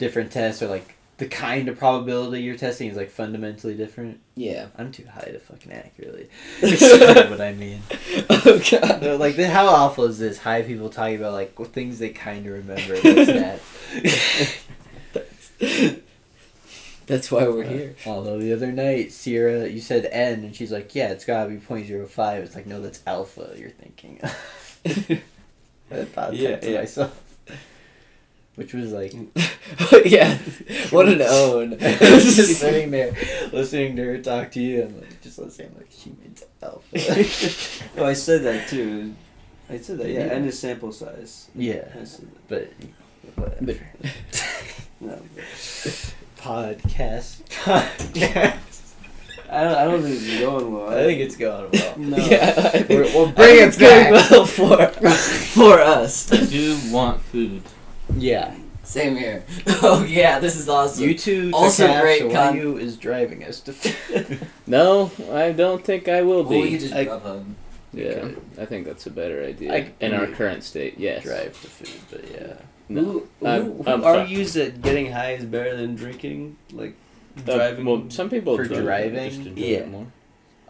Speaker 1: different tests are like the kind of probability you're testing is like fundamentally different.
Speaker 2: yeah.
Speaker 1: I'm too high to fucking act, really. That's what I mean.
Speaker 2: oh god.
Speaker 1: They're like, then how awful is this? High people talking about like what things they kind of remember. What's that?
Speaker 2: That's why we're here.
Speaker 1: Although the other night, Sierra, you said N, and she's like, yeah, it's gotta be 0.05. It's like, no, that's alpha. You're thinking. I thought
Speaker 4: Yeah,
Speaker 1: that to
Speaker 4: yeah. Mm.
Speaker 1: myself. Which was like,
Speaker 2: yeah. What an own.
Speaker 1: I was just sitting there listening to her talk to you, and like, just listening, like, she means alpha.
Speaker 4: Oh, I said that too. I said that. Yeah,
Speaker 1: Yeah.
Speaker 4: and the sample size.
Speaker 1: yeah,
Speaker 4: I said that.
Speaker 1: but whatever.
Speaker 4: No, but
Speaker 1: podcast. podcast.
Speaker 4: I don't. I don't think it's going well.
Speaker 1: I think it's going well.
Speaker 4: No.
Speaker 2: Yeah, I
Speaker 1: We're,
Speaker 2: think-
Speaker 1: we'll
Speaker 2: I
Speaker 1: bring
Speaker 2: think
Speaker 1: it
Speaker 2: it's going
Speaker 1: back.
Speaker 2: well for for us.
Speaker 3: I do want food.
Speaker 1: Yeah,
Speaker 2: Same here. Oh yeah, this is awesome.
Speaker 1: you two took
Speaker 2: Also
Speaker 1: half,
Speaker 2: great
Speaker 1: so one
Speaker 2: con-
Speaker 1: of you is driving us to.
Speaker 3: No, I don't think I will be.
Speaker 2: Well, you just
Speaker 1: I-
Speaker 2: drop home.
Speaker 3: yeah, I think that's a better idea
Speaker 1: I-
Speaker 3: in our current state. Yes.
Speaker 1: drive to food, but yeah.
Speaker 3: No.
Speaker 4: Who, who,
Speaker 3: I'm-
Speaker 4: who
Speaker 3: I'm fucked.
Speaker 4: argues that getting high is better than drinking? Like
Speaker 3: Uh,
Speaker 4: driving.
Speaker 3: well, some people
Speaker 1: For
Speaker 3: drive,
Speaker 1: driving?
Speaker 3: Just enjoy
Speaker 4: Yeah.
Speaker 3: it more.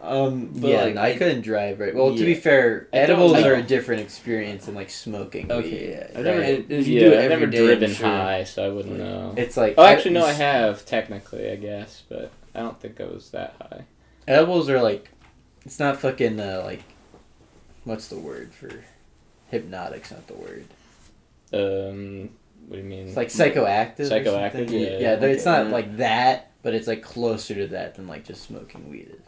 Speaker 4: Um, but
Speaker 1: yeah,
Speaker 4: like,
Speaker 1: I, couldn't drive very well. To be
Speaker 4: Yeah.
Speaker 1: fair,
Speaker 3: I don't
Speaker 1: edibles
Speaker 3: like-
Speaker 1: are a different experience than like smoking.
Speaker 4: Okay,
Speaker 1: weed,
Speaker 4: I've never,
Speaker 1: right?
Speaker 4: and if
Speaker 3: yeah,
Speaker 4: you do it
Speaker 3: I've
Speaker 4: every
Speaker 3: never
Speaker 4: day, I'm
Speaker 3: driven
Speaker 4: sure.
Speaker 3: high, so I wouldn't know.
Speaker 1: It's like
Speaker 3: Oh, actually, no, I
Speaker 1: it's-
Speaker 3: have technically, I guess, but I don't think I was that high.
Speaker 1: Edibles are like, it's not fucking uh, like, what's the word for hypnotic's not the word.
Speaker 3: Um, what do you mean?
Speaker 1: It's like psychoactive. or
Speaker 3: Psychoactive,
Speaker 1: something.
Speaker 3: yeah,
Speaker 1: yeah.
Speaker 3: yeah.
Speaker 1: but it's not
Speaker 4: Okay.
Speaker 1: like that, but it's like closer to that than like just smoking weed is.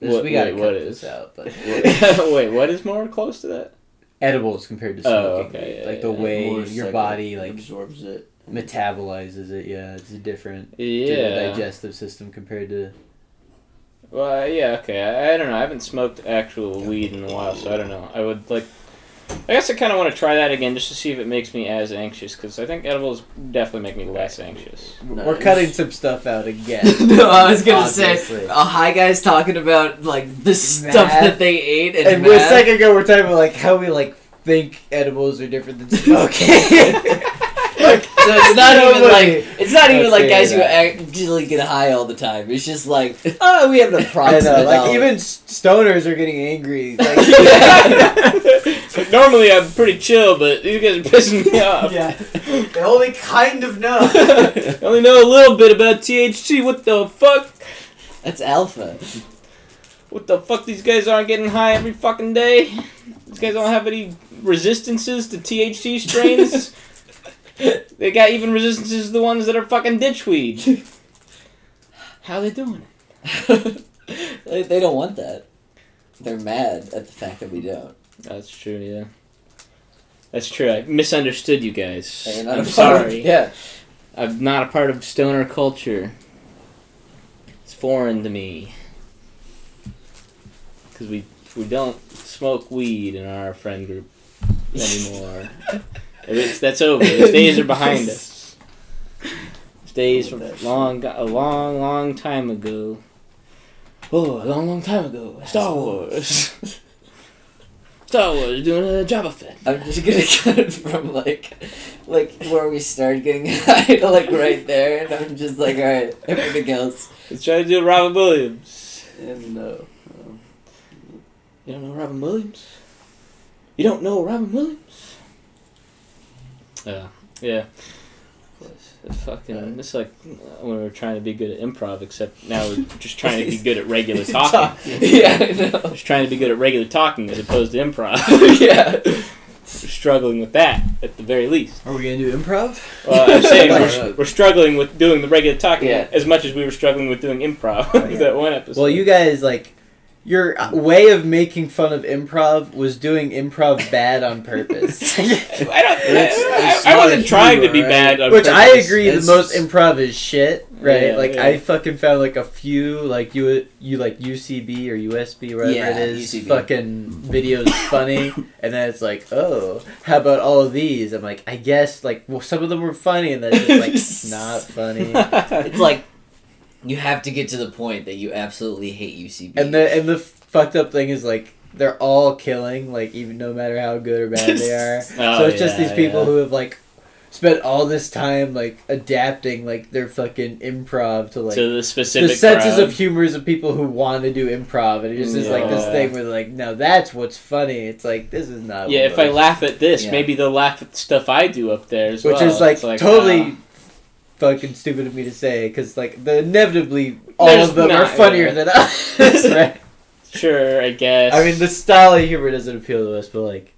Speaker 1: This,
Speaker 3: What-
Speaker 1: we gotta
Speaker 3: wait,
Speaker 1: cut
Speaker 3: what
Speaker 1: this
Speaker 3: is?
Speaker 1: out, but
Speaker 3: Wait, what is more close to that?
Speaker 1: edibles compared to
Speaker 3: Oh,
Speaker 1: smoking,
Speaker 3: okay,
Speaker 1: weed,
Speaker 3: yeah,
Speaker 1: like
Speaker 3: yeah.
Speaker 1: the way
Speaker 4: More
Speaker 1: your
Speaker 4: psycho-
Speaker 1: body like
Speaker 4: absorbs it.
Speaker 1: metabolizes it. Yeah, it's a different to the
Speaker 3: Yeah.
Speaker 1: digestive system compared to
Speaker 3: Well, uh, yeah. Okay. I, I don't know. I haven't smoked actual weed in a while, so I don't know. I would like. I guess I kind of want to try that again just to see if it makes me as anxious, because I think edibles definitely make me less anxious.
Speaker 1: We're
Speaker 4: Nice.
Speaker 1: cutting some stuff out again.
Speaker 2: no, I was gonna say
Speaker 1: Obviously.
Speaker 2: a high guy's talking about like the stuff
Speaker 1: Math.
Speaker 2: that they ate and,
Speaker 1: And a
Speaker 2: math.
Speaker 1: second ago, we're talking about like how we like think edibles are different than smoking.
Speaker 2: So it's not
Speaker 1: No
Speaker 2: even
Speaker 1: way.
Speaker 2: like it's not
Speaker 1: Let's
Speaker 2: even like
Speaker 1: say
Speaker 2: guys who
Speaker 1: that.
Speaker 2: actually get high all the time. It's just like oh, we have an
Speaker 1: I
Speaker 2: approximate.
Speaker 1: know, like
Speaker 2: dollar.
Speaker 1: even s- stoners are getting angry. Like,
Speaker 3: Normally I'm pretty chill, but these guys are pissing me off.
Speaker 1: they only kind of know.
Speaker 3: I only know a little bit about THC. What the fuck?
Speaker 2: that's alpha.
Speaker 3: What the fuck? These guys aren't getting high every fucking day. These guys don't have any resistances to THC strains. they got even resistances to the ones that are fucking ditchweed. How they doing? it?
Speaker 2: they, they don't want that. They're mad at the fact that we don't.
Speaker 3: That's true. Yeah. That's true. I misunderstood you guys.
Speaker 2: They're not a
Speaker 3: I'm
Speaker 2: part of-
Speaker 3: sorry.
Speaker 2: Yeah.
Speaker 3: I'm not a part of stoner culture. It's foreign to me. Cause we we don't smoke weed in our friend group anymore. it's, that's over. Those days are behind us. Those days from long go- a long long time ago. Oh, a long long time ago. Star Wars. Star Wars doing a Jabba Fett.
Speaker 2: I'm just gonna cut it from like, like where we started getting high to like right there, and I'm just like, all right, everything else.
Speaker 3: Let's try to do Robin Williams.
Speaker 4: And uh, no.
Speaker 3: You don't know Robin Williams? You don't know Robin Williams? Uh, yeah. It's fucking. It's like when we were trying to be good at improv, except now we're just trying to be good at regular talking.
Speaker 2: Yeah, I know.
Speaker 3: Just trying to be good at regular talking as opposed to improv.
Speaker 2: yeah.
Speaker 3: We're struggling with that at the very least.
Speaker 1: Are we gonna do improv?
Speaker 3: Well, I'm saying
Speaker 4: Right.
Speaker 3: we're, we're struggling with doing the regular talking
Speaker 2: Yeah.
Speaker 3: as much as we were struggling with doing improv
Speaker 1: yeah.
Speaker 3: that one episode.
Speaker 1: Well, you guys like your way of making fun of improv was doing improv bad on purpose.
Speaker 3: I don't. I-
Speaker 4: It's- it's
Speaker 3: I, I
Speaker 4: not
Speaker 3: wasn't
Speaker 4: a
Speaker 3: trying to
Speaker 4: humor,
Speaker 3: be
Speaker 4: right?
Speaker 3: bad. on
Speaker 1: Which I
Speaker 3: purpose.
Speaker 1: agree,
Speaker 4: It's-
Speaker 1: the most improv is shit, right?
Speaker 3: Yeah,
Speaker 1: like
Speaker 3: yeah.
Speaker 1: I fucking found like a few like you you like UCB or USB whatever
Speaker 2: Yeah,
Speaker 1: it is
Speaker 2: UCB.
Speaker 1: fucking videos funny, and then it's like oh how about all of these? I'm like I guess like well some of them were funny and then it's like not funny.
Speaker 2: It's like you have to get to the point that you absolutely hate UCB.
Speaker 1: And the and the fucked up thing is like they're all killing, like even no matter how good or bad they are.
Speaker 3: Oh,
Speaker 1: so it's just
Speaker 3: yeah,
Speaker 1: these people
Speaker 3: yeah.
Speaker 1: who have like spent all this time like adapting like their fucking improv to like
Speaker 3: to the specific
Speaker 1: the senses
Speaker 3: crowd.
Speaker 1: of humors of people who want to do improv and it just is like this
Speaker 3: Yeah.
Speaker 1: thing where they're like, no, that's what's funny. It's like this is not
Speaker 3: Yeah,
Speaker 1: what
Speaker 3: if I
Speaker 1: it-
Speaker 3: laugh at this,
Speaker 2: Yeah.
Speaker 3: maybe they'll laugh at the stuff I do up there as
Speaker 1: which
Speaker 3: well.
Speaker 1: is like,
Speaker 3: It's
Speaker 1: totally
Speaker 3: uh,
Speaker 1: fucking stupid of me to say because like the inevitably all
Speaker 3: There's
Speaker 1: of them are
Speaker 3: not-
Speaker 1: funnier than us. right?
Speaker 3: ah, sure, I guess.
Speaker 1: I mean, the style of humor doesn't appeal to us, but like,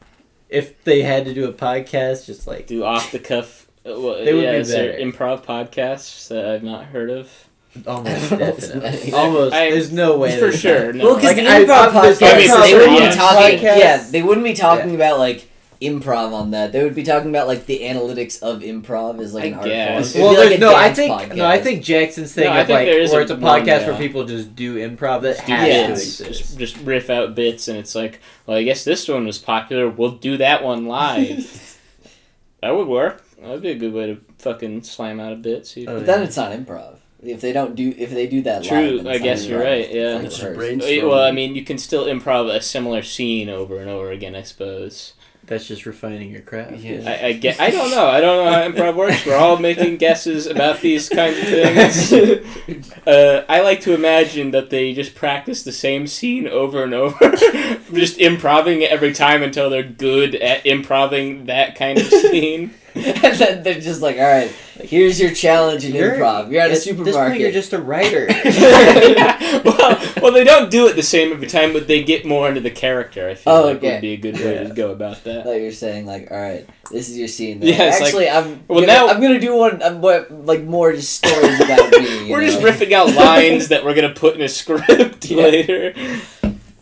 Speaker 1: if they had to do a podcast, just like
Speaker 3: do off the cuff. uh, Well,
Speaker 1: They would
Speaker 3: yeah,
Speaker 1: be
Speaker 3: is there
Speaker 1: better.
Speaker 3: improv podcasts that I've not heard of?
Speaker 1: almost
Speaker 2: I-
Speaker 1: definitely, almost.
Speaker 3: I-
Speaker 1: there's no way
Speaker 3: For
Speaker 1: that-
Speaker 3: sure. No.
Speaker 2: Well, because
Speaker 1: Like,
Speaker 2: the
Speaker 1: I-
Speaker 2: improv
Speaker 1: I'm just-
Speaker 2: podcast,
Speaker 3: I mean,
Speaker 2: they
Speaker 3: for
Speaker 2: wouldn't be
Speaker 3: improv
Speaker 2: talking.
Speaker 1: podcasts?
Speaker 2: Yeah, they wouldn't be talking about like improv on that. They would be talking about like the analytics of improv as like
Speaker 3: I
Speaker 2: an art form.
Speaker 3: guess.
Speaker 2: It'd be
Speaker 1: Well,
Speaker 2: like
Speaker 1: there's
Speaker 2: a
Speaker 1: no. I
Speaker 2: dance
Speaker 1: think no. I
Speaker 2: podcast.
Speaker 1: think Jackson's thing
Speaker 3: No, I
Speaker 1: of
Speaker 3: think
Speaker 1: like
Speaker 3: there is
Speaker 1: where
Speaker 3: a
Speaker 1: it's a
Speaker 3: one,
Speaker 1: podcast
Speaker 3: yeah.
Speaker 1: where people just do improv that
Speaker 3: Just do
Speaker 1: has to
Speaker 3: bits,
Speaker 2: Yes.
Speaker 1: exist.
Speaker 3: just, just riff out bits, and it's like, well, I guess this one was popular. We'll do that one live. that would work. That would be a good way to fucking slam out a bit. See if
Speaker 1: Oh,
Speaker 2: But
Speaker 1: yeah.
Speaker 2: then it's not improv. If they don't do, if they do that,
Speaker 3: True,
Speaker 2: live, then
Speaker 3: I
Speaker 2: it's not
Speaker 3: guess you're
Speaker 2: improv.
Speaker 3: right,
Speaker 2: It's
Speaker 3: yeah.
Speaker 2: like
Speaker 4: It's
Speaker 2: rehearsed.
Speaker 4: brain-
Speaker 3: Well, I mean, you can still improv a similar scene over and over again, I suppose.
Speaker 5: That's just refining your craft.
Speaker 4: Yeah.
Speaker 3: I, I guess, I don't know. I don't know how improv works. We're all making guesses about these kinds of things. Uh, I like to imagine that they just practice the same scene over and over, just improving it every time until they're good at improving that kind of scene.
Speaker 2: and then they're just like, all right, here's your challenge in
Speaker 1: You're-
Speaker 2: improv. You're at a
Speaker 1: At this point, you're
Speaker 2: supermarket.
Speaker 1: just a writer.
Speaker 3: well, well, they don't do it the same every time, but they get more into the character. I feel
Speaker 2: Oh,
Speaker 3: like
Speaker 2: okay.
Speaker 3: would be a good way to go about that.
Speaker 2: Like you're saying, like, all right, this is your scene.
Speaker 3: Yeah, it's like-
Speaker 2: Actually, I'm
Speaker 3: Well,
Speaker 2: gonna,
Speaker 3: now-
Speaker 2: I'm gonna do one. I'm more, like more just stories about me. you
Speaker 3: We're just
Speaker 2: know?
Speaker 3: riffing out lines that we're gonna put in a script
Speaker 2: Yeah.
Speaker 3: later.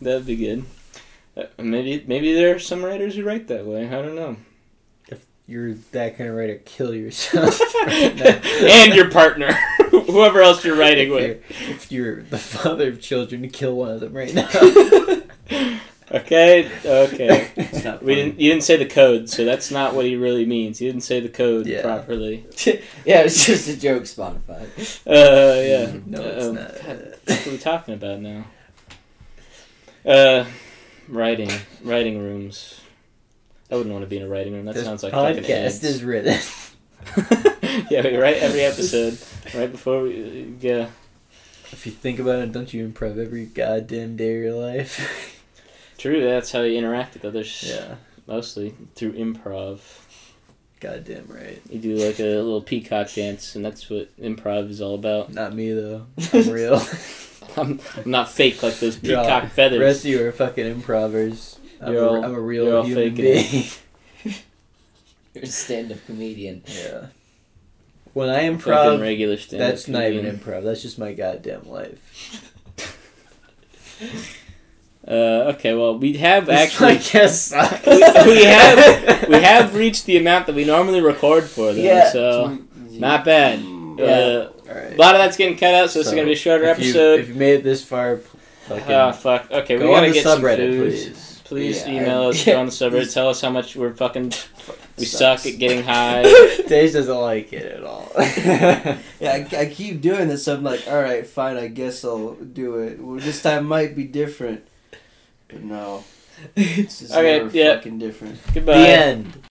Speaker 3: That'd be good. Uh, maybe maybe there are some writers who write that way. I don't know.
Speaker 1: You're that kind of writer. Kill yourself.
Speaker 3: and your partner, whoever else you're writing with.
Speaker 1: If you're the father of children, kill one of them right now.
Speaker 3: Okay, okay.
Speaker 4: It's not
Speaker 3: We
Speaker 4: funny.
Speaker 3: didn't. You didn't say the code, so that's not what he really means. He didn't say the code
Speaker 1: Yeah.
Speaker 3: properly.
Speaker 2: yeah, it's just a joke, Spotify.
Speaker 3: Uh, yeah.
Speaker 1: No, it's
Speaker 3: Um,
Speaker 1: not.
Speaker 3: What are we talking about now? Uh, writing, writing rooms. I wouldn't want to be in a writing room. That
Speaker 1: This
Speaker 3: sounds like fucking
Speaker 1: podcast
Speaker 3: AIDS.
Speaker 1: is written.
Speaker 3: yeah, we write every episode right before we uh, yeah.
Speaker 1: If you think about it, don't you improv every goddamn day of your life?
Speaker 3: True, that's how you interact with others.
Speaker 1: yeah,
Speaker 3: mostly through improv.
Speaker 1: goddamn right.
Speaker 3: You do like a little peacock dance, and that's what improv is all about.
Speaker 1: Not me though. I'm real.
Speaker 3: I'm, I'm not fake like those
Speaker 1: You're all-
Speaker 3: peacock
Speaker 1: the
Speaker 3: feathers.
Speaker 1: rest of you are fucking improvers. I'm,
Speaker 3: You're
Speaker 1: a, am
Speaker 3: all-
Speaker 1: a
Speaker 3: you're all
Speaker 1: real human
Speaker 3: faking it.
Speaker 1: being.
Speaker 2: You're a stand-up comedian.
Speaker 1: yeah. When I
Speaker 3: Fucking
Speaker 1: improv,
Speaker 3: regular stand-up
Speaker 1: that's not even
Speaker 3: comedian.
Speaker 1: improv. That's just my goddamn life.
Speaker 3: Uh, okay, well, we have
Speaker 1: This
Speaker 3: actually
Speaker 1: podcast sucks.
Speaker 3: we, we have we have reached the amount that we normally record for them.
Speaker 2: Yeah.
Speaker 1: Mm,
Speaker 3: So not bad. Uh,
Speaker 1: All right.
Speaker 3: a lot of that's getting cut out, so, it's
Speaker 1: Mm. So,
Speaker 3: gonna be a shorter
Speaker 1: if you-
Speaker 3: episode.
Speaker 1: if you made it this far, p- fucking
Speaker 3: Ah, fuck. Okay, we
Speaker 1: go
Speaker 3: gotta
Speaker 1: on the
Speaker 3: get
Speaker 1: subreddit,
Speaker 3: some food.
Speaker 1: please.
Speaker 3: Please
Speaker 2: Yeah.
Speaker 3: email us. Go on the subreddit. Tell us how much we're fucking. We
Speaker 2: Sucks.
Speaker 3: suck at getting high.
Speaker 1: Dave doesn't like it at all.
Speaker 4: Yeah, I, I keep doing this. I'm like, all right, fine. I guess I'll do it. Well, this time might be different, but no, it's just
Speaker 3: Okay,
Speaker 4: never
Speaker 3: yeah.
Speaker 4: fucking different.
Speaker 3: Goodbye.
Speaker 1: the end.